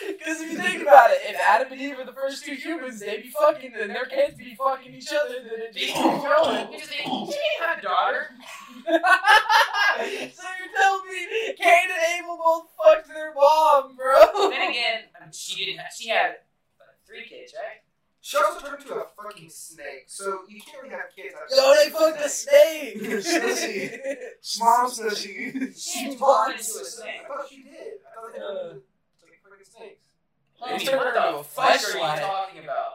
Speaker 3: Because if you think about it, if Adam and Eve were the first two humans, they'd be fucking, and their kids be fucking each other, then
Speaker 2: [laughs]
Speaker 3: it'd be growing.
Speaker 2: Because they, she didn't have a daughter.
Speaker 3: [laughs] so you're telling me Cain and Abel both fucked their mom, bro? [laughs]
Speaker 2: Then again, I mean, she didn't. She had uh, three kids, right?
Speaker 6: She also turned into a fucking snake, so you can't really have kids. after
Speaker 3: Yo, they
Speaker 6: she's a
Speaker 3: fucked a
Speaker 6: snake.
Speaker 3: [laughs] snake.
Speaker 1: Sissy. Small sushi.
Speaker 2: She was born into a snake.
Speaker 6: I thought she did. I thought they
Speaker 3: Uh.
Speaker 6: turned into like, fucking snakes.
Speaker 2: I mean,
Speaker 3: turned
Speaker 2: what
Speaker 3: her into
Speaker 2: the
Speaker 3: a
Speaker 2: fuck are
Speaker 3: fleshlight.
Speaker 2: you talking about?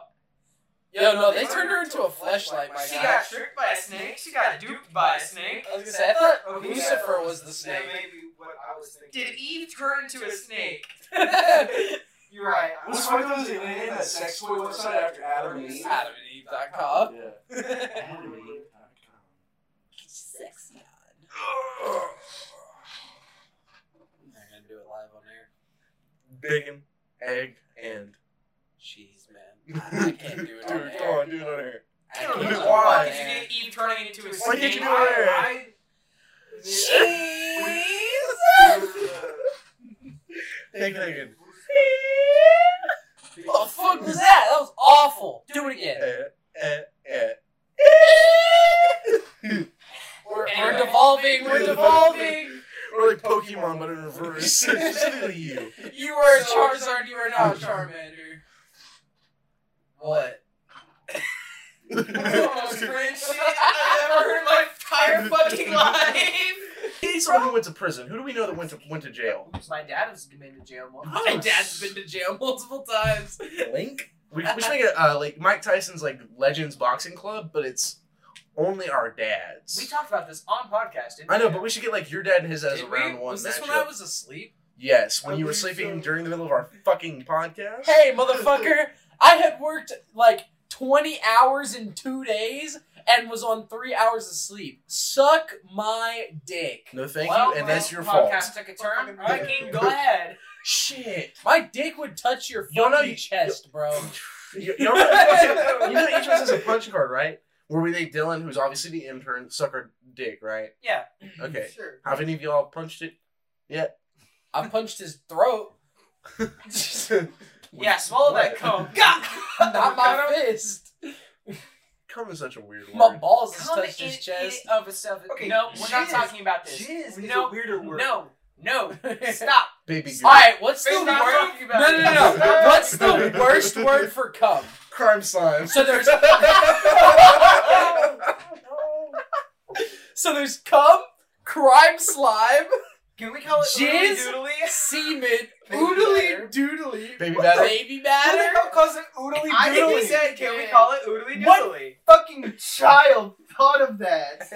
Speaker 3: Yo, no, they turned her into a fleshlight, my
Speaker 2: she
Speaker 3: guy.
Speaker 2: got tricked by a snake. She got duped by a snake.
Speaker 3: I was gonna say, I thought
Speaker 6: Okay,
Speaker 3: Lucifer was the
Speaker 6: That
Speaker 3: snake.
Speaker 6: may be what I was thinking.
Speaker 2: Did Eve turn into a snake?
Speaker 3: [laughs]
Speaker 6: You're right.
Speaker 1: What's funny though is they named that sex toy website after Adam and Eve.
Speaker 3: [laughs] AdamandEve.com. Sexy. I'm not gonna do it live on air.
Speaker 1: Bacon, egg, and.
Speaker 3: Jeez, man. [laughs] I can't do it on
Speaker 1: [laughs] Dude,
Speaker 3: air.
Speaker 1: come on, do it on air.
Speaker 3: I can't
Speaker 1: Dude,
Speaker 3: do it
Speaker 1: why?
Speaker 3: on
Speaker 2: Did
Speaker 3: air.
Speaker 2: you get Eve turning into a
Speaker 1: Why can't
Speaker 2: snake?
Speaker 1: you do it?
Speaker 6: I,
Speaker 1: Egg, egg,
Speaker 3: What the fuck was that? That was awful. Do it
Speaker 1: and.
Speaker 3: again.
Speaker 1: Eh, eh, eh.
Speaker 3: We're, we're
Speaker 2: Anyway.
Speaker 3: devolving. We're devolving.
Speaker 1: Or like Pokemon, but in reverse. Specifically you.
Speaker 3: You are Charizard. You are not Charmander.
Speaker 1: [laughs]
Speaker 3: What?
Speaker 2: Most cringe shit I've ever heard in my
Speaker 1: [laughs]
Speaker 2: entire fucking life.
Speaker 1: He's someone who went to prison. Who do we know that went to went to jail?
Speaker 2: My dad was been to jail once.
Speaker 3: My dad's been to jail multiple times.
Speaker 1: Link. We, we should make it uh, like Mike Tyson's like Legends Boxing Club, but it's only our dads.
Speaker 2: We talked about this on podcast. Didn't
Speaker 1: I know,
Speaker 2: we?
Speaker 1: but we should get like your dad and his as a
Speaker 3: Did
Speaker 1: round
Speaker 3: we?
Speaker 1: one
Speaker 3: was this
Speaker 1: matchup.
Speaker 3: when I was asleep?
Speaker 1: Yes, when
Speaker 4: I
Speaker 1: you were
Speaker 4: believe
Speaker 1: sleeping
Speaker 4: so.
Speaker 1: during the middle of our fucking podcast.
Speaker 3: Hey, motherfucker! I had worked like 20 hours in two days and was on three hours of sleep. Suck my dick.
Speaker 1: No, thank
Speaker 2: well,
Speaker 1: you, and
Speaker 2: well,
Speaker 1: that's your
Speaker 2: podcast
Speaker 1: fault.
Speaker 2: took a turn.
Speaker 4: Fucking
Speaker 2: Alright, King, go ahead.
Speaker 1: Shit.
Speaker 3: My dick would touch your
Speaker 1: Yo,
Speaker 3: fucking
Speaker 1: no, you-
Speaker 3: chest, bro.
Speaker 1: You, you know, you know each of us has a punch card, right? Where we made Dylan, who's obviously the intern, suck our dick, right?
Speaker 2: Yeah.
Speaker 1: Okay.
Speaker 6: Sure.
Speaker 1: Have any of y'all punched it?
Speaker 3: I punched his throat,
Speaker 2: Yeah, swallow
Speaker 1: [laughs]
Speaker 2: that cum. God!
Speaker 3: [laughs]
Speaker 4: Oh,
Speaker 3: not my fist.
Speaker 1: Come is such a weird
Speaker 3: My
Speaker 1: word.
Speaker 3: balls has
Speaker 2: Cum
Speaker 3: touched
Speaker 2: in,
Speaker 3: his chest.
Speaker 2: in of itself.
Speaker 6: Okay,
Speaker 2: no, we're not
Speaker 6: jizz.
Speaker 2: talking about this.
Speaker 6: Jizz is
Speaker 2: No,
Speaker 6: a weirder word.
Speaker 2: No, no,
Speaker 3: [laughs]
Speaker 2: [laughs] stop.
Speaker 1: Baby girl.
Speaker 3: Alright, what's the
Speaker 2: We're not
Speaker 3: worst?
Speaker 2: talking
Speaker 3: No,
Speaker 2: about
Speaker 3: no,
Speaker 2: this.
Speaker 3: no, no.
Speaker 6: [laughs]
Speaker 3: What's the worst word for cum?
Speaker 1: Crime signs.
Speaker 3: So there's so there's cum, crime slime,
Speaker 6: Can we call it
Speaker 3: Jizz?
Speaker 6: oodly doodly?
Speaker 3: semen,
Speaker 6: Baby
Speaker 3: oodly
Speaker 6: batter.
Speaker 3: doodly,
Speaker 1: [laughs] Baby
Speaker 3: [laughs]
Speaker 1: batter.
Speaker 3: baby
Speaker 6: Who the
Speaker 3: batter.
Speaker 6: hell calls it oodly
Speaker 2: I think we
Speaker 6: doodly?
Speaker 2: said, can we
Speaker 6: Yeah.
Speaker 2: call it oodly
Speaker 3: What?
Speaker 2: doodly?
Speaker 6: fucking child thought of that.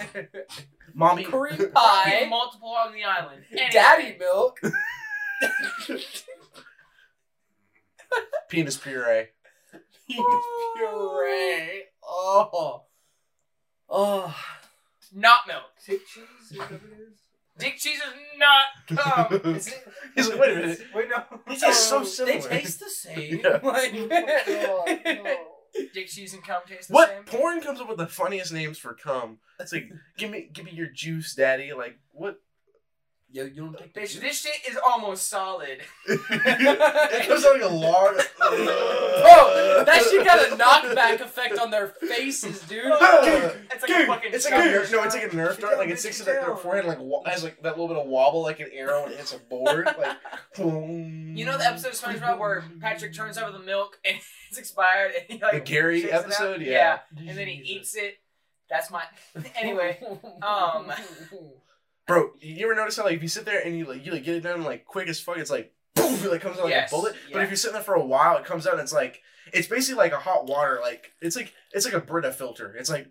Speaker 1: Mommy.
Speaker 3: Cream
Speaker 2: People [laughs]
Speaker 3: pie,
Speaker 2: multiple on the island. Anyway.
Speaker 3: daddy milk,
Speaker 1: [laughs] Penis puree.
Speaker 3: puree. Oh, oh.
Speaker 2: Not milk.
Speaker 6: Tick cheese, whatever it is.
Speaker 2: Dick cheese is
Speaker 1: [laughs]
Speaker 2: not cum.
Speaker 6: [laughs] Is it?
Speaker 1: He's like, wait a minute.
Speaker 6: Wait, no. Um,
Speaker 1: These taste so
Speaker 3: They
Speaker 1: similar.
Speaker 3: taste the same.
Speaker 1: Yeah.
Speaker 3: Like, [laughs]
Speaker 2: Dick cheese and cum taste the
Speaker 1: what
Speaker 2: same.
Speaker 1: porn comes up with the funniest names for cum? It's like, give me, give me your juice, daddy. Like what?
Speaker 3: Yo, you don't take
Speaker 2: Bitch, this shit is almost solid. [laughs]
Speaker 1: it comes out like a large.
Speaker 3: Bro, that shit got a knockback effect on their faces, [laughs] dude.
Speaker 2: It's like a
Speaker 1: Dude,
Speaker 2: fucking
Speaker 1: it's like a
Speaker 2: shotgun
Speaker 1: nerf, no, it's
Speaker 2: shot.
Speaker 1: like a nerf dart. Like it sticks to their, their forehead, like wa- has like that little bit of wobble, like an arrow, and it hits a board. Like, boom.
Speaker 2: [laughs] You know the episode of SpongeBob where Patrick turns over the milk and [laughs] it's expired and he like
Speaker 1: The Gary
Speaker 2: shakes it out?
Speaker 1: episode?
Speaker 2: yeah. and then he eats it. That's my [laughs] anyway. um, [laughs]
Speaker 1: Bro, you ever notice how like if you sit there and you like you like get it done like quick as fuck, it's like poof, it like comes out like
Speaker 2: Yes,
Speaker 1: a bullet. But
Speaker 2: yeah.
Speaker 1: if you're sitting there for a while, it comes out and it's like it's basically like a hot water, like it's like it's like a Brita filter. It's like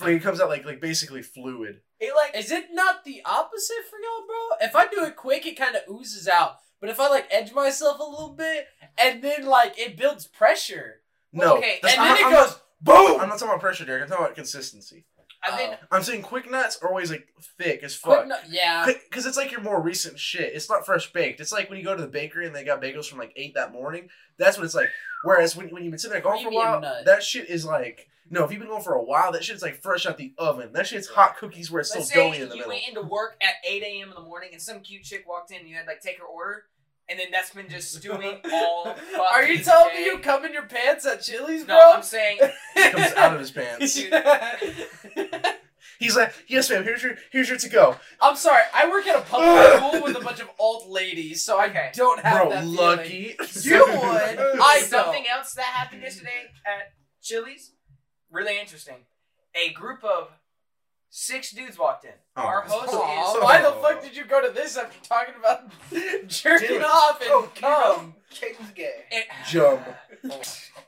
Speaker 1: like it comes out like like basically fluid.
Speaker 2: It like
Speaker 3: Is it not the opposite for y'all, bro? If I do it quick, it kind of oozes out. But if I like edge myself a little bit, and then like it builds pressure,
Speaker 1: No,
Speaker 2: Okay,
Speaker 1: that's-
Speaker 3: and then
Speaker 1: I'm-
Speaker 3: it
Speaker 1: I'm
Speaker 3: goes
Speaker 1: not-
Speaker 3: boom.
Speaker 1: I'm not talking about pressure, Derek. I'm talking about consistency.
Speaker 2: I've
Speaker 3: Uh,
Speaker 2: been
Speaker 1: I'm saying quick nuts are always like thick as
Speaker 3: Quick
Speaker 1: fuck.
Speaker 3: no- yeah. [laughs]
Speaker 1: Because it's like your more recent shit. It's not fresh baked. It's like when you go to the bakery and they got bagels from like 8 that morning. That's what it's like. Whereas when, when you've been sitting there going for a
Speaker 3: Premium
Speaker 1: while,
Speaker 3: nut.
Speaker 1: that shit is like. No, if you've been going for a while, that shit's like fresh out the oven. That shit's hot cookies where it's
Speaker 2: let's
Speaker 1: still
Speaker 2: say
Speaker 1: doughy in
Speaker 2: you
Speaker 1: the middle.
Speaker 2: went into work at eight a.m. in the morning and some cute chick walked in and you had like take her order and then that's been just stewing
Speaker 3: [laughs]
Speaker 2: all.
Speaker 3: Are you
Speaker 2: fucking
Speaker 3: telling
Speaker 2: day.
Speaker 3: me you come in your pants at Chili's, bro?
Speaker 2: No, I'm saying
Speaker 1: [laughs]
Speaker 3: [laughs]
Speaker 1: It comes out of his pants. He's like, yes, ma'am. Here's your here's your to go,
Speaker 3: I'm sorry. I work at a
Speaker 2: [laughs]
Speaker 3: public school with a bunch of old ladies, so [laughs] I
Speaker 2: Okay.
Speaker 3: don't have
Speaker 1: bro.
Speaker 3: that feeling.
Speaker 1: Lucky [laughs]
Speaker 3: You would. I
Speaker 2: something
Speaker 3: don't.
Speaker 2: else that happened yesterday at Chili's. Really interesting. A group of six dudes walked in.
Speaker 1: Oh,
Speaker 2: Our
Speaker 1: that's-
Speaker 2: host
Speaker 3: Aw,
Speaker 2: is
Speaker 1: So-
Speaker 3: why the fuck did you go to this after talking about jerking
Speaker 1: Dude.
Speaker 3: off and
Speaker 6: Oh,
Speaker 3: cum?
Speaker 6: Caden's gay.
Speaker 1: [laughs]
Speaker 2: It-
Speaker 1: Jum.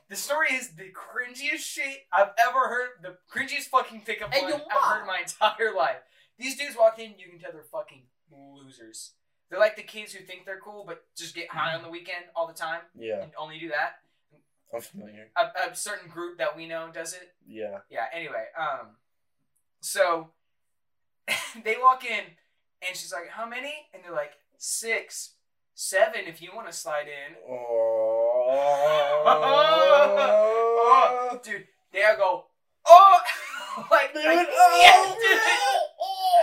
Speaker 2: The story is the cringiest shit I've ever heard. The cringiest fucking pickup
Speaker 3: Hey,
Speaker 2: line
Speaker 3: yo,
Speaker 2: I've heard in my [laughs] entire life. These dudes walk in, you can tell they're fucking losers. They're like the kids who think they're cool but just get high on the weekend all the time
Speaker 1: Yeah,
Speaker 2: and only do that.
Speaker 1: I'm familiar.
Speaker 2: A, a certain group that we know does it.
Speaker 1: Yeah.
Speaker 2: Yeah. Anyway, um, so [laughs] they walk in and she's like, "How many?" And they're like, six, seven if you want to slide in."
Speaker 3: [laughs]
Speaker 1: Oh.
Speaker 2: dude, they all go, oh, [laughs] like,
Speaker 1: They
Speaker 2: like, [laughs]
Speaker 1: went, "Oh,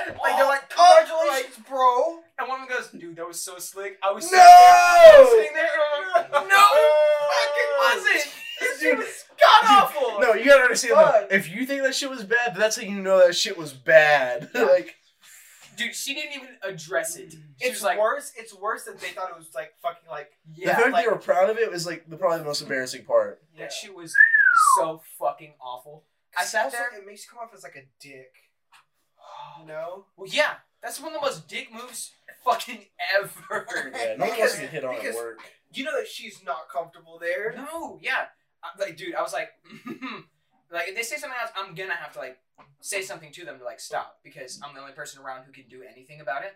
Speaker 2: yeah, dude. like they're like, congratulations,
Speaker 6: Congratulations, bro.
Speaker 2: and one of them goes, dude, that was so slick. I was sitting there, I was
Speaker 1: No!
Speaker 2: sitting there, and I'm like, no, it fucking
Speaker 1: [laughs]
Speaker 2: wasn't. This shit was god awful.
Speaker 1: No, you gotta understand though.
Speaker 2: Fuck.
Speaker 1: If you think that shit was bad, that's how you know that shit was bad. [laughs] like,
Speaker 2: Dude, she didn't even address it. She
Speaker 6: It's
Speaker 2: was like,
Speaker 6: worse. It's worse that they thought it was like fucking like.
Speaker 1: the
Speaker 2: yeah,
Speaker 1: fact
Speaker 6: like-
Speaker 1: they were proud of it was like the, probably the most embarrassing part.
Speaker 2: that
Speaker 6: Yeah.
Speaker 2: shit was so fucking awful. I sat
Speaker 6: Also,
Speaker 2: there.
Speaker 6: It makes you come off as like a dick. No.
Speaker 2: Well, yeah, that's one of the most dick moves fucking ever. [laughs]
Speaker 1: Yeah, no one wants to get
Speaker 6: Because-
Speaker 1: hit on at
Speaker 6: because-
Speaker 1: work.
Speaker 6: You know that she's not comfortable there.
Speaker 2: No, yeah. I, like, dude, I was like, [laughs] like if they say something else, I'm gonna have to like say something to them to like stop because I'm the only person around who can do anything about it,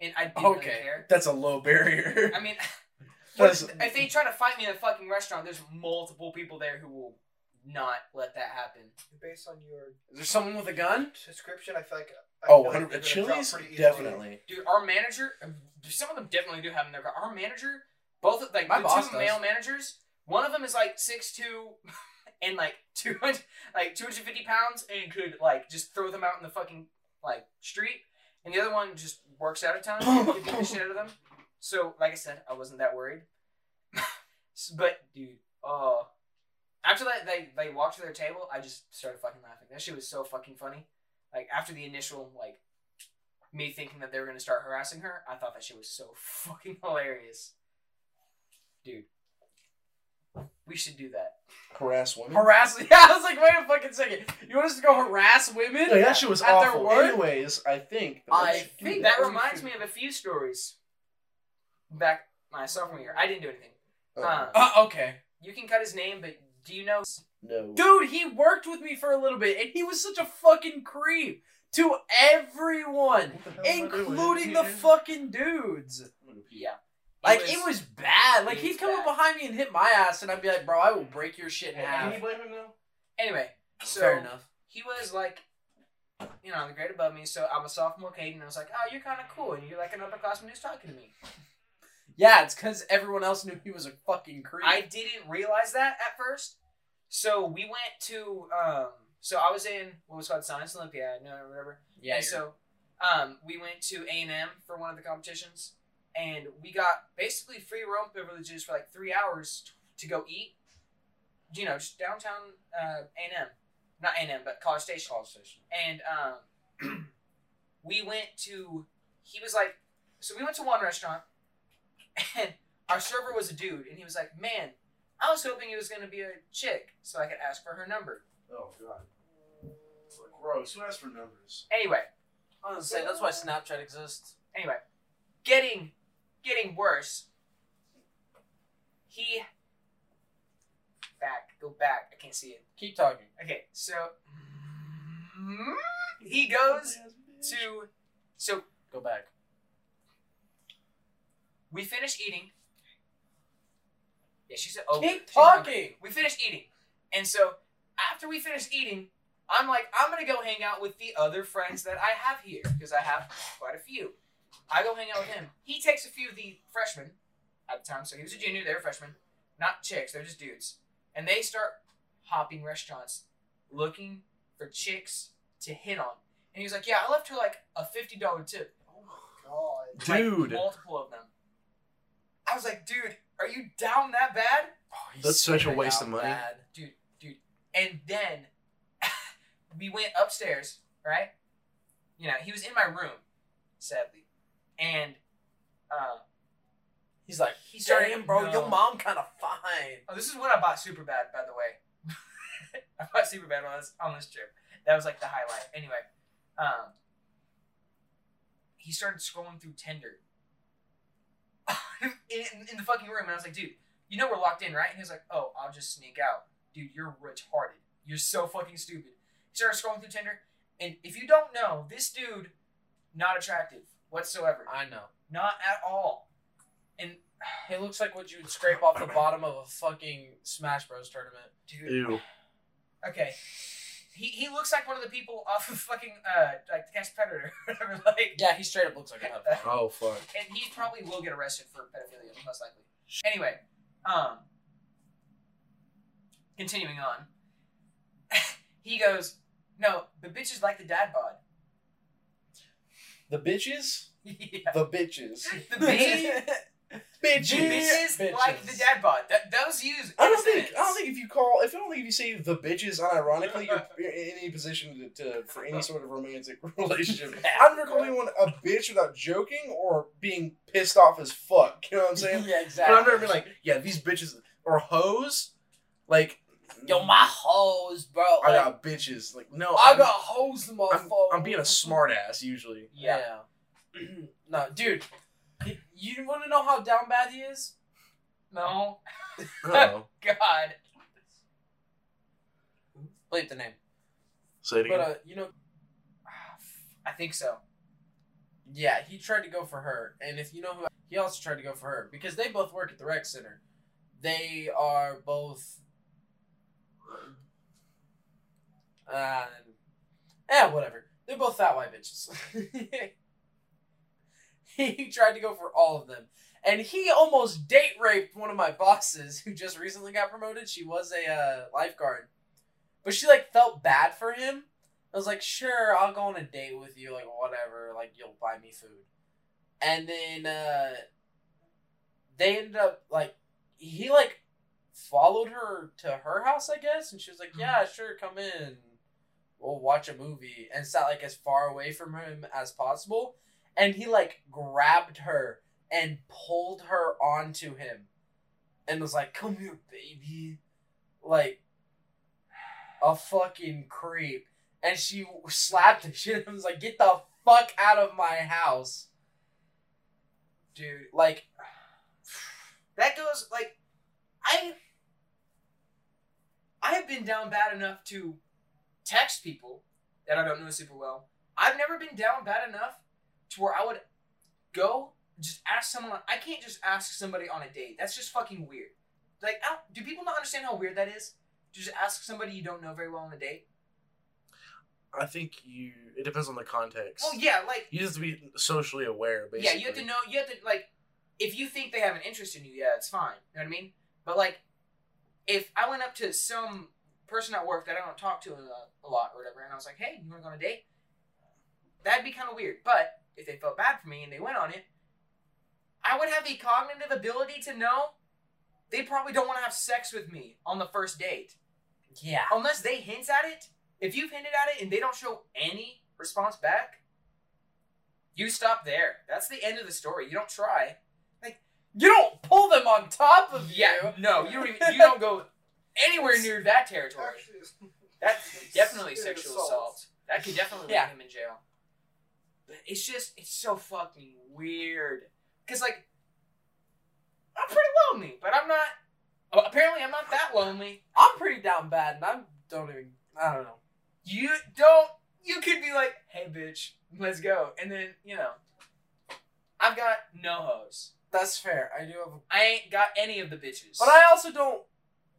Speaker 2: and I didn't
Speaker 3: Okay.
Speaker 2: really care.
Speaker 1: That's a low barrier.
Speaker 2: I mean,
Speaker 1: [laughs]
Speaker 2: [laughs]
Speaker 1: That's-
Speaker 2: if they try to fight me in a fucking restaurant, there's multiple people there who will not let that happen.
Speaker 6: Based on your
Speaker 3: Is there someone with a gun?
Speaker 6: description, I feel like. I
Speaker 1: oh,
Speaker 6: feel like
Speaker 1: 100
Speaker 6: you're gonna drop
Speaker 1: Chili's
Speaker 6: pretty easily.
Speaker 1: definitely.
Speaker 2: Dude, our manager, um, some of them definitely do have them in their car. Our manager, both of- like
Speaker 3: My
Speaker 2: the
Speaker 3: boss
Speaker 2: two
Speaker 3: does.
Speaker 2: male managers, one of them is like six two, [laughs] and like two hundred, like two hundred fifty pounds, and could like just throw them out in the fucking like street, and the other one just works out of town, and could beat the shit out of them. So, like I said, I wasn't that worried. [laughs] S- but dude, uh, after that, they they walked to their table. I just started fucking laughing. That shit was so fucking funny. Like after the initial like me thinking that they were gonna start harassing her, I thought that shit was so [laughs] fucking hilarious. Dude, we should do that.
Speaker 1: Harass women.
Speaker 3: Harass? [laughs] Yeah, I was like, wait a fucking second. You want us to go harass women?
Speaker 1: Like, that shit was
Speaker 3: At their
Speaker 1: awful.
Speaker 3: work?
Speaker 1: Anyways, I think. that
Speaker 3: I
Speaker 1: we should do
Speaker 3: think
Speaker 2: That
Speaker 3: we
Speaker 2: reminds
Speaker 3: should-
Speaker 2: me of a few stories. Back my sophomore year, I didn't do anything.
Speaker 1: Uh,
Speaker 2: Um,
Speaker 3: Uh, okay.
Speaker 2: you can cut his name, but do you know?
Speaker 1: no.
Speaker 3: Dude, he worked with me for a little bit, and he was such a fucking creep to everyone,
Speaker 1: What the hell am I doing?
Speaker 3: including the fucking dudes.
Speaker 2: Yeah,
Speaker 3: Like it was bad. Like
Speaker 2: it
Speaker 3: he'd
Speaker 2: was
Speaker 3: come up
Speaker 2: bad.
Speaker 3: behind me and hit my ass, and I'd be like, "Bro, I will break your shit in
Speaker 1: Can
Speaker 3: half."
Speaker 1: you blame him now?
Speaker 2: Anyway, so
Speaker 3: Fair enough.
Speaker 2: he was like you know, on the grade above me, so I'm a sophomore, Caden, and I was like, oh, you're kind of cool, and you're like an upperclassman who's talking to me.
Speaker 3: Yeah, it's because everyone else knew he was a fucking creep.
Speaker 2: I didn't realize that at first. So we went to, um, so I was in what was called Science Olympiad, no, whatever.
Speaker 3: yeah,
Speaker 2: And
Speaker 3: you're-
Speaker 2: so um, we went to A and M for one of the competitions, and we got basically free roam privileges for like three hours t- to go eat. You know, just downtown uh, A and M, not A and M, but College Station.
Speaker 1: College station.
Speaker 2: And um, [clears throat] we went to. He was like, so we went to one restaurant, [laughs] and our server was a dude, and he was like, man, I was hoping it was gonna be a chick so I could ask for her number.
Speaker 1: Oh god. It's like, gross. Who asked for numbers?
Speaker 2: Anyway,
Speaker 3: I was gonna say that's why Snapchat exists.
Speaker 2: anyway, getting getting worse. He back, go back. I can't see it.
Speaker 3: Keep talking.
Speaker 2: Okay, so mm, he goes to so
Speaker 3: Go back.
Speaker 2: we finish eating. Yeah, she's over.
Speaker 3: Keep
Speaker 2: She's over.
Speaker 3: talking.
Speaker 2: We finish eating, and so after we finish eating, I'm like, I'm gonna go hang out with the other friends that I have here because I have quite a few. I go hang out with him. He takes a few of the freshmen at the time, so he was a junior. They were freshmen, not chicks. They're just dudes, and they start hopping restaurants, looking for chicks to hit on. And he was like, Yeah, I left her like a fifty dollar tip.
Speaker 6: Oh my god.
Speaker 2: Like,
Speaker 1: Dude.
Speaker 2: multiple of them. I was like, dude, are you down that bad?
Speaker 3: Oh, he's
Speaker 1: That's such a
Speaker 3: sitting
Speaker 1: waste
Speaker 3: out
Speaker 1: of money.
Speaker 3: bad.
Speaker 2: Dude, dude. And then [laughs] we went upstairs, right? You know, he was in my room, sadly. And uh,
Speaker 3: He's like,
Speaker 2: he started.
Speaker 3: damn, bro,
Speaker 2: no.
Speaker 3: your mom kind of fine.
Speaker 2: Oh, this is what I bought super bad, by the way. [laughs] I bought super bad on this on this trip. That was like the highlight. Anyway, um, he started scrolling through Tinder [laughs] in, in, in the fucking room, and I was like, "Dude, you know we're locked in, right?" And he was like, "Oh, I'll just sneak out, dude. You're retarded. You're so fucking stupid." He started scrolling through Tinder, and if you don't know, this dude not attractive whatsoever,
Speaker 3: I know.
Speaker 2: not at all. And
Speaker 3: He looks like what you would scrape off the bottom of a fucking Smash Bros tournament.
Speaker 2: dude,
Speaker 1: Ew.
Speaker 2: Okay. He, he looks like one of the people off of fucking uh like the Cash Predator [laughs] or whatever. Like,
Speaker 3: Yeah, he straight up looks like a [laughs] pedophile.
Speaker 1: Oh fuck.
Speaker 2: and he probably will get arrested for pedophilia most likely. Anyway, um, continuing on, [laughs] he goes, "No, the bitches like the dad bod." [laughs]
Speaker 1: The [laughs] bitches?
Speaker 2: yeah.
Speaker 1: The
Speaker 3: [laughs]
Speaker 1: bitches.
Speaker 2: The
Speaker 1: [laughs]
Speaker 2: bitches, the bitches, like the dad bod. That, those use.
Speaker 1: I don't think I don't think if you call if I don't think if you say the bitches unironically you're, you're in any position to, to for any sort of romantic [laughs] relationship. I don't recall anyone a bitch without joking or being pissed off as fuck. You know what I'm saying? But
Speaker 3: yeah,
Speaker 1: I've
Speaker 3: exactly.
Speaker 1: never been like, yeah, these bitches or hoes. Like,
Speaker 3: Yo, my hoes, bro.
Speaker 1: I
Speaker 3: Like,
Speaker 1: got bitches. Like, no,
Speaker 3: I
Speaker 1: I'm-
Speaker 3: got "Mm." hoes,
Speaker 1: I'm,
Speaker 3: motherfucker.
Speaker 1: I'm being a
Speaker 3: [laughs]
Speaker 1: smart ass usually.
Speaker 2: Yeah.
Speaker 3: Yeah. [clears throat] no, dude. [laughs] he- You want to know how down bad he is?
Speaker 2: No,
Speaker 1: Oh,
Speaker 2: God.
Speaker 3: Bleep the name.
Speaker 1: say it
Speaker 3: But
Speaker 1: again.
Speaker 3: uh, you know,
Speaker 2: Ah, I think so.
Speaker 3: yeah, he tried to go for her, and if you know who, he also tried to go for her because they both work at the rec center. They are both. Uh, yeah, whatever. They're both fat white bitches. [laughs] he tried to go for all of them. And he almost date raped one of my bosses who just recently got promoted. She was a uh, lifeguard. But she like felt bad for him. I was like, sure, I'll go on a date with you, like whatever, like you'll buy me food. And then uh they ended up like he like followed her to her house, I guess, and she was like,
Speaker 2: Hmm.
Speaker 3: Yeah, sure, come in. We'll watch a movie and sat like as far away from him as possible. And he like grabbed her and pulled her onto him and was like, Come here, baby. Like a fucking creep and she slapped the [laughs] shit and was like, "Get the fuck out of my house, dude!" Like, [sighs]
Speaker 2: that goes like I I have been down bad enough to text people that I don't know super well. I've never been down bad enough to where I would go just ask someone I can't just ask somebody on a date. That's just fucking weird. Like I don't, do people not understand how weird that is? To just ask somebody you don't know very well on a date?
Speaker 1: I think you. It depends on the context.
Speaker 2: Well, yeah, like
Speaker 1: You just have to be socially aware, basically.
Speaker 2: yeah, you have to know. You have to like, if you think they have an interest in you, yeah, it's fine. You know what I mean? But like, if I went up to some person at work that I don't talk to a, a lot or whatever, and I was like, "Hey, you want to go on a date?" That'd be kind of weird. But if they felt bad for me and they went on it, I would have the cognitive ability to know they probably don't want to have sex with me on the first date
Speaker 3: Yeah.
Speaker 2: unless they hint at it, if you've hinted at it and they don't show any response back, you stop there. That's the end of the story. You don't try.
Speaker 3: You don't pull them on top of
Speaker 2: Yeah,
Speaker 3: you.
Speaker 2: no, you don't even, you don't
Speaker 3: [laughs]
Speaker 2: go anywhere near that territory.
Speaker 6: Actually, [laughs] it's-
Speaker 2: That's definitely
Speaker 6: it's
Speaker 2: sexual assault. That could definitely
Speaker 3: Yeah.
Speaker 2: leave him in jail. But it's just it's so fucking weird. Cause like I'm pretty lonely, but I'm not. oh, Apparently, I'm not that lonely.
Speaker 3: I'm pretty down bad, and I don't even. I don't know.
Speaker 2: You don't. You could be like, "Hey, bitch, let's go," and then you know, I've got no hoes.
Speaker 3: That's fair. I do have a.
Speaker 2: I ain't got any of the bitches.
Speaker 3: But I also don't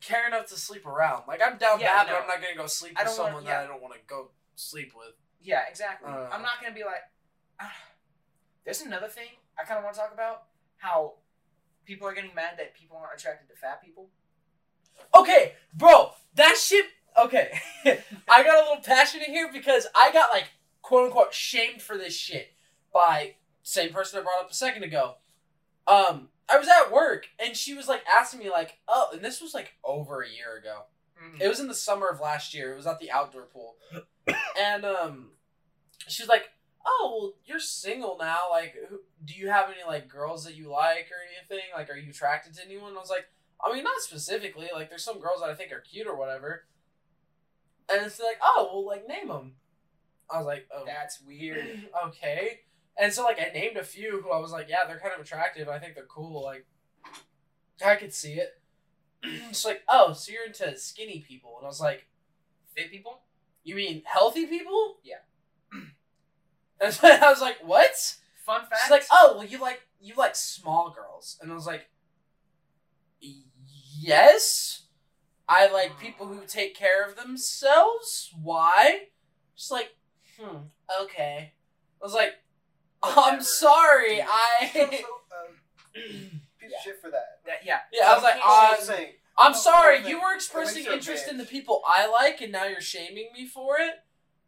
Speaker 3: care enough to sleep around. Like I'm down
Speaker 2: Yeah,
Speaker 3: bad,
Speaker 2: no.
Speaker 3: but I'm not gonna go sleep
Speaker 2: I
Speaker 3: with
Speaker 2: don't wanna-
Speaker 3: someone
Speaker 2: yeah.
Speaker 3: that I don't want to go sleep with.
Speaker 2: yeah, exactly.
Speaker 3: Uh.
Speaker 2: I'm not gonna be like. "Ah." There's another thing I kind of want to talk about how people are getting mad that people aren't attracted to fat people.
Speaker 3: Okay, bro, that shit. Okay, [laughs] I got a little passionate here because I got like quote unquote shamed for this shit by same person I brought up a second ago. Um, I was at work and she was like asking me like, oh, and this was like over a year ago.
Speaker 2: Mm.
Speaker 3: It was in the summer of last year. It was at the outdoor pool, [coughs] and um, she was like, "Oh, well, you're single now. Like, who, do you have any like girls that you like or anything? Like, are you attracted to anyone?" And I was like, "I mean, not specifically. Like, there's some girls that I think are cute or whatever." And it's like, "Oh, well, like name them." I was like, "Oh,
Speaker 2: That's weird.
Speaker 3: okay." And so like I named a few who I was like, "Yeah, they're kind of attractive. I think they're cool. Like, I could see it." [clears throat] She's like, "Oh, so you're into skinny people?" And I was like.
Speaker 2: Fit people?
Speaker 3: You mean healthy people?
Speaker 2: Yeah.
Speaker 3: [clears throat] And [laughs] so I was like, what?
Speaker 2: Fun fact.
Speaker 3: She's like, oh, well, you like you like small girls, and I was like, yes, I like people who take care of themselves. Why? She's like, hmm, okay. I was like, I'm
Speaker 2: Whatever,
Speaker 3: sorry,
Speaker 2: dude.
Speaker 6: [laughs]
Speaker 3: I.
Speaker 6: So, um, piece of shit for that.
Speaker 2: That- yeah.
Speaker 3: yeah, I was like, um,
Speaker 6: That's what
Speaker 3: I'm
Speaker 6: I'm saying.
Speaker 3: I'm
Speaker 6: No,
Speaker 3: sorry,
Speaker 6: no,
Speaker 3: you
Speaker 6: no.
Speaker 3: were expressing
Speaker 6: Everybody's a
Speaker 3: interest in the
Speaker 6: bitch.
Speaker 3: people I like, and now you're shaming me for it.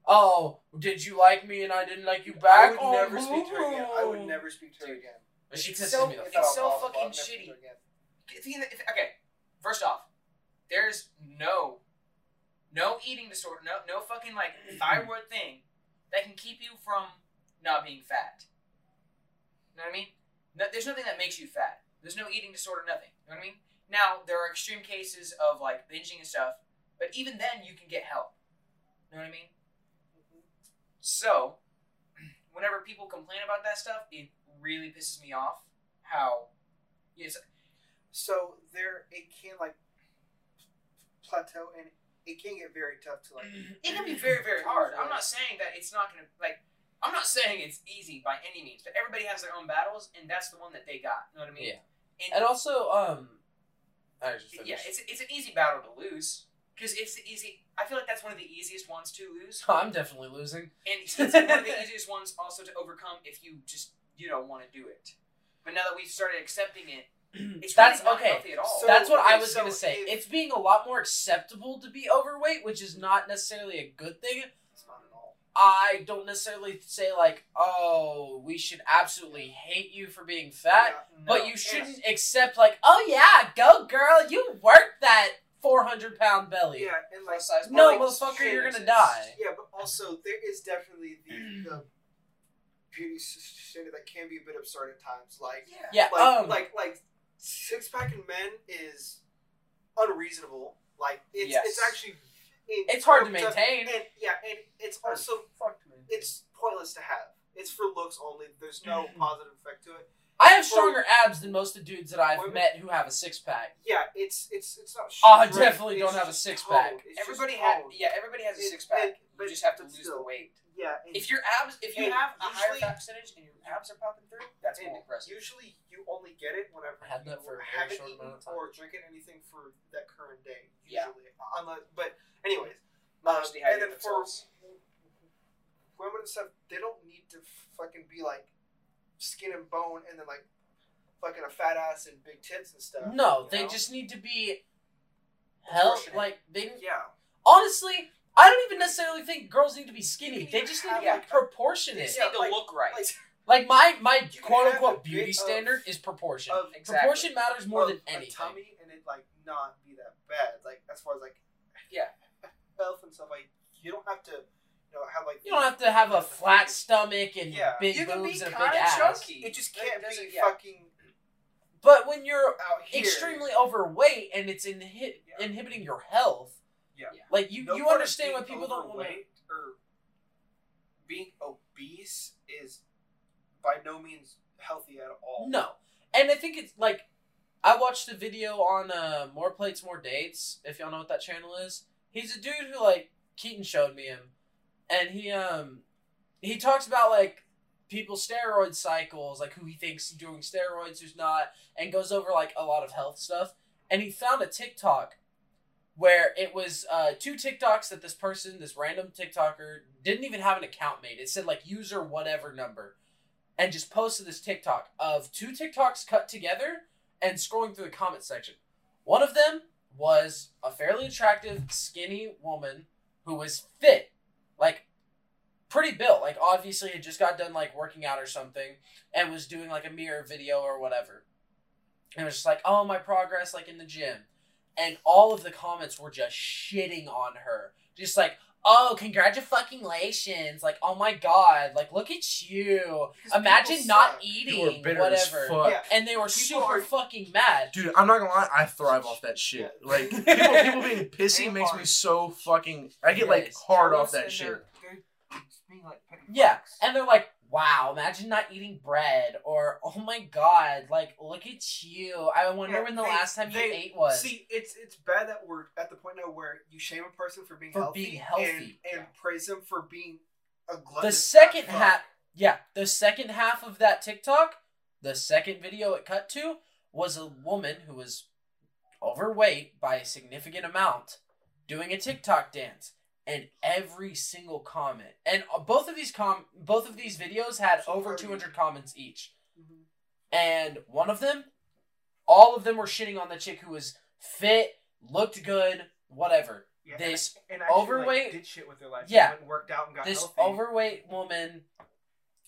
Speaker 3: Oh, did you like me and I didn't like you back?
Speaker 6: I would
Speaker 3: Oh,
Speaker 6: never speak to her again. I would
Speaker 3: boo.
Speaker 6: never speak to her
Speaker 2: Dude.
Speaker 6: again.
Speaker 3: But she
Speaker 2: It's
Speaker 3: pisses
Speaker 2: so-
Speaker 3: me the
Speaker 2: it's
Speaker 3: fuck
Speaker 2: so
Speaker 3: off.
Speaker 2: fucking
Speaker 6: I'll never speak to her again.
Speaker 2: If you- if- okay, first off, there's no, no eating disorder, no, no fucking like thyroid thing that can keep you from not being fat. You know what I mean? No, there's nothing that makes you fat. There's no eating disorder, nothing. You know what I mean? Now there are extreme cases of like binging and stuff, but even then you can get help. You know what I mean? So, [clears throat] whenever people complain about that stuff, it really pisses me off. How? It's
Speaker 6: So there, it can like plateau, and it can get very tough to like.
Speaker 3: Mm-hmm.
Speaker 2: It can be very, very hard. I'm not saying that it's not gonna like. I'm not saying it's easy by any means, but everybody has their own battles, and that's the one that they got. You know what I mean? And,
Speaker 3: And also, um, I was just
Speaker 2: yeah,
Speaker 3: finished.
Speaker 2: it's it's an easy battle to lose because it's the easy. I feel like that's one of the easiest ones to lose,
Speaker 3: I'm definitely losing.
Speaker 2: and it's one of the easiest ones also to overcome if you just you don't want to do it. But now that we've started accepting it, it's
Speaker 3: That's
Speaker 2: really not
Speaker 3: okay.
Speaker 2: healthy at all.
Speaker 6: So-
Speaker 3: That's what I
Speaker 6: okay,
Speaker 3: was
Speaker 6: so
Speaker 3: gonna say.
Speaker 6: if-
Speaker 3: It's being a lot more acceptable to be overweight, which is not necessarily a good thing.
Speaker 6: It's not at all.
Speaker 3: I don't necessarily say like, oh, we should absolutely hate you for being fat.
Speaker 6: Yeah,
Speaker 3: But
Speaker 6: no.
Speaker 3: you shouldn't accept like, oh yeah, go girl, you worked that four hundred pound belly.
Speaker 6: Yeah, and like
Speaker 2: Plus size
Speaker 3: No,
Speaker 2: body
Speaker 3: motherfucker,
Speaker 2: shit
Speaker 3: you're gonna
Speaker 2: exists.
Speaker 3: die.
Speaker 6: yeah, but also there is definitely
Speaker 3: [clears throat]
Speaker 6: the, the beauty s- standard that can be a bit absurd at times. Like
Speaker 2: Yeah.
Speaker 3: Yeah,
Speaker 6: like,
Speaker 3: um,
Speaker 6: like like six pack in men is unreasonable. Like it's it's
Speaker 3: Yes.
Speaker 6: actually it-
Speaker 3: it's hard to
Speaker 6: tough-
Speaker 3: maintain.
Speaker 6: And yeah, and it's also
Speaker 2: Fuck me.
Speaker 6: it's pointless to have. It's for looks only. There's no
Speaker 3: Mm-hmm.
Speaker 6: positive effect to it.
Speaker 3: I have stronger abs than most of the dudes that I've
Speaker 6: Women-
Speaker 3: met who have a six pack.
Speaker 6: Yeah, it's it's it's not.
Speaker 3: Oh, I
Speaker 6: strength,
Speaker 3: definitely
Speaker 6: it's
Speaker 3: don't have a
Speaker 6: just
Speaker 3: six
Speaker 6: tone.
Speaker 3: pack.
Speaker 6: It's just
Speaker 2: Everybody had
Speaker 6: tone.
Speaker 2: yeah. Everybody has a
Speaker 6: It-
Speaker 2: six pack.
Speaker 6: it- but-
Speaker 2: you just have to
Speaker 6: but
Speaker 2: lose the
Speaker 6: still.
Speaker 2: weight.
Speaker 6: Yeah, and,
Speaker 2: If your abs, if you
Speaker 6: And
Speaker 2: have a higher
Speaker 6: usually-
Speaker 2: fat percentage and your abs are popping through, that's
Speaker 6: and
Speaker 2: more impressive.
Speaker 6: usually you only get it whenever
Speaker 3: I had
Speaker 6: you
Speaker 3: that for a very
Speaker 6: haven't
Speaker 3: short
Speaker 6: eaten
Speaker 3: amount of time.
Speaker 6: or drinking anything for that current day.
Speaker 2: Yeah.
Speaker 4: Uh,
Speaker 6: Usually, unless but anyways, um,
Speaker 2: Mostly
Speaker 6: and
Speaker 2: hydrate
Speaker 6: then for
Speaker 2: themselves.
Speaker 4: women and stuff, they don't need to fucking be like skin and bone and then like fucking a fat ass and big tits and stuff.
Speaker 3: No,
Speaker 4: you
Speaker 3: they
Speaker 4: know?
Speaker 3: just need to be hell
Speaker 4: Proportionate.
Speaker 3: like they
Speaker 4: yeah.
Speaker 3: honestly, I don't even necessarily think girls need to be skinny.
Speaker 4: They
Speaker 3: They
Speaker 4: need
Speaker 3: just
Speaker 4: to
Speaker 3: need to
Speaker 4: have,
Speaker 3: be
Speaker 4: like,
Speaker 2: They
Speaker 3: proportionate.
Speaker 2: just
Speaker 4: Yeah,
Speaker 2: need to
Speaker 4: like-
Speaker 2: look right.
Speaker 4: like-
Speaker 3: Like my my
Speaker 4: You
Speaker 3: quote
Speaker 4: have
Speaker 3: unquote
Speaker 4: a
Speaker 3: beauty
Speaker 4: bit
Speaker 3: standard
Speaker 4: of-
Speaker 3: is proportion.
Speaker 4: Of
Speaker 2: Exactly.
Speaker 3: Proportion matters more
Speaker 4: of
Speaker 3: than
Speaker 4: a
Speaker 3: anything.
Speaker 4: tummy and it like not be that bad. Like as far as like
Speaker 2: Yeah.
Speaker 4: [laughs] health and stuff like you don't have to you know have like
Speaker 3: You don't have to have a flat stomach and
Speaker 4: Yeah.
Speaker 3: big
Speaker 2: You can be
Speaker 3: boobs and a big
Speaker 2: kinda
Speaker 3: ass.
Speaker 2: chunky.
Speaker 4: it just
Speaker 2: That
Speaker 4: can't be
Speaker 2: doesn't- yeah.
Speaker 4: fucking
Speaker 3: But when you're
Speaker 4: out here.
Speaker 3: extremely overweight and it's inhi-
Speaker 4: Yeah.
Speaker 3: inhibiting your health,
Speaker 4: Yeah.
Speaker 3: like you
Speaker 4: No
Speaker 3: you
Speaker 4: part of
Speaker 3: understand
Speaker 4: being
Speaker 3: why people don't want to.
Speaker 4: overweight or being obese is by no means healthy at all.
Speaker 3: No. And I think it's like I watched a video on uh More Plates More Dates, if y'all know what that channel is. He's a dude who like Keaton showed me him and he um he talks about like people's steroid cycles, like who he thinks doing steroids, who's not, and goes over like a lot of health stuff. And he found a TikTok where it was uh, two TikToks that this person, this random TikToker, didn't even have an account made. It said like user whatever number, and just posted this TikTok of two TikToks cut together and scrolling through the comment section. One of them was a fairly attractive, skinny woman who was fit, like pretty built, like obviously had just got done like working out or something, and was doing like a mirror video or whatever. And it was just like, oh, my progress, like in the gym. And all of the comments were just shitting on her. Just like, oh, congratulations. Like, oh my God. Like, look at you.
Speaker 4: Because
Speaker 3: Imagine
Speaker 4: people
Speaker 3: not
Speaker 4: suck.
Speaker 1: You are
Speaker 3: eating,
Speaker 1: bitter
Speaker 3: whatever.
Speaker 1: as fuck.
Speaker 4: Yeah.
Speaker 3: And they were
Speaker 4: People
Speaker 3: super
Speaker 4: are-
Speaker 3: fucking mad.
Speaker 1: Dude, I'm not gonna lie, I thrive off that shit.
Speaker 4: Yeah.
Speaker 1: Like people, people being pissy
Speaker 4: And
Speaker 1: makes me
Speaker 4: hard.
Speaker 1: so fucking. I get like
Speaker 3: Yes.
Speaker 1: hard off
Speaker 4: They're-
Speaker 1: that shit.
Speaker 4: they're being, like, petty
Speaker 3: Yeah,
Speaker 4: fucks.
Speaker 3: And they're like, wow, imagine not eating bread. Or, oh my God, like, look at you. I wonder
Speaker 4: Yeah,
Speaker 3: when the
Speaker 4: they-
Speaker 3: last time you
Speaker 4: they-
Speaker 3: ate was.
Speaker 4: See, it's it's bad that we're at the point now where you shame a person for being
Speaker 3: For
Speaker 4: healthy,
Speaker 3: being healthy.
Speaker 4: and, and praise them for being a glutton.
Speaker 3: the second half yeah the second half of that tiktok the second video it cut to was a woman who was overweight by a significant amount doing a tiktok dance and every single comment and uh, both of these com both of these videos had
Speaker 4: So
Speaker 3: over
Speaker 4: funny.
Speaker 3: 200 comments each
Speaker 4: Mhm.
Speaker 3: and one of them all of them were shitting on the chick who was fit looked good whatever
Speaker 4: Yeah, and-
Speaker 3: this
Speaker 4: and actually, like,
Speaker 3: overweight-
Speaker 4: did shit with their life.
Speaker 3: Yeah.
Speaker 4: went and worked out and got
Speaker 3: this
Speaker 4: healthy.
Speaker 3: overweight woman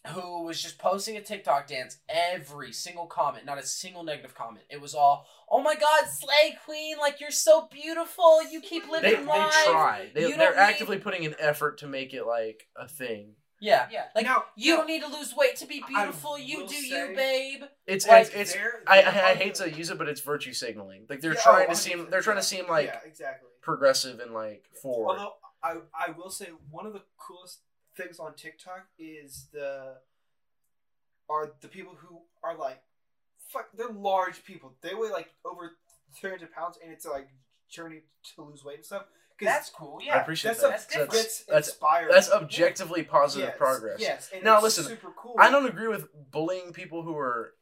Speaker 3: who was just posting a TikTok dance every single comment, not a single negative comment. It was all, "Oh my God, Slay Queen! Like you're so beautiful. You keep
Speaker 1: They, they
Speaker 3: living life."
Speaker 1: try.
Speaker 3: You
Speaker 1: They,
Speaker 3: don't
Speaker 1: they're
Speaker 3: need-
Speaker 1: actively putting an effort to make it like a thing.
Speaker 3: Yeah,
Speaker 2: Yeah.
Speaker 3: like
Speaker 4: Now-
Speaker 3: you
Speaker 4: now-
Speaker 3: don't need to lose weight to be
Speaker 4: I
Speaker 3: beautiful. You
Speaker 4: will
Speaker 3: do
Speaker 4: say-
Speaker 3: you, babe.
Speaker 1: It's
Speaker 3: Like,
Speaker 1: it's, it's
Speaker 4: They're-
Speaker 1: I,
Speaker 4: they're
Speaker 1: I, I
Speaker 4: on
Speaker 1: hate
Speaker 4: the-
Speaker 1: to use it, but it's virtue signaling. Like they're
Speaker 4: Yeah, oh,
Speaker 1: trying to
Speaker 4: 100%,
Speaker 1: seem they're trying to
Speaker 4: yeah.
Speaker 1: seem like
Speaker 4: yeah, exactly.
Speaker 1: progressive and like forward.
Speaker 4: Although I I will say one of the coolest things on TikTok is the are the people who are like fuck they're large people. They weigh like over three hundred pounds and it's like journey to lose weight and stuff.
Speaker 2: That's cool.
Speaker 1: I
Speaker 2: Yeah.
Speaker 1: appreciate
Speaker 4: that's
Speaker 1: that.
Speaker 4: a-
Speaker 2: that's
Speaker 1: that's,
Speaker 2: different.
Speaker 1: that's,
Speaker 4: that's,
Speaker 1: that's,
Speaker 4: inspiring.
Speaker 1: objectively positive
Speaker 4: Yes,
Speaker 1: progress.
Speaker 4: Yes. and
Speaker 1: Now,
Speaker 4: it's
Speaker 1: listen,
Speaker 4: super cool.
Speaker 1: I don't agree with bullying people who are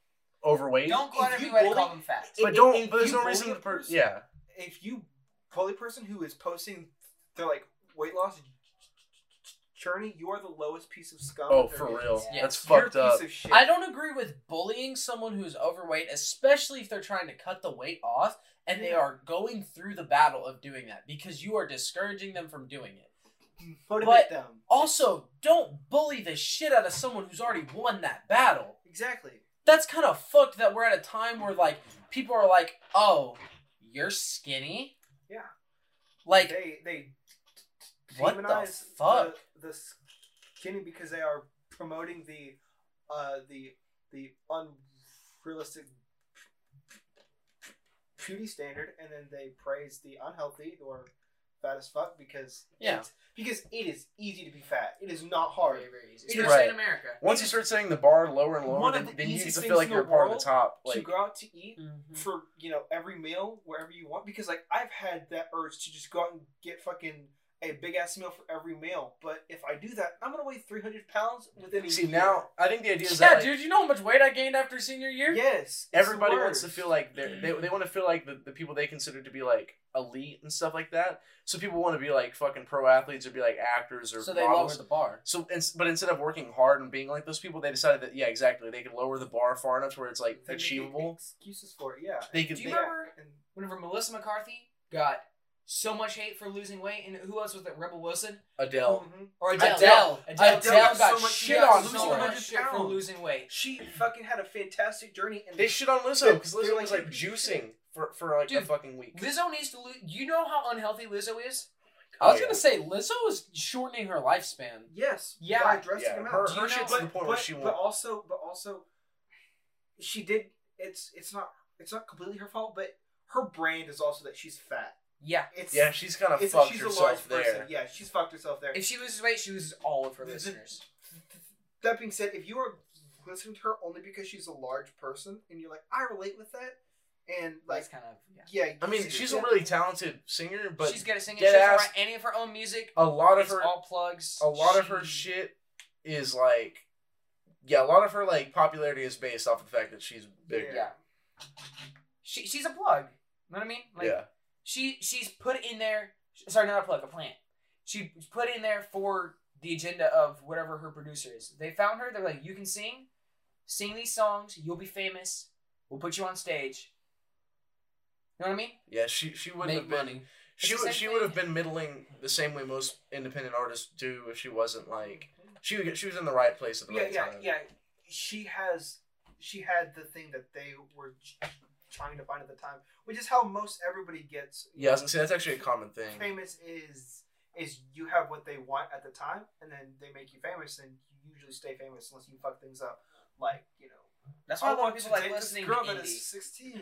Speaker 1: overweight,
Speaker 2: Don't go out
Speaker 4: If
Speaker 2: of
Speaker 4: you
Speaker 2: your way to
Speaker 4: bully-
Speaker 2: call them fat.
Speaker 1: but
Speaker 4: if-
Speaker 1: don't.
Speaker 4: if
Speaker 1: but there's
Speaker 4: you
Speaker 1: no
Speaker 4: bully
Speaker 1: reason
Speaker 4: a
Speaker 1: to. Per-
Speaker 4: person-
Speaker 1: yeah,
Speaker 4: if you bully a person who is posting their like weight loss journey, you are the lowest piece of scum.
Speaker 1: Oh,
Speaker 4: there
Speaker 1: for
Speaker 4: is.
Speaker 1: real.
Speaker 3: Yeah.
Speaker 1: That's
Speaker 4: You're a
Speaker 1: fucked up.
Speaker 4: Piece of shit.
Speaker 3: I don't agree with bullying someone who's overweight, especially if they're trying to cut the weight off and they are going through the battle of doing that because you are discouraging them from doing it.
Speaker 4: motivate
Speaker 3: but-
Speaker 4: them.
Speaker 3: Also, don't bully the shit out of someone who's already won that battle.
Speaker 4: Exactly.
Speaker 3: That's kind of fucked that we're at a time where like people are like, "Oh, you're skinny."
Speaker 4: Yeah.
Speaker 3: Like
Speaker 4: they they
Speaker 3: What the
Speaker 4: demonize
Speaker 3: fuck?
Speaker 4: the, the skinny because they are promoting the uh the the unrealistic beauty standard and then they praise the unhealthy or fat as fuck because
Speaker 3: Yeah.
Speaker 4: it's- because it is easy to be fat it is not hard
Speaker 2: very easy.
Speaker 4: It's
Speaker 2: Especially
Speaker 1: right.
Speaker 2: in America.
Speaker 1: Once you start setting the bar lower and lower,
Speaker 4: One
Speaker 1: then,
Speaker 4: of the
Speaker 1: then you
Speaker 4: easiest
Speaker 1: feel
Speaker 4: things
Speaker 1: like
Speaker 4: in the
Speaker 1: you're part of
Speaker 4: world
Speaker 1: the top.
Speaker 4: to
Speaker 1: Like
Speaker 4: go out to eat
Speaker 2: Mm-hmm.
Speaker 3: mhm.
Speaker 4: for you know every meal wherever you want because like I've had that urge to just go out and get fucking a big ass meal for every meal. But if I do that, I'm gonna weigh 300 pounds within a
Speaker 1: See
Speaker 4: year.
Speaker 1: now, I think the idea is
Speaker 3: yeah,
Speaker 1: that like,
Speaker 3: dude, you know how much weight I gained after senior year?
Speaker 4: Yes. it's the
Speaker 1: everybody wants to
Speaker 4: worst.
Speaker 1: feel like they're, they they want to feel like the, the people they consider to be like elite and stuff like that. So people want to be like fucking pro athletes or be like actors or
Speaker 3: So they
Speaker 1: models.
Speaker 3: lowered the bar.
Speaker 1: So, ins- but instead of working hard and being like those people, they decided that yeah, exactly, they could lower the bar far enough to where it's like
Speaker 4: They make
Speaker 1: achievable.
Speaker 4: Excuses for it, yeah.
Speaker 1: They could.
Speaker 2: Do you
Speaker 1: they-
Speaker 2: remember
Speaker 4: And
Speaker 2: whenever Melissa McCarthy got so much hate for losing weight, and who else was it? Rebel Wilson
Speaker 4: oh
Speaker 1: Adele.
Speaker 4: Mm-hmm.
Speaker 2: or Adele?
Speaker 3: Adele. Adele,
Speaker 2: Adele
Speaker 4: got
Speaker 3: got
Speaker 4: so much-
Speaker 3: shit
Speaker 4: yeah,
Speaker 3: on
Speaker 2: Losing
Speaker 3: so
Speaker 4: much.
Speaker 3: much.
Speaker 2: shit for losing weight.
Speaker 4: she fucking had a fantastic journey, and
Speaker 1: They shit on Lizzo because
Speaker 4: They're
Speaker 1: Lizzo
Speaker 4: like-
Speaker 1: was like juicing for for like a
Speaker 2: Dude,
Speaker 1: fucking week.
Speaker 2: Lizzo needs to lose. You know how unhealthy Lizzo is.
Speaker 3: I was
Speaker 1: Oh, Yeah.
Speaker 3: gonna say Lizzo is shortening her lifespan.
Speaker 4: yes,
Speaker 2: Yeah,
Speaker 4: by dressing
Speaker 1: yeah,
Speaker 4: him out.
Speaker 1: her-
Speaker 4: Do you
Speaker 1: her
Speaker 4: know-
Speaker 1: shit's
Speaker 4: but,
Speaker 1: to the point
Speaker 4: but,
Speaker 1: where she
Speaker 4: but
Speaker 1: won't-
Speaker 4: also, but also, she did. It's it's not it's not completely her fault, but her brand is also that she's fat.
Speaker 2: Yeah.
Speaker 4: It's
Speaker 1: Yeah, she's kind of
Speaker 4: it's,
Speaker 1: fucked
Speaker 4: she's a large
Speaker 1: herself
Speaker 4: person.
Speaker 1: there.
Speaker 4: Yeah, she's fucked herself there.
Speaker 2: If she loses weight, she loses all of her
Speaker 4: Th- th-
Speaker 2: listeners.
Speaker 4: that being said, if you are listening to her only because she's a large person and you're like, I relate with that, and like,
Speaker 2: That's kind of. Yeah.
Speaker 4: yeah,
Speaker 1: I mean,
Speaker 4: you-
Speaker 1: she's
Speaker 4: yeah.
Speaker 1: a really talented singer, but
Speaker 2: she's gonna sing it. She
Speaker 1: dead
Speaker 2: doesn't
Speaker 1: ass-
Speaker 2: write any of her own music.
Speaker 1: a lot of
Speaker 2: It's
Speaker 1: her
Speaker 2: all plugs.
Speaker 1: a lot of her
Speaker 2: She-
Speaker 1: shit is like yeah, a lot of her like popularity is based off the fact that she's big.
Speaker 4: Yeah.
Speaker 2: Yeah. She she's a plug. You know what I mean? Like
Speaker 1: yeah.
Speaker 2: she she's put in there. Sorry, not a plug, a plant. She was put in there for the agenda of whatever her producer is. They found her. They're like, you can sing, sing these songs. You'll be famous. We'll put you on stage. You know what I mean?
Speaker 1: Yeah, she she wouldn't
Speaker 3: Make
Speaker 1: have been
Speaker 3: money.
Speaker 1: she
Speaker 2: It's the
Speaker 1: would
Speaker 2: same
Speaker 1: she would have
Speaker 2: thing.
Speaker 1: been middling the same way most independent artists do if she wasn't
Speaker 4: Mm-hmm.
Speaker 1: like she would get, she was in the right place at the
Speaker 4: yeah,
Speaker 1: right
Speaker 4: yeah,
Speaker 1: time.
Speaker 4: yeah. She has, she had the thing that they were ch- trying to find at the time, which is how most everybody gets.
Speaker 1: Yeah, I was gonna say that's actually a common thing.
Speaker 4: famous is is you have what they want at the time, and then they make you famous, and you usually stay famous unless you fuck things up, like you know.
Speaker 2: That's why a
Speaker 4: I
Speaker 2: lot
Speaker 4: want
Speaker 2: of
Speaker 4: to
Speaker 2: people like
Speaker 4: date this
Speaker 2: listening to
Speaker 4: girl that is
Speaker 2: indie. Mm-hmm.
Speaker 4: sixteen.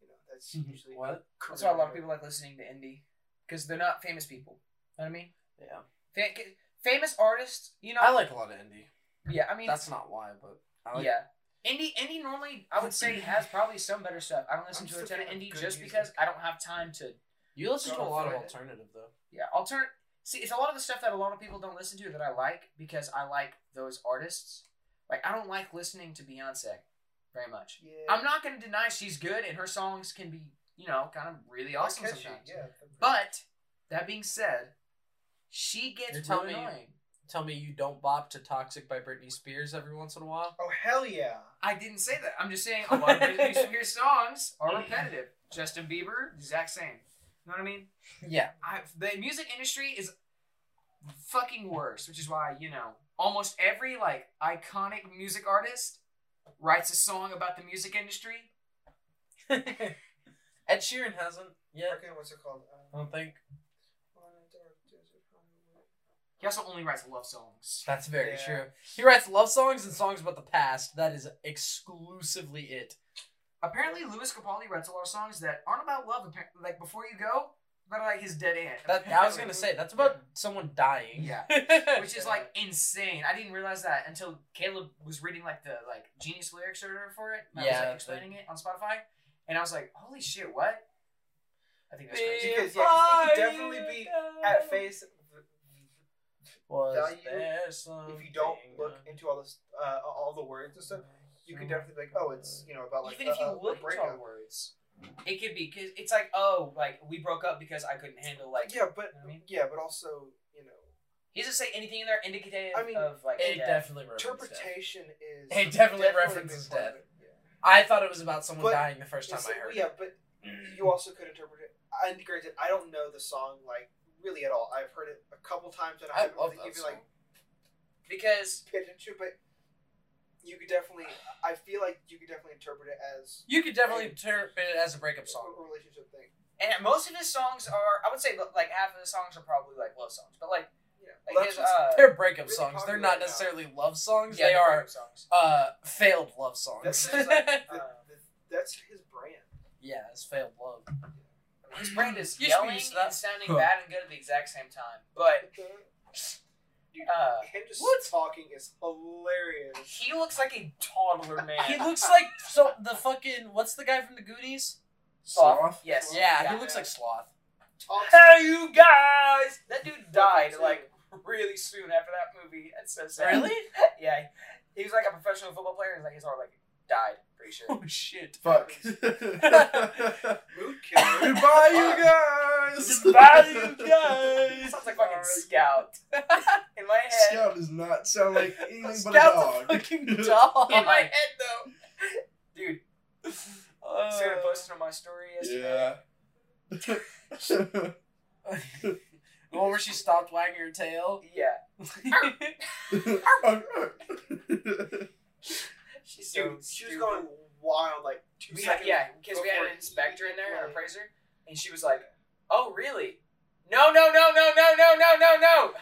Speaker 4: you know, that's usually
Speaker 3: What?
Speaker 2: That's why a lot of people like listening to indie because they're not famous people. You know what I mean?
Speaker 3: Yeah.
Speaker 2: Fa- famous artists, you know.
Speaker 3: I like a lot of indie.
Speaker 2: yeah, I mean,
Speaker 3: That's not why, but I like
Speaker 2: yeah. Indie, indie normally I would say has probably some better stuff. I don't listen
Speaker 4: I'm
Speaker 2: to a
Speaker 4: just
Speaker 2: ton
Speaker 4: a
Speaker 2: of
Speaker 4: fan of
Speaker 2: indie
Speaker 4: good
Speaker 2: just
Speaker 4: music.
Speaker 2: because I don't have time to.
Speaker 3: You listen to a
Speaker 4: Go
Speaker 3: lot of
Speaker 4: for it.
Speaker 3: alternative though.
Speaker 2: Yeah, alternate. See, it's a lot of the stuff that a lot of people don't listen to that I like because I like those artists. Like I don't like listening to Beyonce very much.
Speaker 4: Yeah.
Speaker 2: I'm not gonna deny she's good and her songs can be you know kind of really
Speaker 4: They're
Speaker 2: awesome
Speaker 4: catchy,
Speaker 2: sometimes.
Speaker 4: yeah.
Speaker 2: But that being said, she
Speaker 3: You're
Speaker 2: gets
Speaker 3: telling
Speaker 2: really
Speaker 3: me-
Speaker 2: annoying.
Speaker 3: Tell me you don't bop to Toxic by Britney Spears every once in a while.
Speaker 4: oh hell yeah!
Speaker 2: I didn't say that. I'm just saying a lot of Britney Spears songs are repetitive. Justin Bieber, exact same. You know what I mean?
Speaker 3: Yeah.
Speaker 2: I, the music industry is fucking worse, which is why you know almost every like iconic music artist writes a song about the music industry.
Speaker 3: [laughs] Ed Sheeran hasn't yet.
Speaker 4: Fucking, what's it called? Um,
Speaker 3: I don't think.
Speaker 2: He also only writes love songs.
Speaker 3: That's very
Speaker 4: Yeah.
Speaker 3: true. He writes love songs and songs about the past. That is exclusively it.
Speaker 2: Apparently, Louis Capaldi writes a lot of songs that aren't about love. appa- Like before you go, but like his dead aunt.
Speaker 3: That I was
Speaker 2: [laughs]
Speaker 3: gonna say that's about someone dying. [laughs]
Speaker 2: Yeah. which is like insane. I didn't realize that until Caleb was reading like the like genius lyrics or whatever for it. And I was
Speaker 3: Yeah,
Speaker 2: like explaining it on Spotify, and I was like, "Holy shit, what?" I think that's crazy.
Speaker 4: Because, yeah, 'cause it could definitely be At face,
Speaker 3: Was
Speaker 4: value,
Speaker 3: there
Speaker 4: if you don't
Speaker 3: something
Speaker 4: look
Speaker 3: I-
Speaker 4: into all this, uh, all the words and stuff, you can definitely be like, oh, it's you know about like
Speaker 2: Even if
Speaker 4: a-
Speaker 2: you
Speaker 4: a- a
Speaker 2: look at all
Speaker 4: breakup.
Speaker 2: the words, it could be. 'cause It's like, oh, like we broke up because I couldn't handle like.
Speaker 4: yeah, but
Speaker 2: I mean-
Speaker 4: yeah, but also you know,
Speaker 2: He doesn't say anything in there indicative
Speaker 4: I mean,
Speaker 2: of like.
Speaker 3: It
Speaker 2: death.
Speaker 3: definitely references death.
Speaker 4: interpretation is.
Speaker 3: It definitely
Speaker 4: been
Speaker 3: references
Speaker 4: part of
Speaker 3: death.
Speaker 4: it, yeah.
Speaker 3: I thought it was about someone
Speaker 4: But
Speaker 3: dying the first time
Speaker 4: It's
Speaker 3: I
Speaker 4: like,
Speaker 3: heard.
Speaker 4: Yeah,
Speaker 3: it.
Speaker 4: but you also could interpret it. And granted, I don't know the song like really at all. I've heard it a couple times, and I,
Speaker 3: I
Speaker 4: haven't
Speaker 3: love
Speaker 4: really
Speaker 3: that
Speaker 4: even like
Speaker 2: because
Speaker 4: paid attention. to it, But you could definitely, I feel like you could definitely interpret it as
Speaker 3: You could definitely interpret it as a breakup song.
Speaker 4: a relationship thing.
Speaker 2: and most of his songs are, I would say, like half of the songs are probably like love songs, but like
Speaker 4: Yeah,
Speaker 2: like
Speaker 4: Well,
Speaker 2: his
Speaker 4: that's
Speaker 2: uh,
Speaker 3: They're breakup
Speaker 4: really
Speaker 3: songs. They're
Speaker 4: popular
Speaker 3: not
Speaker 4: now.
Speaker 3: necessarily love songs.
Speaker 2: yeah,
Speaker 3: they
Speaker 2: they're
Speaker 3: are
Speaker 2: breakup songs.
Speaker 3: uh, failed love
Speaker 4: That's just
Speaker 3: songs. [laughs]
Speaker 4: like-
Speaker 2: Uh,
Speaker 4: what's- the- the- that's his brand.
Speaker 3: yeah, it's failed love.
Speaker 2: His brand is
Speaker 3: You should be
Speaker 2: yelling
Speaker 3: used to that.
Speaker 2: and sounding
Speaker 3: Huh.
Speaker 2: bad and good at the exact same time. But uh,
Speaker 4: Him just
Speaker 3: What?
Speaker 4: talking is hilarious.
Speaker 2: he looks like a toddler man.
Speaker 3: He looks like so the fucking what's the guy from the Goonies?
Speaker 2: Sloth. Yes.
Speaker 3: Yeah,
Speaker 2: Yeah. [laughs]
Speaker 3: he looks like sloth.
Speaker 7: talks.
Speaker 2: Hey, you guys! That dude died like really soon after that movie. That's so sad.
Speaker 3: Really?
Speaker 2: [laughs] yeah. He was like a professional football player, and like his heart like died. Pretty sure. [laughs]
Speaker 3: Oh shit. [laughs]
Speaker 1: Fuck. [laughs]
Speaker 4: Mood killer.
Speaker 1: Goodbye, you [laughs]
Speaker 2: [laughs]
Speaker 1: guys.
Speaker 2: Goodbye, you guys. Sounds like fucking scout. [laughs] In my head.
Speaker 1: Scout does not sound [laughs] like anything but a
Speaker 3: Scout's
Speaker 1: dog.
Speaker 3: a
Speaker 1: [laughs]
Speaker 2: [laughs]
Speaker 3: fucking dog.
Speaker 2: In my head though. Dude, Sarah
Speaker 3: Uh, [laughs]
Speaker 2: posted on my story yesterday.
Speaker 1: yeah.
Speaker 3: the one where she stopped wagging her tail.
Speaker 2: Yeah. She's so
Speaker 4: Dude, she was
Speaker 2: stupid.
Speaker 4: going wild like two
Speaker 2: we had,
Speaker 4: seconds.
Speaker 2: yeah, because we had
Speaker 4: before
Speaker 2: an inspector in there, an
Speaker 4: Yeah.
Speaker 2: appraiser, and she was like, "Oh, really? No, no, no, no, no, no, no, no, no!"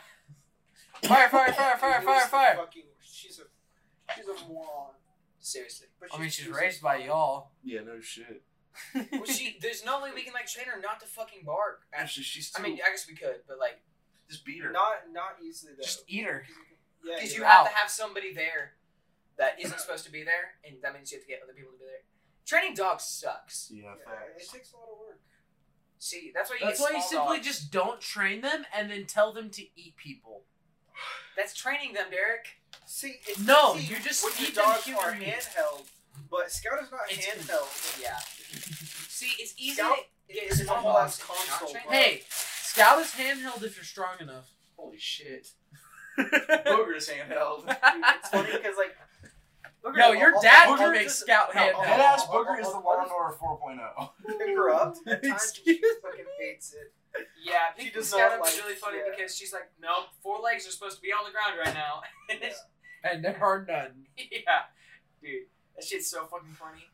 Speaker 3: Fire, fire, fire,
Speaker 4: Dude,
Speaker 3: fire,
Speaker 4: it
Speaker 3: fire,
Speaker 4: was
Speaker 2: [laughs]
Speaker 3: fire.
Speaker 4: Fucking, she's a she's a moron.
Speaker 2: Seriously,
Speaker 4: But
Speaker 3: I mean, she's raised by y'all.
Speaker 1: yeah, no shit.
Speaker 2: well,
Speaker 3: [laughs]
Speaker 2: she, there's no way we can like train her not to fucking bark.
Speaker 1: Actually, she's too.
Speaker 2: I mean, I guess we could, but like,
Speaker 1: just beat her.
Speaker 4: Not not easily though.
Speaker 3: Just eat her.
Speaker 4: 'Cause you can- yeah,
Speaker 2: because
Speaker 4: yeah.
Speaker 2: you
Speaker 3: you're
Speaker 2: have
Speaker 3: out.
Speaker 2: to have somebody there that isn't supposed to be there, and that means you have to get other people to be there. Training dogs sucks.
Speaker 1: Yeah,
Speaker 4: yeah, it
Speaker 1: [laughs] facts.
Speaker 4: takes a lot of work.
Speaker 2: See, that's why you
Speaker 3: That's
Speaker 2: get
Speaker 3: why you
Speaker 2: small
Speaker 3: simply
Speaker 2: dogs.
Speaker 3: just don't train them and then tell them to eat people.
Speaker 2: that's training them, Derek.
Speaker 4: See, it's
Speaker 3: No,
Speaker 4: easy
Speaker 3: you're just
Speaker 4: when your
Speaker 3: eating
Speaker 4: dogs
Speaker 3: human
Speaker 4: are
Speaker 3: meat.
Speaker 4: handheld, but Scout is not
Speaker 2: It's-
Speaker 4: handheld.
Speaker 2: Yeah. See, it's easy.
Speaker 4: Scout
Speaker 2: to get
Speaker 4: is a
Speaker 2: small
Speaker 4: whole ass
Speaker 2: dogs and not
Speaker 4: console,
Speaker 2: train
Speaker 4: bro.
Speaker 2: them.
Speaker 3: Hey, scout is handheld if you're strong enough.
Speaker 1: Holy shit.
Speaker 3: [laughs]
Speaker 1: Booger's handheld.
Speaker 4: Dude, it's funny because
Speaker 2: [laughs]
Speaker 4: like, look at
Speaker 3: No,
Speaker 4: her,
Speaker 3: your
Speaker 4: I'll-
Speaker 3: dad
Speaker 4: I'll-
Speaker 3: will
Speaker 4: I'll
Speaker 3: make
Speaker 4: just
Speaker 3: scout
Speaker 4: no,
Speaker 3: handheld.
Speaker 4: I'll-
Speaker 1: Deadass
Speaker 4: I'll-
Speaker 1: Booger is
Speaker 4: I'll-
Speaker 1: the
Speaker 4: I'll
Speaker 1: Law and
Speaker 4: just
Speaker 1: Order oh. 4.0.
Speaker 4: Pick her up. at times
Speaker 3: Excuse
Speaker 4: she fucking hates it.
Speaker 2: Yeah,
Speaker 4: She
Speaker 2: picking
Speaker 4: does
Speaker 2: Scout
Speaker 4: not
Speaker 2: up is
Speaker 4: like-
Speaker 2: really funny
Speaker 4: yeah.
Speaker 2: because she's like, nope, four legs are supposed to be on the ground right now. [laughs] yeah.
Speaker 3: And there are none.
Speaker 2: dude, that shit's so fucking funny.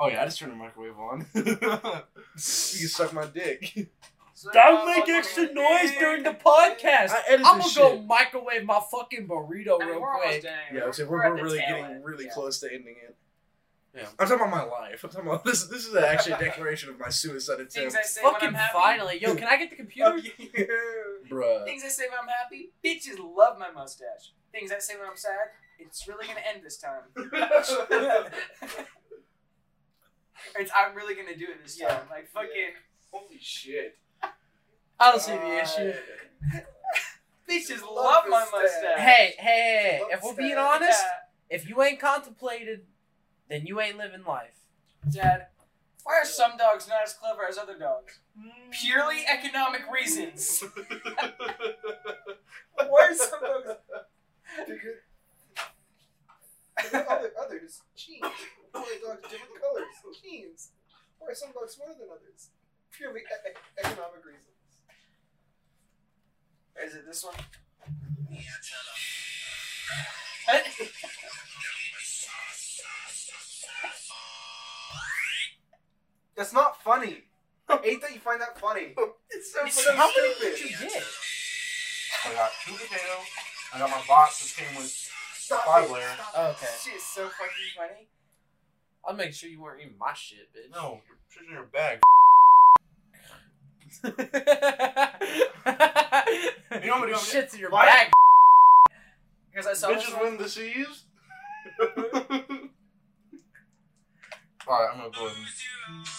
Speaker 1: Oh yeah, I just turned the microwave on. [laughs] you can suck my dick.
Speaker 2: So
Speaker 3: Don't
Speaker 2: uh,
Speaker 3: make
Speaker 2: fucking-
Speaker 3: extra noise during the podcast.
Speaker 1: I edit
Speaker 3: I'm
Speaker 1: this
Speaker 3: gonna
Speaker 1: shit.
Speaker 3: go microwave my fucking burrito
Speaker 2: I mean,
Speaker 3: real
Speaker 2: we're almost
Speaker 3: quick.
Speaker 2: done.
Speaker 1: Yeah, I was saying, we're,
Speaker 2: at
Speaker 1: we're
Speaker 2: the
Speaker 1: really
Speaker 2: tail
Speaker 1: getting
Speaker 2: end.
Speaker 1: really
Speaker 2: Yeah.
Speaker 1: close to ending it. Yeah. I'm talking about my life. I'm talking about this. This is actually a declaration of my suicide
Speaker 2: Things
Speaker 1: attempt,
Speaker 2: I say when
Speaker 3: Fucking
Speaker 2: I'm happy.
Speaker 3: finally. Yo, can I get the computer?
Speaker 4: [laughs]
Speaker 1: bruh.
Speaker 2: Things I say when I'm happy. Bitches love my mustache. Things I say when I'm sad. It's really gonna end
Speaker 1: [laughs]
Speaker 2: this time. it's, I'm really gonna do it this time.
Speaker 4: Yeah.
Speaker 2: Like fucking
Speaker 1: Holy shit!
Speaker 3: I don't see the issue.
Speaker 2: bitches
Speaker 4: Love
Speaker 2: love, my
Speaker 4: mustache.
Speaker 2: mustache.
Speaker 3: Hey, hey, hey, hey, if we're
Speaker 4: Love
Speaker 3: being
Speaker 4: that.
Speaker 3: honest,
Speaker 2: Yeah.
Speaker 3: if you ain't contemplated, then you ain't living life.
Speaker 2: Dad, why are some dogs not as clever as other dogs? Purely
Speaker 4: Mm.
Speaker 2: economic reasons. [laughs] why [laughs] are some dogs?
Speaker 4: Because- because other, others, jeans. Other dogs, different colors, jeans. Or some dogs smarter than others. Purely e- e- economic reasons.
Speaker 2: Is it this one?
Speaker 4: That's not funny. I hate that you find that
Speaker 3: [laughs]
Speaker 4: funny.
Speaker 1: It's
Speaker 4: so
Speaker 1: so.
Speaker 4: fucking
Speaker 3: How many did
Speaker 4: stupid.
Speaker 3: you get?
Speaker 1: I got two potato. I got my box that came with
Speaker 4: Stop
Speaker 1: Five
Speaker 4: it.
Speaker 1: layer.
Speaker 4: Stop it.
Speaker 3: Okay.
Speaker 2: Shit is so fucking funny.
Speaker 3: I'll make sure you weren't eating my shit, bitch. [laughs]
Speaker 1: no. You're putting in your bag.
Speaker 3: you
Speaker 1: know what I'm doing?
Speaker 3: Shit's in your
Speaker 1: Why-
Speaker 3: bag.
Speaker 2: Because I saw this
Speaker 1: Bitches
Speaker 2: one.
Speaker 1: win the
Speaker 2: [laughs]
Speaker 1: seas. All right, I'm gonna go ahead and